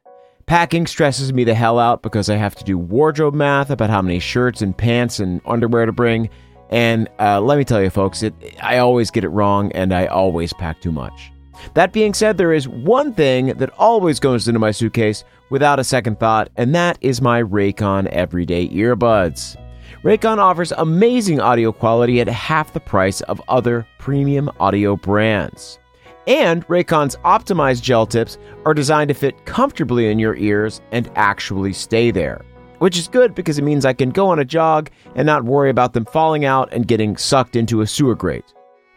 Speaker 11: Packing stresses me the hell out because I have to do wardrobe math about how many shirts and pants and underwear to bring. And uh, let me tell you, folks, it, I always get it wrong and I always pack too much. That being said, there is one thing that always goes into my suitcase without a second thought, and that is my Raycon Everyday Earbuds. Raycon offers amazing audio quality at half the price of other premium audio brands. And Raycon's optimized gel tips are designed to fit comfortably in your ears and actually stay there. Which is good because it means I can go on a jog and not worry about them falling out and getting sucked into a sewer grate.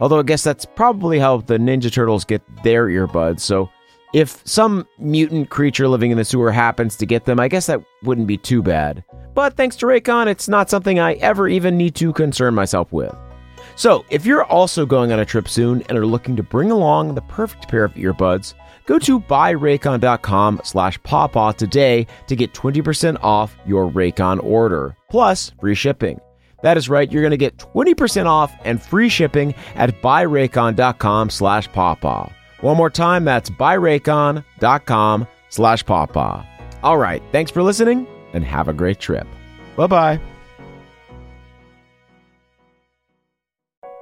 Speaker 11: Although I guess that's probably how the Ninja Turtles get their earbuds. So if some mutant creature living in the sewer happens to get them, I guess that wouldn't be too bad. But thanks to Raycon, it's not something I ever even need to concern myself with. So, if you're also going on a trip soon and are looking to bring along the perfect pair of earbuds, go to buyraycon.com slash pawpaw today to get 20% off your Raycon order, plus free shipping. That is right, you're going to get 20% off and free shipping at buyraycon.com slash pawpaw. One more time, that's buyraycon.com slash pawpaw. All right, thanks for listening and have a great trip. Bye-bye.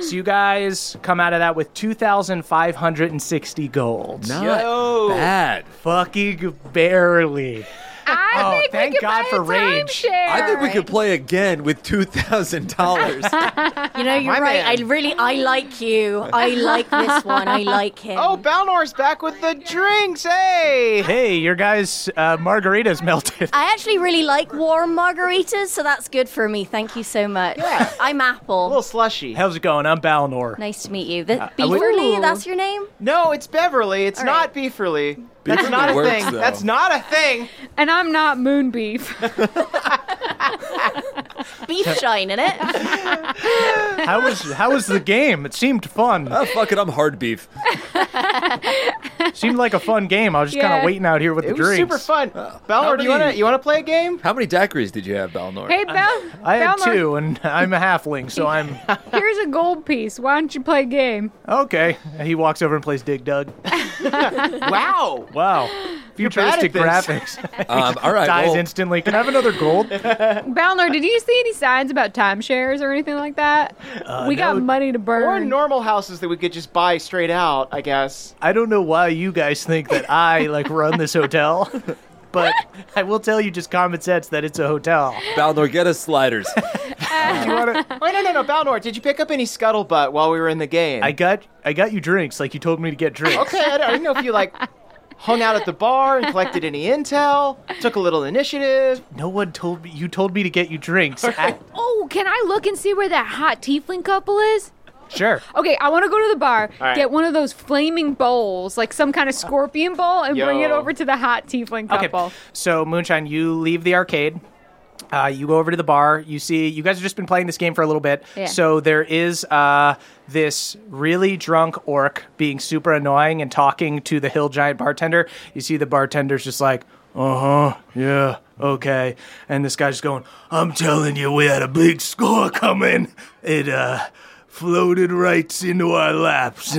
Speaker 1: So you guys come out of that with 2,560 gold.
Speaker 2: Not bad.
Speaker 1: Fucking barely.
Speaker 3: I I
Speaker 1: Oh,
Speaker 3: think
Speaker 1: thank
Speaker 3: we can
Speaker 1: God
Speaker 3: buy
Speaker 1: for
Speaker 3: a
Speaker 1: rage.
Speaker 3: timeshare.
Speaker 2: I think we could play again with two thousand dollars.
Speaker 9: You know, you're
Speaker 4: My
Speaker 9: right.
Speaker 4: man.
Speaker 9: I really, I like you. I like this one. I like him.
Speaker 4: Oh, Balnor's back with the drinks. Hey.
Speaker 1: Hey, your guys' uh, margaritas melted.
Speaker 9: I actually really like warm margaritas, so that's good for me. Thank you so much. Yeah. I'm
Speaker 4: A little
Speaker 9: Apple.
Speaker 4: slushy.
Speaker 1: How's it going? I'm Balnor.
Speaker 9: Nice to meet you. The
Speaker 1: I would-
Speaker 9: Beaverly,
Speaker 4: Ooh.
Speaker 9: that's your name?
Speaker 4: No, it's Beverly. It's
Speaker 9: All
Speaker 4: not Beeferly. That's
Speaker 2: Beeferly
Speaker 4: not a
Speaker 2: works,
Speaker 4: thing.
Speaker 2: though.
Speaker 4: That's not a thing.
Speaker 3: And I'm not Moonbeef.
Speaker 9: Beef shine in it.
Speaker 1: How was how was the game? It seemed fun.
Speaker 2: oh fuck it, I'm hard beef.
Speaker 1: seemed like a fun game. I was just kind
Speaker 3: Yeah.
Speaker 1: of waiting out here with
Speaker 4: It
Speaker 1: the
Speaker 4: was
Speaker 1: drinks.
Speaker 4: super fun. Balnor, do you
Speaker 2: many-
Speaker 4: wanna you wanna play a game?
Speaker 2: How many daiquiris did you have, Balnor?
Speaker 3: hey, Bal.
Speaker 1: I had
Speaker 3: Balnor,
Speaker 1: two, and I'm a halfling, so I'm
Speaker 3: Here's a gold piece. Why don't you play a game?
Speaker 1: okay. And he walks over and plays Dig Dug.
Speaker 4: Wow.
Speaker 1: Wow, futuristic
Speaker 4: bad at
Speaker 1: graphics.
Speaker 2: Um, all right,
Speaker 1: Dies
Speaker 2: well,
Speaker 1: instantly. Can I have another gold?
Speaker 3: Balnor, did you see any signs about timeshares or anything like that?
Speaker 1: Uh,
Speaker 3: we got money to
Speaker 4: Or
Speaker 3: burn.
Speaker 4: normal houses that we could just buy straight out, I guess.
Speaker 1: I don't know why you guys think that I like run this hotel, but I will tell you just common sense that it's a hotel.
Speaker 2: Balnor, get us sliders.
Speaker 4: Wait, no, no, no, Balnor, did you pick up any scuttlebutt while we were in the game?
Speaker 1: I got I got you drinks like you told me to get drinks.
Speaker 4: okay, I don't, I didn't know if you like hung out at the bar and collected any intel, took a little initiative.
Speaker 1: No one told me you told me to get you drinks. I-
Speaker 3: oh, can I look and see where that hot tiefling couple is?
Speaker 1: sure.
Speaker 3: Okay, I want to go to the bar,
Speaker 4: right.
Speaker 3: get one of those flaming bowls, like some kind of scorpion bowl, and bring it
Speaker 4: Yo.
Speaker 3: over to the hot tiefling couple.
Speaker 1: So Moonshine, you leave the arcade. Uh, you go over to the bar. You see, you guys have just been playing this game for a little bit.
Speaker 3: Yeah.
Speaker 1: So there is uh, this really drunk orc being super annoying and talking to the hill giant bartender. You see the bartender's just like, uh huh, yeah, okay. And this guy's just going, I'm telling you, we had a big score coming. It uh, floated right into our laps.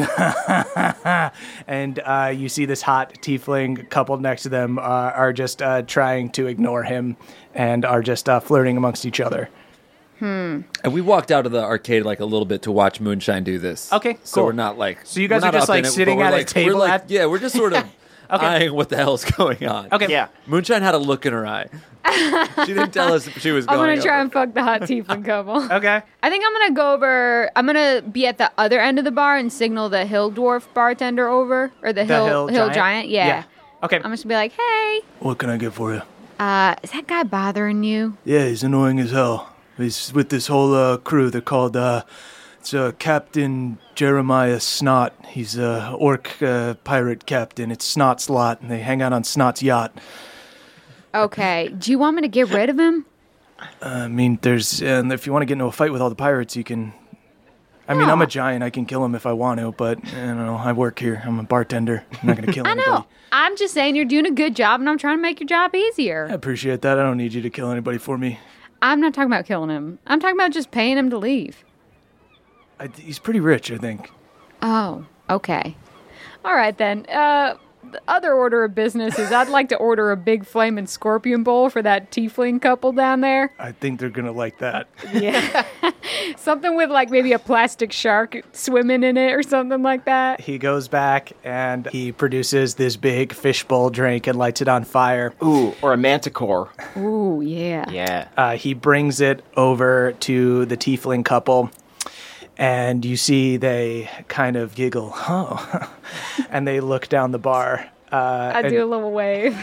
Speaker 1: and uh, you see this hot tiefling couple next to them uh, are just uh, trying to ignore him and are just uh, flirting amongst each other.
Speaker 2: and we walked out of the arcade like a little bit to watch Moonshine do this.
Speaker 1: Okay,
Speaker 2: so
Speaker 1: cool.
Speaker 2: we're not like
Speaker 1: So you guys
Speaker 2: we're
Speaker 1: are
Speaker 2: not
Speaker 1: just,
Speaker 2: up in
Speaker 1: like,
Speaker 2: it, but
Speaker 1: sitting
Speaker 2: we're,
Speaker 1: at a
Speaker 2: like- we're,
Speaker 1: table
Speaker 2: like-
Speaker 1: at-
Speaker 2: yeah, we're just sort of eyeing what the hell's going on.
Speaker 1: Okay.
Speaker 4: Yeah.
Speaker 2: Moonshine had a look in her eye. she didn't tell us if she was
Speaker 3: I'm
Speaker 2: going.
Speaker 3: gonna try
Speaker 2: over.
Speaker 3: and fuck the hot tiefling couple.
Speaker 1: Okay.
Speaker 3: I think I'm gonna go over. I'm gonna be at the other end of the bar and signal the hill dwarf bartender over, or
Speaker 1: The
Speaker 3: the, hill
Speaker 1: hill giant?
Speaker 3: Yeah. Um,
Speaker 1: Yeah. Okay.
Speaker 3: I'm just gonna be like, hey,
Speaker 1: What can I get for you?
Speaker 3: uh, is that guy bothering you?
Speaker 1: Yeah, he's annoying as hell. He's with this whole uh, crew. They're called uh, it's uh, Captain Jeremiah Snot. He's a orc uh, pirate captain. It's Snot's lot, and they hang out on Snot's yacht.
Speaker 3: Okay. Do you want me to get rid of him?
Speaker 1: I mean, there's and if you want to get into a fight with all the pirates, you can. I mean, I'm a giant. I can kill him if I want to, but I don't know. I work here. I'm a bartender. I'm not gonna kill
Speaker 3: I
Speaker 1: anybody.
Speaker 3: know. I'm just saying you're doing a good job, and I'm trying to make your job
Speaker 1: I
Speaker 3: easier.
Speaker 1: appreciate that. I don't need you to kill anybody for me.
Speaker 3: I'm not talking about killing him. I'm talking about just paying him to leave.
Speaker 1: I, he's pretty rich, I think.
Speaker 3: Oh, okay. All right then. Uh, the other order of business is I'd like to order a big flaming scorpion bowl for that tiefling couple down there.
Speaker 1: I think they're gonna like that.
Speaker 3: Something with like maybe a plastic shark swimming in it or something like that.
Speaker 1: He goes back and he produces this big fishbowl drink and lights it on fire.
Speaker 4: Ooh, or a manticore.
Speaker 3: Ooh, yeah.
Speaker 4: Yeah.
Speaker 1: Uh, he brings it over to the tiefling couple, and you see they kind of giggle, huh? and they look down the bar. Uh,
Speaker 3: I
Speaker 1: and
Speaker 3: do a little wave.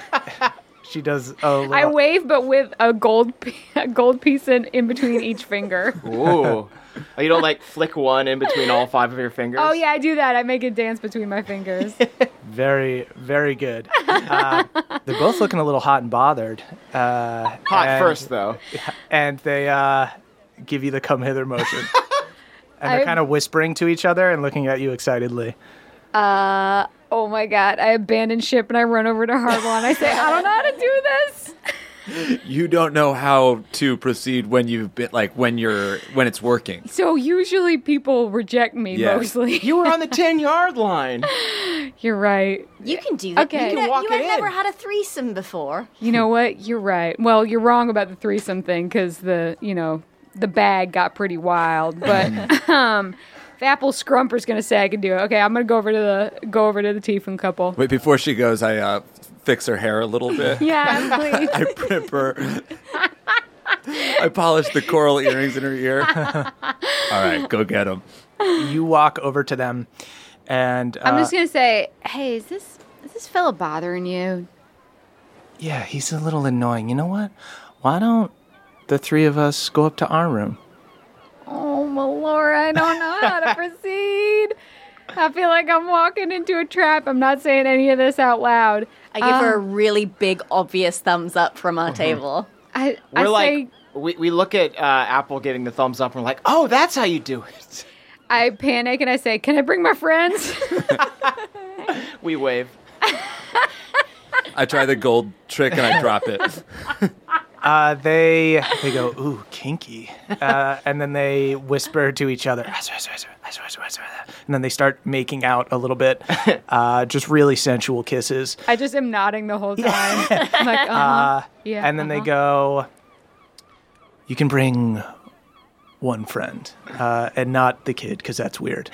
Speaker 1: She does a little.
Speaker 3: I wave, but with a gold p- a gold piece in, in between each finger.
Speaker 4: Ooh. oh, you don't like flick one in between all five of your fingers?
Speaker 3: Oh yeah, I do that. I make it dance between my fingers.
Speaker 1: Very, very good. Uh, they're both looking a little hot and bothered, uh,
Speaker 4: Hot
Speaker 1: And-
Speaker 4: first though.
Speaker 1: and they uh, give you the come hither motion. And
Speaker 3: I-
Speaker 1: they're kind of whispering to each other and looking at you excitedly.
Speaker 3: oh my god, I abandon ship and I run over to Harbaugh and I say, I don't know how to do this.
Speaker 2: You don't know how to proceed when you've been like when you're when it's working.
Speaker 3: So usually people reject me
Speaker 2: Yeah.
Speaker 3: mostly.
Speaker 4: You were on the ten yard line.
Speaker 3: You're right.
Speaker 9: You can do that.
Speaker 3: Okay. You
Speaker 9: You,
Speaker 3: can
Speaker 9: know-
Speaker 4: walk
Speaker 9: you
Speaker 4: it
Speaker 9: had never
Speaker 4: in.
Speaker 9: had a threesome before.
Speaker 3: You know what? You're right. Well, you're wrong about the threesome thing because the you know the bag got pretty wild. But um, if Apple Scrumper's gonna say I can do it, okay, I'm gonna go over to the go over to the Tiefling couple.
Speaker 2: Wait, before she goes, I uh, fix her hair a little bit.
Speaker 3: Yeah, please.
Speaker 2: I prep her. I polish the coral earrings in her ear. All right, go get them.
Speaker 1: You walk over to them, and uh,
Speaker 3: I'm just gonna say, hey, is this is this fella bothering you?
Speaker 1: yeah, he's a little annoying. You know what? Why don't the three of us go up to our room?
Speaker 3: Oh, well, Laura, I don't know how to proceed. I feel like I'm walking into a trap. I'm not saying any of this out loud.
Speaker 9: I give her a
Speaker 3: Um,
Speaker 9: really big, obvious thumbs up from
Speaker 4: Uh-huh.
Speaker 9: our table.
Speaker 3: I, I
Speaker 4: We're like,
Speaker 3: say,
Speaker 4: we, we look at uh, Apple giving the thumbs up and we're like, oh, that's how you do it.
Speaker 3: I panic and I say, can I bring my friends?
Speaker 4: We wave.
Speaker 2: I try the gold trick and I drop it.
Speaker 1: Uh, they they go ooh kinky, uh, and then they whisper to each other, and then they start making out a little bit, uh, just really sensual kisses.
Speaker 3: I just am nodding the whole time. I'm like, uh-huh. yeah.
Speaker 1: Uh, and then they
Speaker 3: uh-huh.
Speaker 1: go, "You can bring one friend, uh, and not the kid, because that's weird."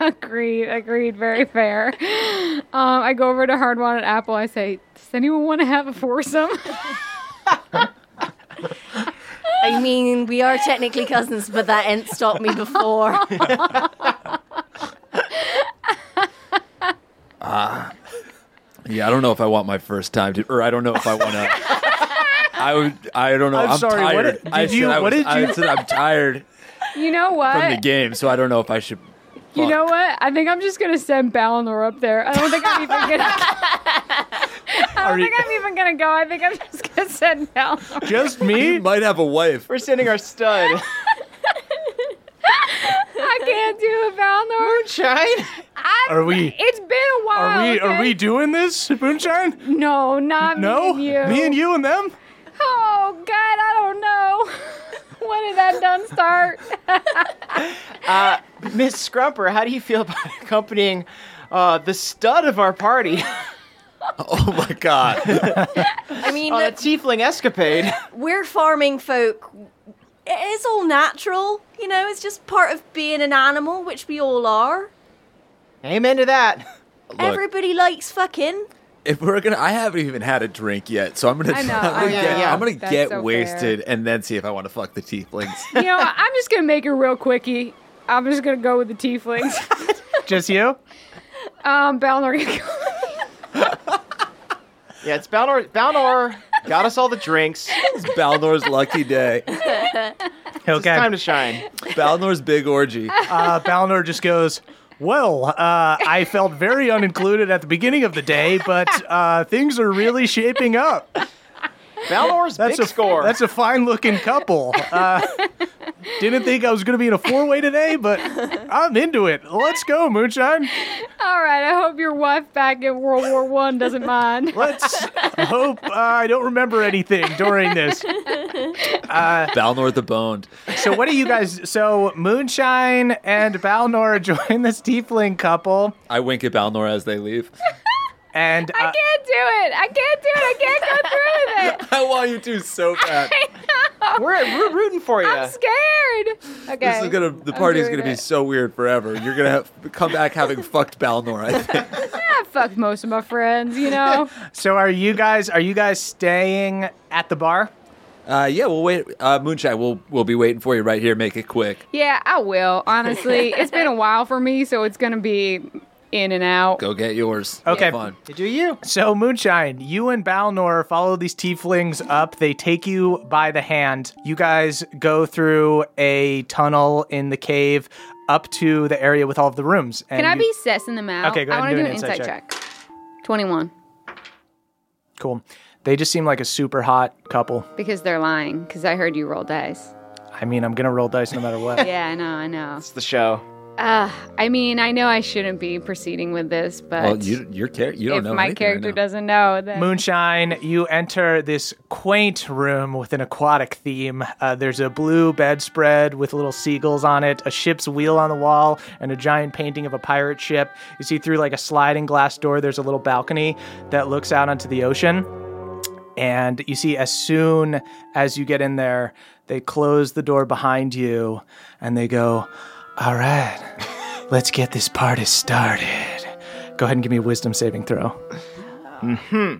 Speaker 3: Agreed, agreed, very fair. Um, I go over to Hardwon and Apple. I say, does anyone want to have a foursome?
Speaker 9: I mean, we are technically cousins, but that ain't stopped me before.
Speaker 2: Yeah, I don't know if I want my first time, to, or I don't know if I want to. I would. I don't know.
Speaker 1: I'm
Speaker 2: I'm,
Speaker 1: sorry, what
Speaker 2: tired.
Speaker 1: did-
Speaker 2: I
Speaker 1: did you-
Speaker 2: said I
Speaker 1: what
Speaker 2: was-
Speaker 1: did you-
Speaker 2: I said I'm tired
Speaker 3: you know
Speaker 2: from the
Speaker 3: what?
Speaker 2: game, so I don't know if I should.
Speaker 3: You know what? I think I'm just gonna send Balinor up there. I don't think I'm even gonna. I don't think I'm even gonna go. I think I'm just gonna send Balinor.
Speaker 1: Just me?
Speaker 2: You might have a wife.
Speaker 4: We're sending our stud.
Speaker 3: I can't do it, Balinor.
Speaker 4: Moonshine?
Speaker 3: I-
Speaker 1: Are we-
Speaker 3: It's been a while.
Speaker 1: Are we are
Speaker 3: okay?
Speaker 1: we doing this, Moonshine?
Speaker 3: No, not
Speaker 1: No,
Speaker 3: me and you.
Speaker 1: me and you and them.
Speaker 3: Oh God, I don't know. when did that done start?
Speaker 4: Miss Scrumper, how do you feel about accompanying uh, the stud of our party
Speaker 2: Oh my god.
Speaker 9: I mean,
Speaker 4: on a tiefling escapade?
Speaker 9: we're farming folk. It's all natural, you know, it's just part of being an animal, which we all are.
Speaker 4: Amen to that.
Speaker 2: Look,
Speaker 9: Everybody likes fucking.
Speaker 2: if we're gonna, I haven't even had a drink yet, so I'm gonna.
Speaker 3: I know,
Speaker 2: I'm gonna
Speaker 3: I know.
Speaker 2: get,
Speaker 4: Yeah,
Speaker 2: I'm gonna
Speaker 3: that's
Speaker 2: get
Speaker 3: so fair.
Speaker 2: wasted and then see if I want to fuck the tieflings.
Speaker 3: you know, I'm just gonna make it real quickie. I'm just gonna go with the tieflings.
Speaker 1: Just you?
Speaker 3: Um, Balinor can go.
Speaker 4: Yeah, it's Balnor. Balnor got us all the drinks.
Speaker 2: it's Balnor's lucky day.
Speaker 4: It's time to shine.
Speaker 2: Balnor's big orgy.
Speaker 1: uh, Balnor just goes, Well, uh, I felt very unincluded at the beginning of the day, but uh, things are really shaping up.
Speaker 4: Balnor's
Speaker 1: That's
Speaker 4: big
Speaker 1: a
Speaker 4: score.
Speaker 1: That's a fine looking couple. Uh, didn't think I was going to be in a four way today, but I'm into it. Let's go, Moonshine.
Speaker 3: All right, I hope your wife back in World War One doesn't mind.
Speaker 1: Let's hope uh, I don't remember anything during this.
Speaker 2: Balnor the boned.
Speaker 1: So, what do you guys? So, Moonshine and Balnor join this tiefling couple,
Speaker 2: I wink at Balnor as they leave.
Speaker 1: and
Speaker 3: I
Speaker 1: uh,
Speaker 3: can't do it. I can't do it. I can't go through with it.
Speaker 2: I want you to so bad.
Speaker 4: We're, we're rooting for you.
Speaker 3: I'm scared. Okay.
Speaker 2: This is gonna. The
Speaker 3: I'm
Speaker 2: party's
Speaker 3: doing
Speaker 2: gonna be
Speaker 3: it.
Speaker 2: so weird forever. You're gonna have, come back having fucked Balnor. I think.
Speaker 3: I fucked most of my friends, you know.
Speaker 1: so are you guys? Are you guys staying at the bar?
Speaker 2: Uh, yeah, we'll wait. Uh, Moonshine, we'll we'll be waiting for you right here. Make it quick.
Speaker 3: yeah, I will. Honestly, it's been a while for me, so it's gonna be in and out.
Speaker 2: Go get yours.
Speaker 1: Okay.
Speaker 2: Have fun.
Speaker 4: Do you?
Speaker 1: So, Moonshine, you and Balnor follow these tieflings up. They take you by the hand. You guys go through a tunnel in the cave up to the area with all of the rooms. And
Speaker 3: Can I
Speaker 1: you-
Speaker 3: be sessing them out?
Speaker 1: Okay, go
Speaker 3: I
Speaker 1: ahead and
Speaker 3: wanna
Speaker 1: do
Speaker 3: do
Speaker 1: an
Speaker 3: an
Speaker 1: insight
Speaker 3: insight check. Twenty-one
Speaker 1: Cool. They just seem like a super hot couple.
Speaker 3: because they're lying. Because I heard you roll dice.
Speaker 1: I mean, I'm going to roll dice no matter what.
Speaker 3: Yeah, I know, I know.
Speaker 4: It's the show.
Speaker 3: Uh, I mean, I know I shouldn't be proceeding with this, but
Speaker 2: Well, you your character. You don't
Speaker 3: if
Speaker 2: know.
Speaker 3: my
Speaker 2: anything right
Speaker 3: character
Speaker 2: now.
Speaker 3: doesn't know, then
Speaker 1: Moonshine, you enter this quaint room with an aquatic theme. Uh, there's a blue bedspread with little seagulls on it, a ship's wheel on the wall, and a giant painting of a pirate ship. You see through like a sliding glass door, there's a little balcony that looks out onto the ocean. And you see, as soon as you get in there, they close the door behind you and they go, All right, let's get this party started. Go ahead and give me a wisdom saving throw.
Speaker 4: hmm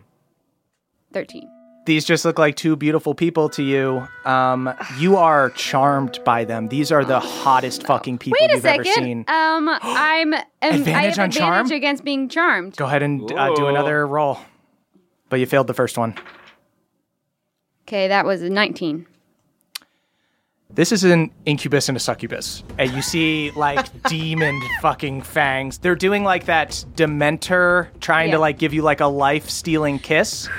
Speaker 3: 13.
Speaker 1: These just look like two beautiful people to you. Um, you are charmed by them. These are the hottest fucking people
Speaker 3: Wait a
Speaker 1: you've ever seen.
Speaker 3: second. Um, I'm, am- I
Speaker 1: Advantage
Speaker 3: have
Speaker 1: on
Speaker 3: advantage
Speaker 1: charm?
Speaker 3: against being charmed.
Speaker 1: Go ahead and uh, do
Speaker 3: Whoa.
Speaker 1: another roll. But you failed the first one.
Speaker 3: Okay, that was a 19.
Speaker 1: This is an incubus and a succubus. And you see like demon fucking fangs. They're doing like that dementor trying
Speaker 3: Yeah.
Speaker 1: to like give you like a life stealing kiss.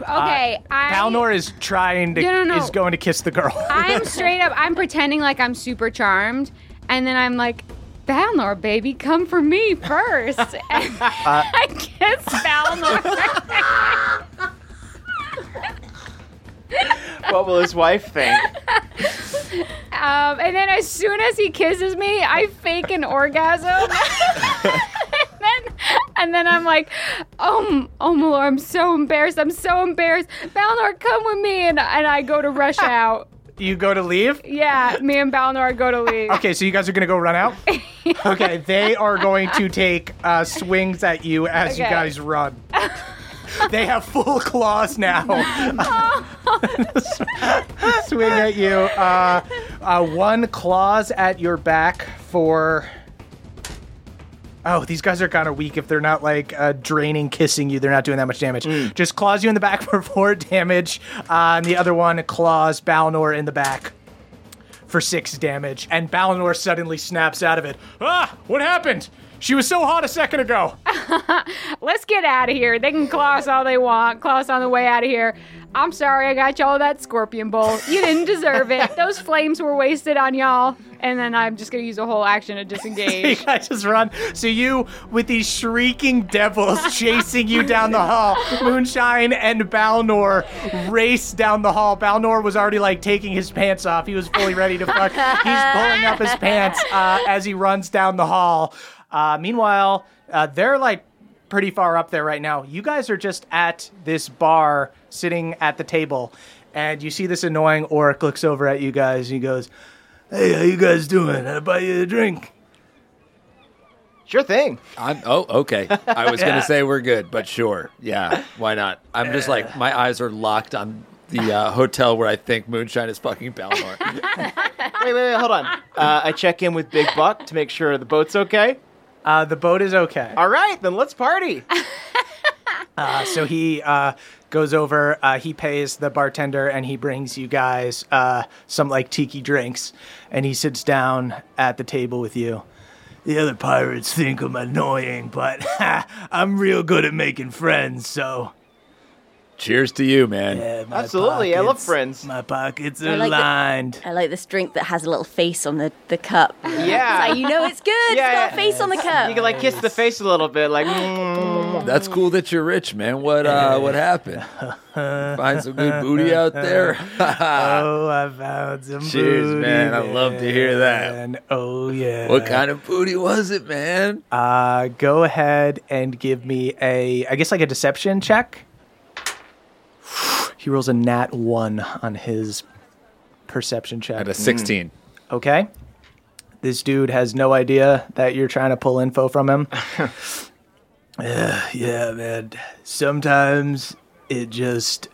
Speaker 3: Okay, I
Speaker 1: Uh, Balnor is trying to
Speaker 3: No, no, no.
Speaker 1: is going to kiss the girl.
Speaker 3: I'm straight up. I'm pretending like I'm super charmed, and then I'm like, Balnor, baby, come for me first. And
Speaker 1: Uh,
Speaker 3: I kiss Balnor.
Speaker 4: What will his wife think?
Speaker 3: um, and then as soon as he kisses me, I fake an orgasm. and, then, and then I'm like, oh, m- oh, my lord, I'm so embarrassed. I'm so embarrassed. Balnor, come with me. And, and I go to rush out.
Speaker 1: you go to leave?
Speaker 3: Yeah, me and Balnor go to leave.
Speaker 1: Okay, so you guys are gonna go run out? okay, they are going to take uh, swings at you as you
Speaker 3: Okay.
Speaker 1: guys run. they have full claws now. swing at you. Uh, uh, one claws at your back for. Oh, these guys are kind of weak if they're not like uh, draining, kissing you. They're not doing that much damage. Just claws you in the back for four damage, uh, and the other one claws Balnor in the back for six damage. And Balnor suddenly snaps out of it. Ah, what happened? She was so hot a second ago.
Speaker 3: Let's get out of here. They can claw us all they want. Claw us on the way out of here. I'm sorry I got y'all that scorpion bowl. You didn't deserve it. Those flames were wasted on y'all. And then I'm just gonna use a whole action to
Speaker 1: you
Speaker 3: disengage.
Speaker 1: guys just run. So you, with these shrieking devils chasing you down the hall, Moonshine and Balnor race down the hall. Balnor was already like taking his pants off. He was fully ready to fuck. He's pulling up his pants uh, as he runs down the hall. Uh, meanwhile, uh, they're like pretty far up there right now. You guys are just at this bar, sitting at the table, and you see this annoying orc looks over at you guys and he goes, "Hey, how you guys doing? I buy you a drink."
Speaker 4: Sure thing.
Speaker 2: I'm, oh, okay. I was
Speaker 4: Yeah.
Speaker 2: gonna say we're good, but sure, yeah, why not? I'm just like my eyes are locked on the uh, hotel where I think Moonshine is fucking Balnor.
Speaker 4: Wait, wait, wait, hold on. Uh, I check in with Big Buck to make sure the boat's okay.
Speaker 1: Uh, the boat is okay.
Speaker 4: All right, then let's party.
Speaker 1: Uh, so he uh, goes over, uh, he pays the bartender, and he brings you guys uh, some like tiki drinks, and he sits down at the table with you. The other pirates think I'm annoying, but I'm real good at making friends, so.
Speaker 2: Cheers to you, man.
Speaker 9: my Absolutely, I love pockets-
Speaker 4: friends.
Speaker 1: My pockets
Speaker 9: I like the- I like this drink that has a little face on the, the cup.
Speaker 4: Yeah.
Speaker 9: It's like, you know it's good.
Speaker 4: Yeah.
Speaker 9: it's got a face on the cup.
Speaker 4: You can like kiss the face a little bit, like. mm.
Speaker 2: That's cool that you're rich, man. What uh, what happened? Find some good booty out there.
Speaker 3: Uh,
Speaker 1: oh, I found some
Speaker 2: Cheers,
Speaker 1: booty,
Speaker 2: man. I love to hear that.
Speaker 1: man. Oh yeah.
Speaker 2: What kind of booty was it, man?
Speaker 1: Uh, go ahead and give me a, I guess like a deception check. He rolls a nat one on his perception check.
Speaker 2: At a 16.
Speaker 1: Okay. This dude has no idea that you're trying to pull info from him. yeah, man. Sometimes it just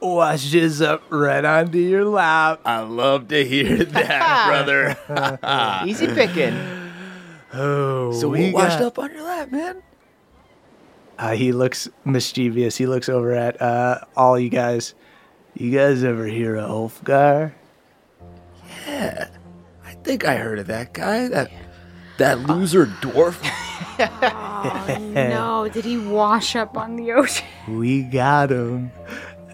Speaker 1: washes up right onto your lap.
Speaker 2: I love to hear that, brother.
Speaker 4: Easy picking.
Speaker 1: Oh,
Speaker 2: So
Speaker 1: we
Speaker 2: what washed
Speaker 1: got-
Speaker 2: up on your lap, man?
Speaker 1: Uh, he looks mischievous. He looks over at uh, all you guys. You guys ever hear of Ulfgar?
Speaker 2: I think I heard of that guy. That that loser dwarf.
Speaker 3: no, did he wash up on the ocean?
Speaker 1: We got him,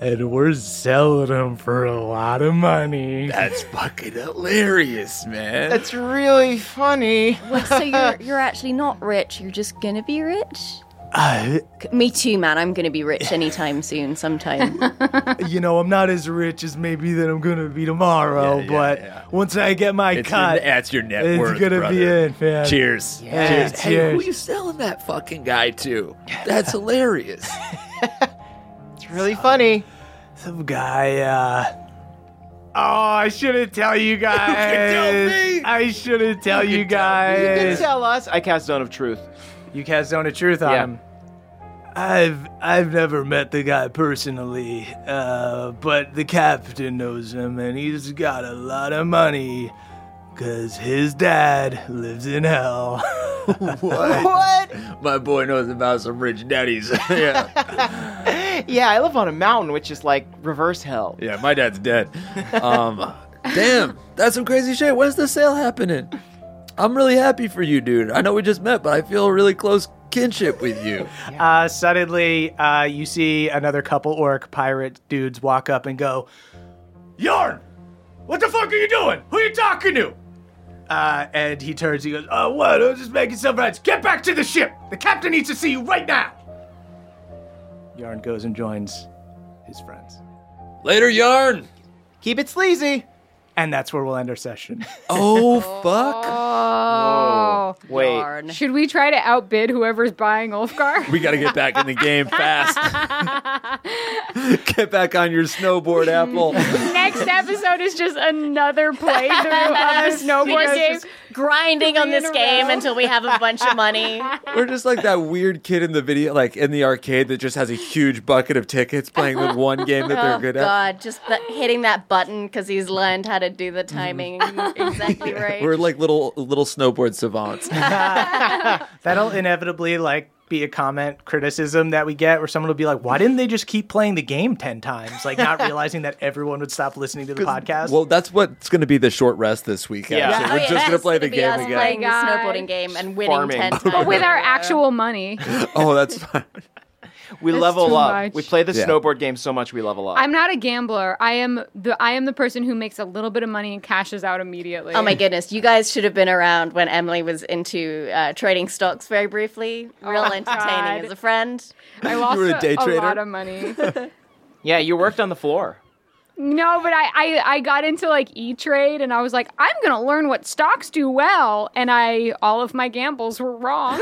Speaker 1: and we're selling him for a lot of money.
Speaker 2: That's fucking hilarious, man.
Speaker 4: That's really funny.
Speaker 9: Wait, so you're you're actually not rich. You're just gonna be rich.
Speaker 1: Uh,
Speaker 9: C- Me too, man. I'm gonna be rich anytime soon, sometime.
Speaker 1: you know, I'm not as rich as maybe that I'm gonna be tomorrow, but once I get my
Speaker 2: It's your-
Speaker 1: cut,
Speaker 2: that's your net
Speaker 1: it's
Speaker 2: worth,
Speaker 1: gonna be
Speaker 2: brother.
Speaker 1: it, man.
Speaker 2: Cheers.
Speaker 1: Yeah.
Speaker 2: Cheers. Hey,
Speaker 1: Cheers.
Speaker 2: who you selling that fucking guy to? That's hilarious.
Speaker 4: It's really funny.
Speaker 1: Some guy, uh. Oh, I shouldn't tell you guys. I shouldn't tell you,
Speaker 4: You
Speaker 1: guys.
Speaker 4: can tell us. I cast Zone of Truth.
Speaker 1: You cast Zone of Truth on
Speaker 4: Yeah.
Speaker 1: him.
Speaker 12: I've I've never met the guy personally, uh, but the captain knows him, and he's got a lot of money, cause his dad lives in hell.
Speaker 2: What? My boy knows about some rich daddies. yeah.
Speaker 4: yeah, I live on a mountain, which is like reverse hell.
Speaker 2: Yeah, my dad's dead. Um, damn, that's some crazy shit. When's the sale happening? I'm really happy for you, dude. I know we just met, but I feel a really close kinship with you.
Speaker 1: Uh, suddenly, uh, you see another couple orc pirate dudes walk up and go, Yarn! What the fuck are you doing? Who you talking to? Uh, and he turns, he goes, Oh, what? I was just making some rights. Get back to the ship! The captain needs to see you right now! Yarn goes and joins his friends.
Speaker 2: Later, yarn.
Speaker 4: Keep it sleazy.
Speaker 1: And that's where we'll end our session.
Speaker 2: Oh fuck!
Speaker 3: Oh,
Speaker 4: Wait.
Speaker 9: Yarn.
Speaker 3: should we try to outbid whoever's buying Ulfgar?
Speaker 2: We gotta get back in the game fast. get back on your snowboard, Apple.
Speaker 3: Next episode is just another playthrough of the
Speaker 13: Because
Speaker 3: snowboard game.
Speaker 13: it's-
Speaker 14: grinding on this game until we have a bunch of money.
Speaker 2: We're just like that weird kid in the video, like in the arcade, that just has a huge bucket of tickets playing the one game that they're
Speaker 9: Oh
Speaker 2: good at.
Speaker 9: God! Just the, hitting that button because he's learned how to do the
Speaker 3: Mm-hmm.
Speaker 9: timing exactly right.
Speaker 2: We're like little little snowboard savants.
Speaker 1: That'll inevitably like be a comment criticism that we get where someone will be like, Why didn't they just keep playing the game ten times? Like not realizing that everyone would stop listening to the podcast.
Speaker 2: well, that's what's going to be the short rest this week.
Speaker 4: Yeah.
Speaker 2: actually.
Speaker 9: Oh,
Speaker 2: we're
Speaker 9: yeah,
Speaker 2: just going to
Speaker 9: that's
Speaker 2: play the
Speaker 9: be
Speaker 2: game
Speaker 9: us
Speaker 2: again.
Speaker 9: Playing the
Speaker 3: Guys.
Speaker 9: snowboarding game and winning
Speaker 4: Farming.
Speaker 9: ten times.
Speaker 3: But Oh, with our actual money.
Speaker 2: Oh, that's fine.
Speaker 4: We
Speaker 3: That's
Speaker 4: level
Speaker 3: too
Speaker 4: up.
Speaker 3: much.
Speaker 4: We play the
Speaker 2: Yeah.
Speaker 4: snowboard game so much we level up.
Speaker 3: I'm not a gambler. I am the I am the person who makes a little bit of money and cashes out immediately.
Speaker 9: Oh my goodness! You guys should have been around when Emily was into uh, trading stocks very briefly. Real entertaining
Speaker 3: Oh God.
Speaker 9: as a friend.
Speaker 3: I lost
Speaker 2: were a
Speaker 3: a,
Speaker 2: day
Speaker 3: a
Speaker 2: trader?
Speaker 3: lot of money.
Speaker 4: yeah, you worked on the floor.
Speaker 3: No, but I, I, I got into like E Trade and I was like, I'm gonna learn what stocks do well, and I all of my gambles were wrong.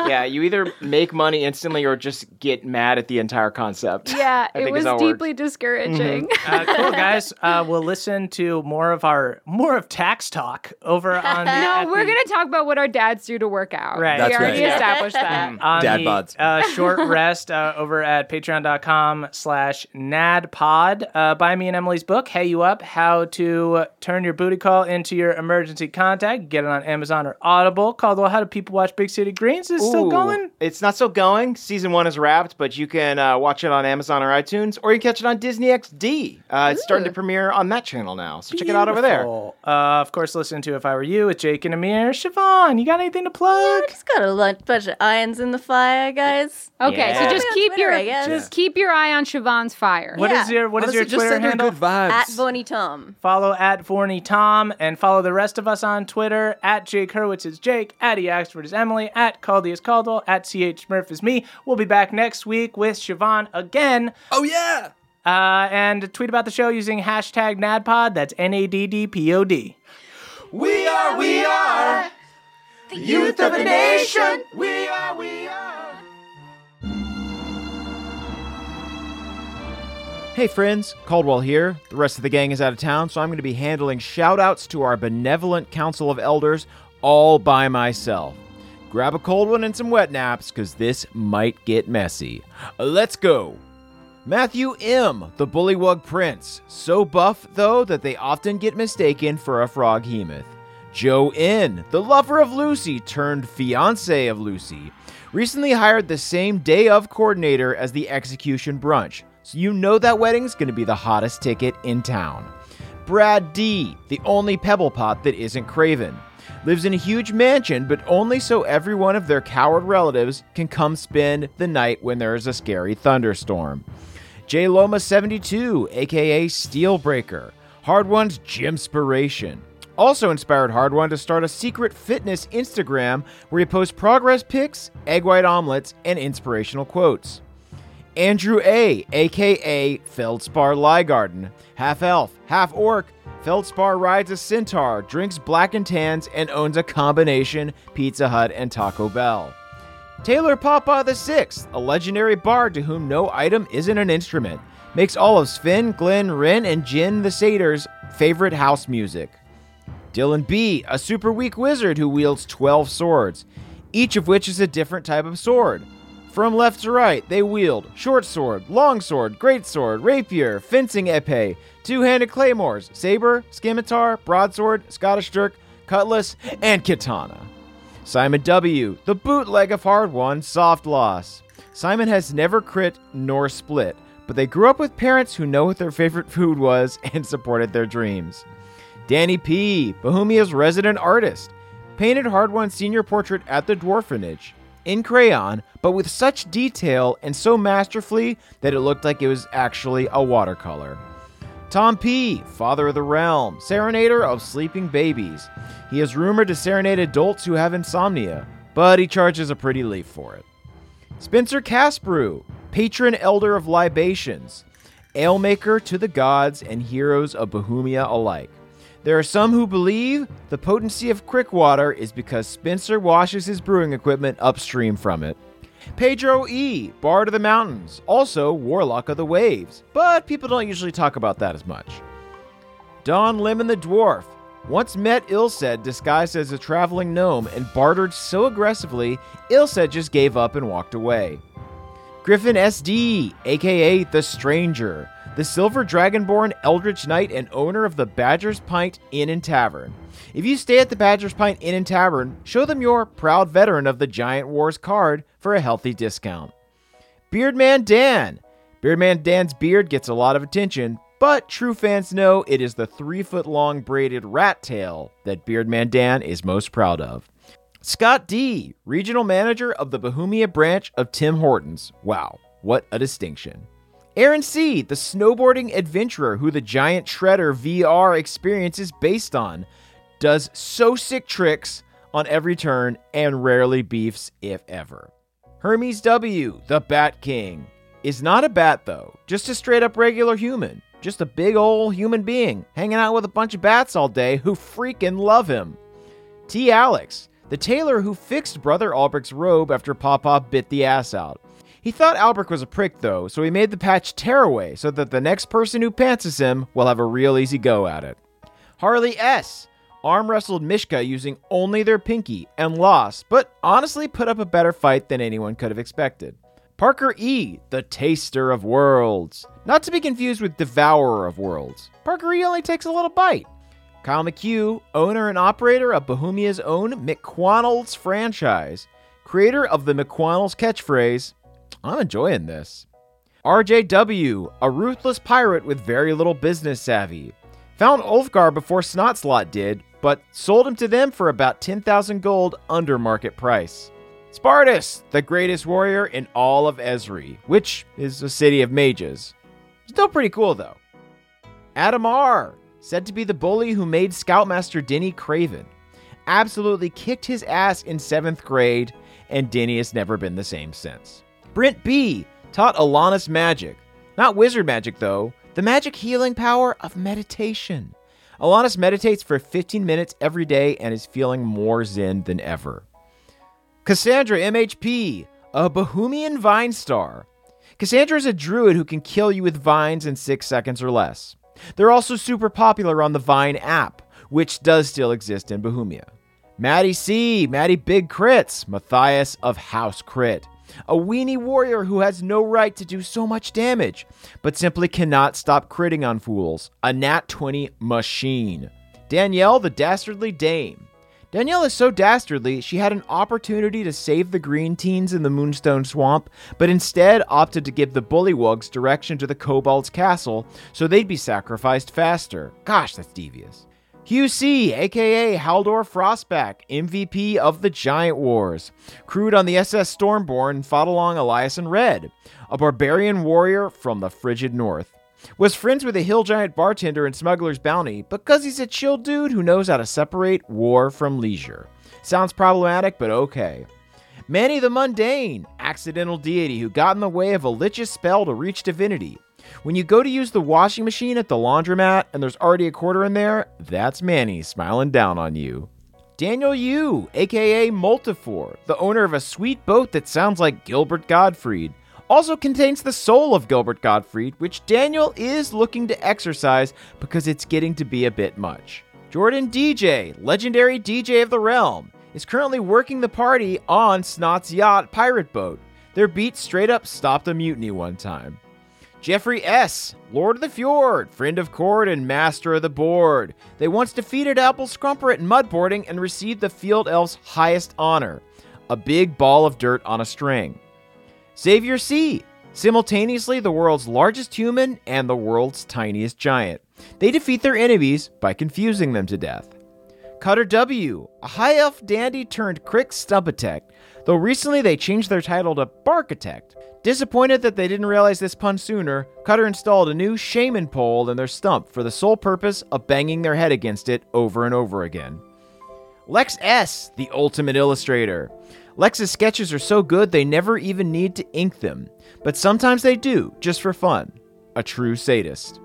Speaker 4: yeah, you either make money instantly or just get mad at the entire concept.
Speaker 3: yeah,
Speaker 4: I
Speaker 3: it
Speaker 4: think
Speaker 3: was
Speaker 4: is how it works.
Speaker 3: deeply discouraging.
Speaker 9: Mm-hmm.
Speaker 1: uh, cool guys, uh, we'll listen to more of our more of tax talk over on. the-
Speaker 3: no,
Speaker 1: at
Speaker 3: we're
Speaker 1: the-
Speaker 3: gonna talk about what our dads do to work out.
Speaker 1: Right.
Speaker 3: we
Speaker 2: That's
Speaker 3: already
Speaker 2: right.
Speaker 3: established that.
Speaker 1: on
Speaker 2: Dad
Speaker 1: the,
Speaker 2: bods.
Speaker 1: uh, short rest uh, over at patreon.com slash nadpod. Uh, buy me and Emily's book, Hey You Up, How to Turn Your Booty Call into Your Emergency Contact. Get it on Amazon or Audible. Caldwell, how do people watch Big City Greens? Is it still
Speaker 4: Ooh,
Speaker 1: going?
Speaker 4: It's not still going. Season one is wrapped, but you can uh, watch it on Amazon or iTunes, or you can catch it on Disney XD. Uh, it's starting to premiere on that channel now, so check it out over there.
Speaker 1: Beautiful. Uh, of course, listen to If I Were You with Jake and Amir. Siobhan, you got anything to plug?
Speaker 9: Just got a lo- bunch of irons in the fire, guys.
Speaker 3: Okay,
Speaker 4: Yeah.
Speaker 3: so just keep
Speaker 9: Twitter, I
Speaker 3: your
Speaker 9: guess.
Speaker 3: just keep your eye on Siobhan's fire.
Speaker 1: What is
Speaker 9: Yeah.
Speaker 1: your What is
Speaker 2: Honestly,
Speaker 1: your
Speaker 2: just
Speaker 1: Twitter
Speaker 2: send her
Speaker 1: handle?
Speaker 2: good vibes.
Speaker 9: At Bonnie Tom.
Speaker 1: Follow at Forney Tom and follow the rest of us on Twitter. At Jake Hurwitz is Jake. At E. Axford is Emily. At Caldy is Caldwell. At CH Murph is me. We'll be back next week with Siobhan again.
Speaker 2: oh yeah.
Speaker 1: Uh, and tweet about the show using hashtag NADPOD. That's N A D D P O D.
Speaker 2: We are. We are. The youth of a nation. We are. We are.
Speaker 11: Hey friends, Caldwell here. The rest of the gang is out of town, so I'm going to be handling shout outs to our benevolent Council of Elders all by myself. Grab a cold one and some wet naps, because this might get messy. Let's go! Matthew M., the Bullywug Prince, so buff though that they often get mistaken for a frog hemoth. Joe N., the lover of Lucy turned fiance of Lucy, recently hired the same day of coordinator as the execution brunch, so you know that wedding's gonna be the hottest ticket in town. Brad D., the only pebble pot that isn't craven. Lives in a huge mansion, but only so every one of their coward relatives can come spend the night when there is a scary thunderstorm. J Loma 72, aka Steelbreaker. Hard One's Gymspiration. Also inspired Hard One to start a secret fitness Instagram where he posts progress pics, egg white omelets, and inspirational quotes. Andrew A., aka Feldspar Liegarden, half elf, half orc. Feldspar rides a centaur, drinks black and tans, and owns a combination Pizza Hut and Taco Bell. Taylor Papa the Sixth, a legendary bard to whom no item isn't an instrument, makes all of Sven, Glenn, Ren, and Jin the Satyr's favorite house music. Dylan B, a super weak wizard who wields 12 swords. each of which is a different type of sword. From left to right, they wield short sword, long sword, great sword, rapier, fencing epee, two-handed claymores, saber, scimitar, broadsword, Scottish dirk, cutlass, and katana. Simon W., the bootleg of hard won, soft loss. Simon has never crit nor split, but they grew up with parents who know what their favorite food was and supported their dreams. Danny P., Bohemia's resident artist, painted Hard Won senior portrait at the Dwarfenage in crayon, but with such detail and so masterfully that it looked like it was actually a watercolor. Tom P., Father of the Realm, Serenader of Sleeping Babies. He is rumored to serenade adults who have insomnia, but he charges a pretty leaf for it. Spencer Casperu, Patron Elder of Libations, Alemaker to the gods and heroes of Bohemia alike. There are some who believe the potency of crick water is because Spencer washes his brewing equipment upstream from it. Pedro E., Bard of the Mountains, also Warlock of the Waves, but people don't usually talk about that as much. Don Lemon the Dwarf once met Ilsed disguised as a traveling gnome and bartered so aggressively, Ilsed just gave up and walked away. Griffin SD, aka The Stranger, the Silver Dragonborn Eldritch Knight and owner of the Badger's Pint Inn and Tavern. If you stay at the Badger's Pint Inn and Tavern, show them your proud veteran of the Giant Wars card for a healthy discount. Beardman Dan. Beardman Dan's beard gets a lot of attention, but true fans know it is the three foot long braided rat tail that Beardman Dan is most proud of. Scott D., regional manager of the Bohemia branch of Tim Hortons. Wow, what a distinction. Aaron C., the snowboarding adventurer who the Giant Shredder VR experience is based on, does so sick tricks on every turn and rarely beefs, if ever. Hermes W., the Bat King, is not a bat though, just a straight up regular human. Just a big old human being hanging out with a bunch of bats all day who freaking love him. T. Alex, the tailor who fixed Brother Albert's robe after Papa bit the ass out. He thought Albrecht was a prick, though, so he made the patch tear away so that the next person who pantses him will have a real easy go at it. Harley S. arm wrestled Mishka using only their pinky and lost, but honestly put up a better fight than anyone could have expected. Parker E., the taster of worlds. Not to be confused with devourer of worlds. Parker E. only takes a little bite. Kyle McHugh, owner and operator of Bohemia's own McQuanald's franchise, creator of the McQuanald's catchphrase, I'm enjoying this. RJW, a ruthless pirate with very little business savvy. Found Ulfgar before Snotslot did, but sold him to them for about 10,000 gold under market price. Spartus, the greatest warrior in all of Esri, which is a city of mages. Still pretty cool though. Adam R, said to be the bully who made Scoutmaster Denny Craven. Absolutely kicked his ass in 7th grade, and Denny has never been the same since. Brent B taught Alanis magic. Not wizard magic, though, the magic healing power of meditation. Alanis meditates for 15 minutes every day and is feeling more zen than ever. Cassandra MHP, a Bohemian vine star. Cassandra is a druid who can kill you with vines in six seconds or less. They're also super popular on the Vine app, which does still exist in Bohemia. Maddie C, Maddie Big Crits, Matthias of House Crit a weenie warrior who has no right to do so much damage, but simply cannot stop critting on fools, a nat 20 machine. Danielle, the dastardly dame. Danielle is so dastardly, she had an opportunity to save the green teens in the Moonstone Swamp, but instead opted to give the bullywugs direction to the Kobold's castle so they'd be sacrificed faster. Gosh, that's devious. QC, aka Haldor Frostback, MVP of the Giant Wars, crewed on the SS Stormborn and fought along Elias and Red, a barbarian warrior from the frigid north. Was friends with a hill giant bartender in Smuggler's Bounty because he's a chill dude who knows how to separate war from leisure. Sounds problematic, but okay. Manny the Mundane, accidental deity who got in the way of a lich's spell to reach divinity, when you go to use the washing machine at the laundromat and there's already a quarter in there, that's Manny smiling down on you. Daniel Yu, aka Multifor, the owner of a sweet boat that sounds like Gilbert Gottfried, also contains the soul of Gilbert Gottfried, which Daniel is looking to exercise because it's getting to be a bit much. Jordan DJ, legendary DJ of the realm, is currently working the party on Snot's yacht pirate boat. Their beat straight up stopped a mutiny one time. Jeffrey S., Lord of the Fjord, friend of Cord and master of the board. They once defeated Apple Scrumper at mudboarding and received the field elf's highest honor a big ball of dirt on a string. Xavier C., simultaneously the world's largest human and the world's tiniest giant. They defeat their enemies by confusing them to death. Cutter W., a high elf dandy turned crick stumpetect, though recently they changed their title to Barkitect. Disappointed that they didn't realize this pun sooner, Cutter installed a new shaman pole in their stump for the sole purpose of banging their head against it over and over again. Lex S., the ultimate illustrator. Lex's sketches are so good they never even need to ink them, but sometimes they do, just for fun. A true sadist.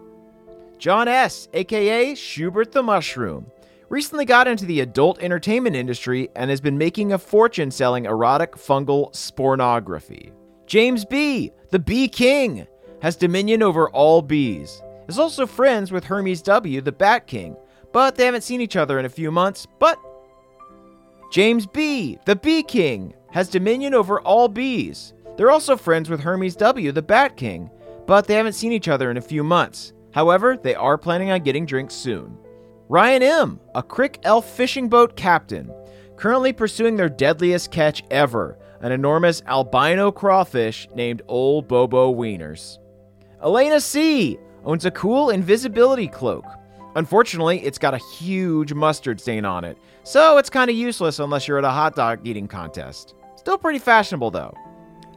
Speaker 11: John S., aka Schubert the Mushroom, recently got into the adult entertainment industry and has been making a fortune selling erotic fungal spornography. James B., the Bee King, has dominion over all bees. Is also friends with Hermes W., the Bat King, but they haven't seen each other in a few months, but James B., the Bee King, has dominion over all bees. They're also friends with Hermes W., the Bat King, but they haven't seen each other in a few months. However, they are planning on getting drinks soon. Ryan M., a Crick Elf fishing boat captain, currently pursuing their deadliest catch ever an enormous albino crawfish named Old Bobo Wieners. Elena C. owns a cool invisibility cloak. Unfortunately, it's got a huge mustard stain on it, so it's kind of useless unless you're at a hot dog eating contest. Still pretty fashionable, though.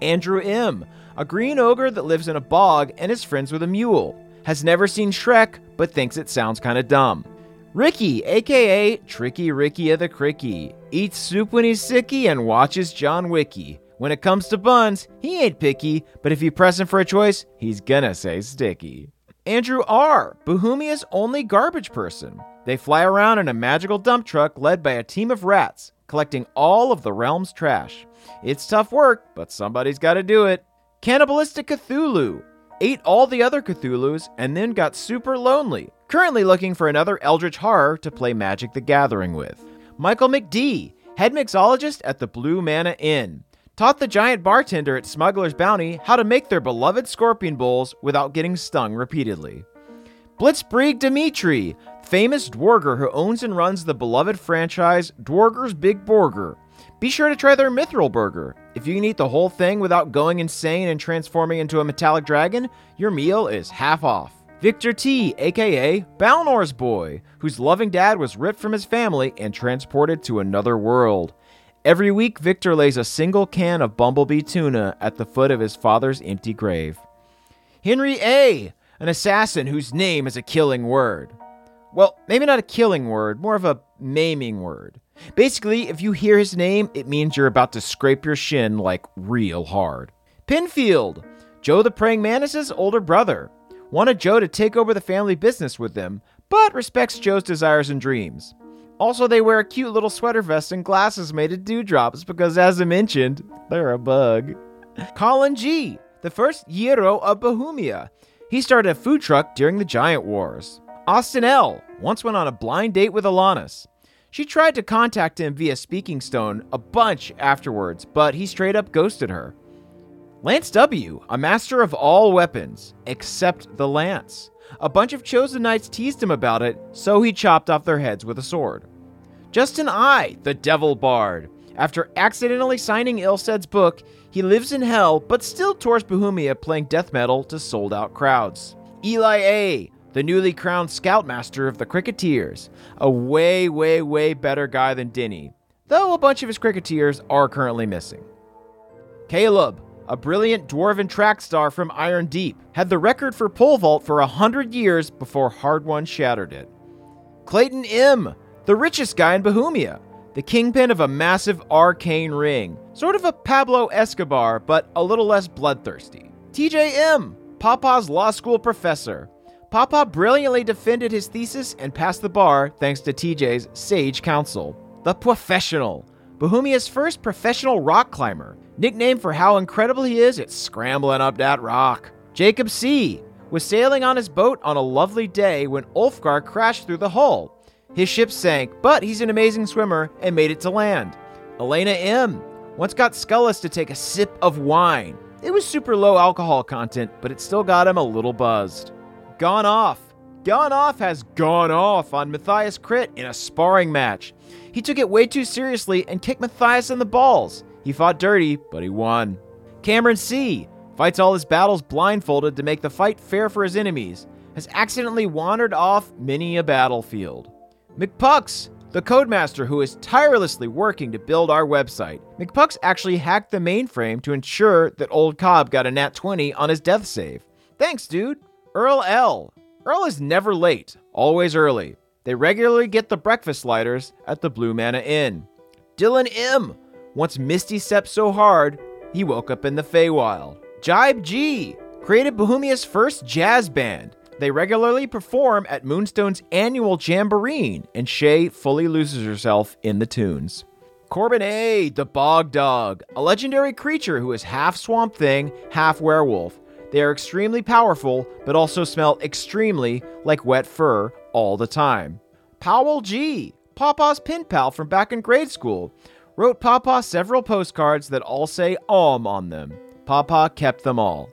Speaker 11: Andrew M., a green ogre that lives in a bog and is friends with a mule, has never seen Shrek but thinks it sounds kind of dumb. Ricky, aka Tricky Ricky of the Cricky, eats soup when he's sicky and watches John Wicky. When it comes to buns, he ain't picky, but if you press him for a choice, he's gonna say sticky. Andrew R., Bohemia's only garbage person. They fly around in a magical dump truck led by a team of rats, collecting all of the realm's trash. It's tough work, but somebody's gotta do it. Cannibalistic Cthulhu ate all the other Cthulhus and then got super lonely, currently looking for another Eldritch Horror to play Magic the Gathering with. Michael McD, head mixologist at the Blue Manna Inn taught the giant bartender at Smuggler's Bounty how to make their beloved scorpion bowls without getting stung repeatedly. Blitzkrieg Dimitri, famous dwarger who owns and runs the beloved franchise Dwarger's Big Burger. Be sure to try their Mithril Burger. If you can eat the whole thing without going insane and transforming into a metallic dragon, your meal is half off. Victor T, aka Balnor's boy, whose loving dad was ripped from his family and transported to another world. Every week, Victor lays a single can of bumblebee tuna at the foot of his father's empty grave. Henry A., an assassin whose name is a killing word. Well, maybe not a killing word, more of a maiming word. Basically, if you hear his name, it means you're about to scrape your shin like real hard. Pinfield, Joe the Praying Mantis's older brother, wanted Joe to take over the family business with them, but respects Joe's desires and dreams. Also, they wear a cute little sweater vest and glasses made of dewdrops because, as I mentioned, they're a bug. Colin G., the first Yero of Bohemia. He started a food truck during the Giant Wars. Austin L. once went on a blind date with Alanis. She tried to contact him via Speaking Stone a bunch afterwards, but he straight up ghosted her. Lance W., a master of all weapons, except the lance. A bunch of chosen knights teased him about it, so he chopped off their heads with a sword. Justin I, the Devil Bard. After accidentally signing Ilsed's book, he lives in hell but still tours Bohemia playing death metal to sold out crowds. Eli A, the newly crowned scoutmaster of the Cricketeers, a way, way, way better guy than Denny, though a bunch of his Cricketeers are currently missing. Caleb, a brilliant dwarven track star from Iron Deep, had the record for pole vault for 100 years before Hard One shattered it. Clayton M., the richest guy in Bohemia, the kingpin of a massive arcane ring, sort of a Pablo Escobar, but a little less bloodthirsty. TJ M., Papa's law school professor. Papa brilliantly defended his thesis and passed the bar thanks to TJ's sage counsel. The professional, Bohemia's first professional rock climber, nicknamed for how incredible he is at scrambling up that rock. Jacob C. was sailing on his boat on a lovely day when Ulfgar crashed through the hull. His ship sank, but he's an amazing swimmer and made it to land. Elena M. once got Scullis to take a sip of wine. It was super low alcohol content, but it still got him a little buzzed. Gone Off. Gone Off has gone off on Matthias Crit in a sparring match. He took it way too seriously and kicked Matthias in the balls. He fought dirty, but he won. Cameron C. fights all his battles blindfolded to make the fight fair for his enemies. Has accidentally wandered off many a battlefield. McPucks, the codemaster who is tirelessly working to build our website. McPucks actually hacked the mainframe to ensure that old Cobb got a nat 20 on his death save. Thanks, dude. Earl L. Earl is never late, always early. They regularly get the breakfast lighters at the Blue Manna Inn. Dylan M. Once Misty stepped so hard, he woke up in the Feywild. Jibe G. Created Bohemia's first jazz band. They regularly perform at Moonstone's annual Jamboree, and Shay fully loses herself in the tunes. Corbin A., the Bog Dog, a legendary creature who is half Swamp Thing, half werewolf. They are extremely powerful, but also smell extremely like wet fur all the time. Powell G., Papa's pin pal from back in grade school, wrote Papa several postcards that all say "om" on them. Papa kept them all.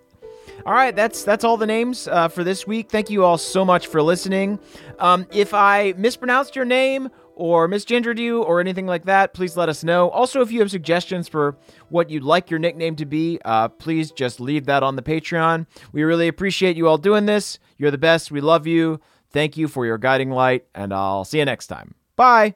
Speaker 11: All right, that's that's all the names uh, for this week. Thank you all so much for listening. Um, if I mispronounced your name or misgendered you or anything like that, please let us know. Also, if you have suggestions for what you'd like your nickname to be, uh, please just leave that on the Patreon. We really appreciate you all doing this. You're the best. We love you. Thank you for your guiding light, and I'll see you next time. Bye.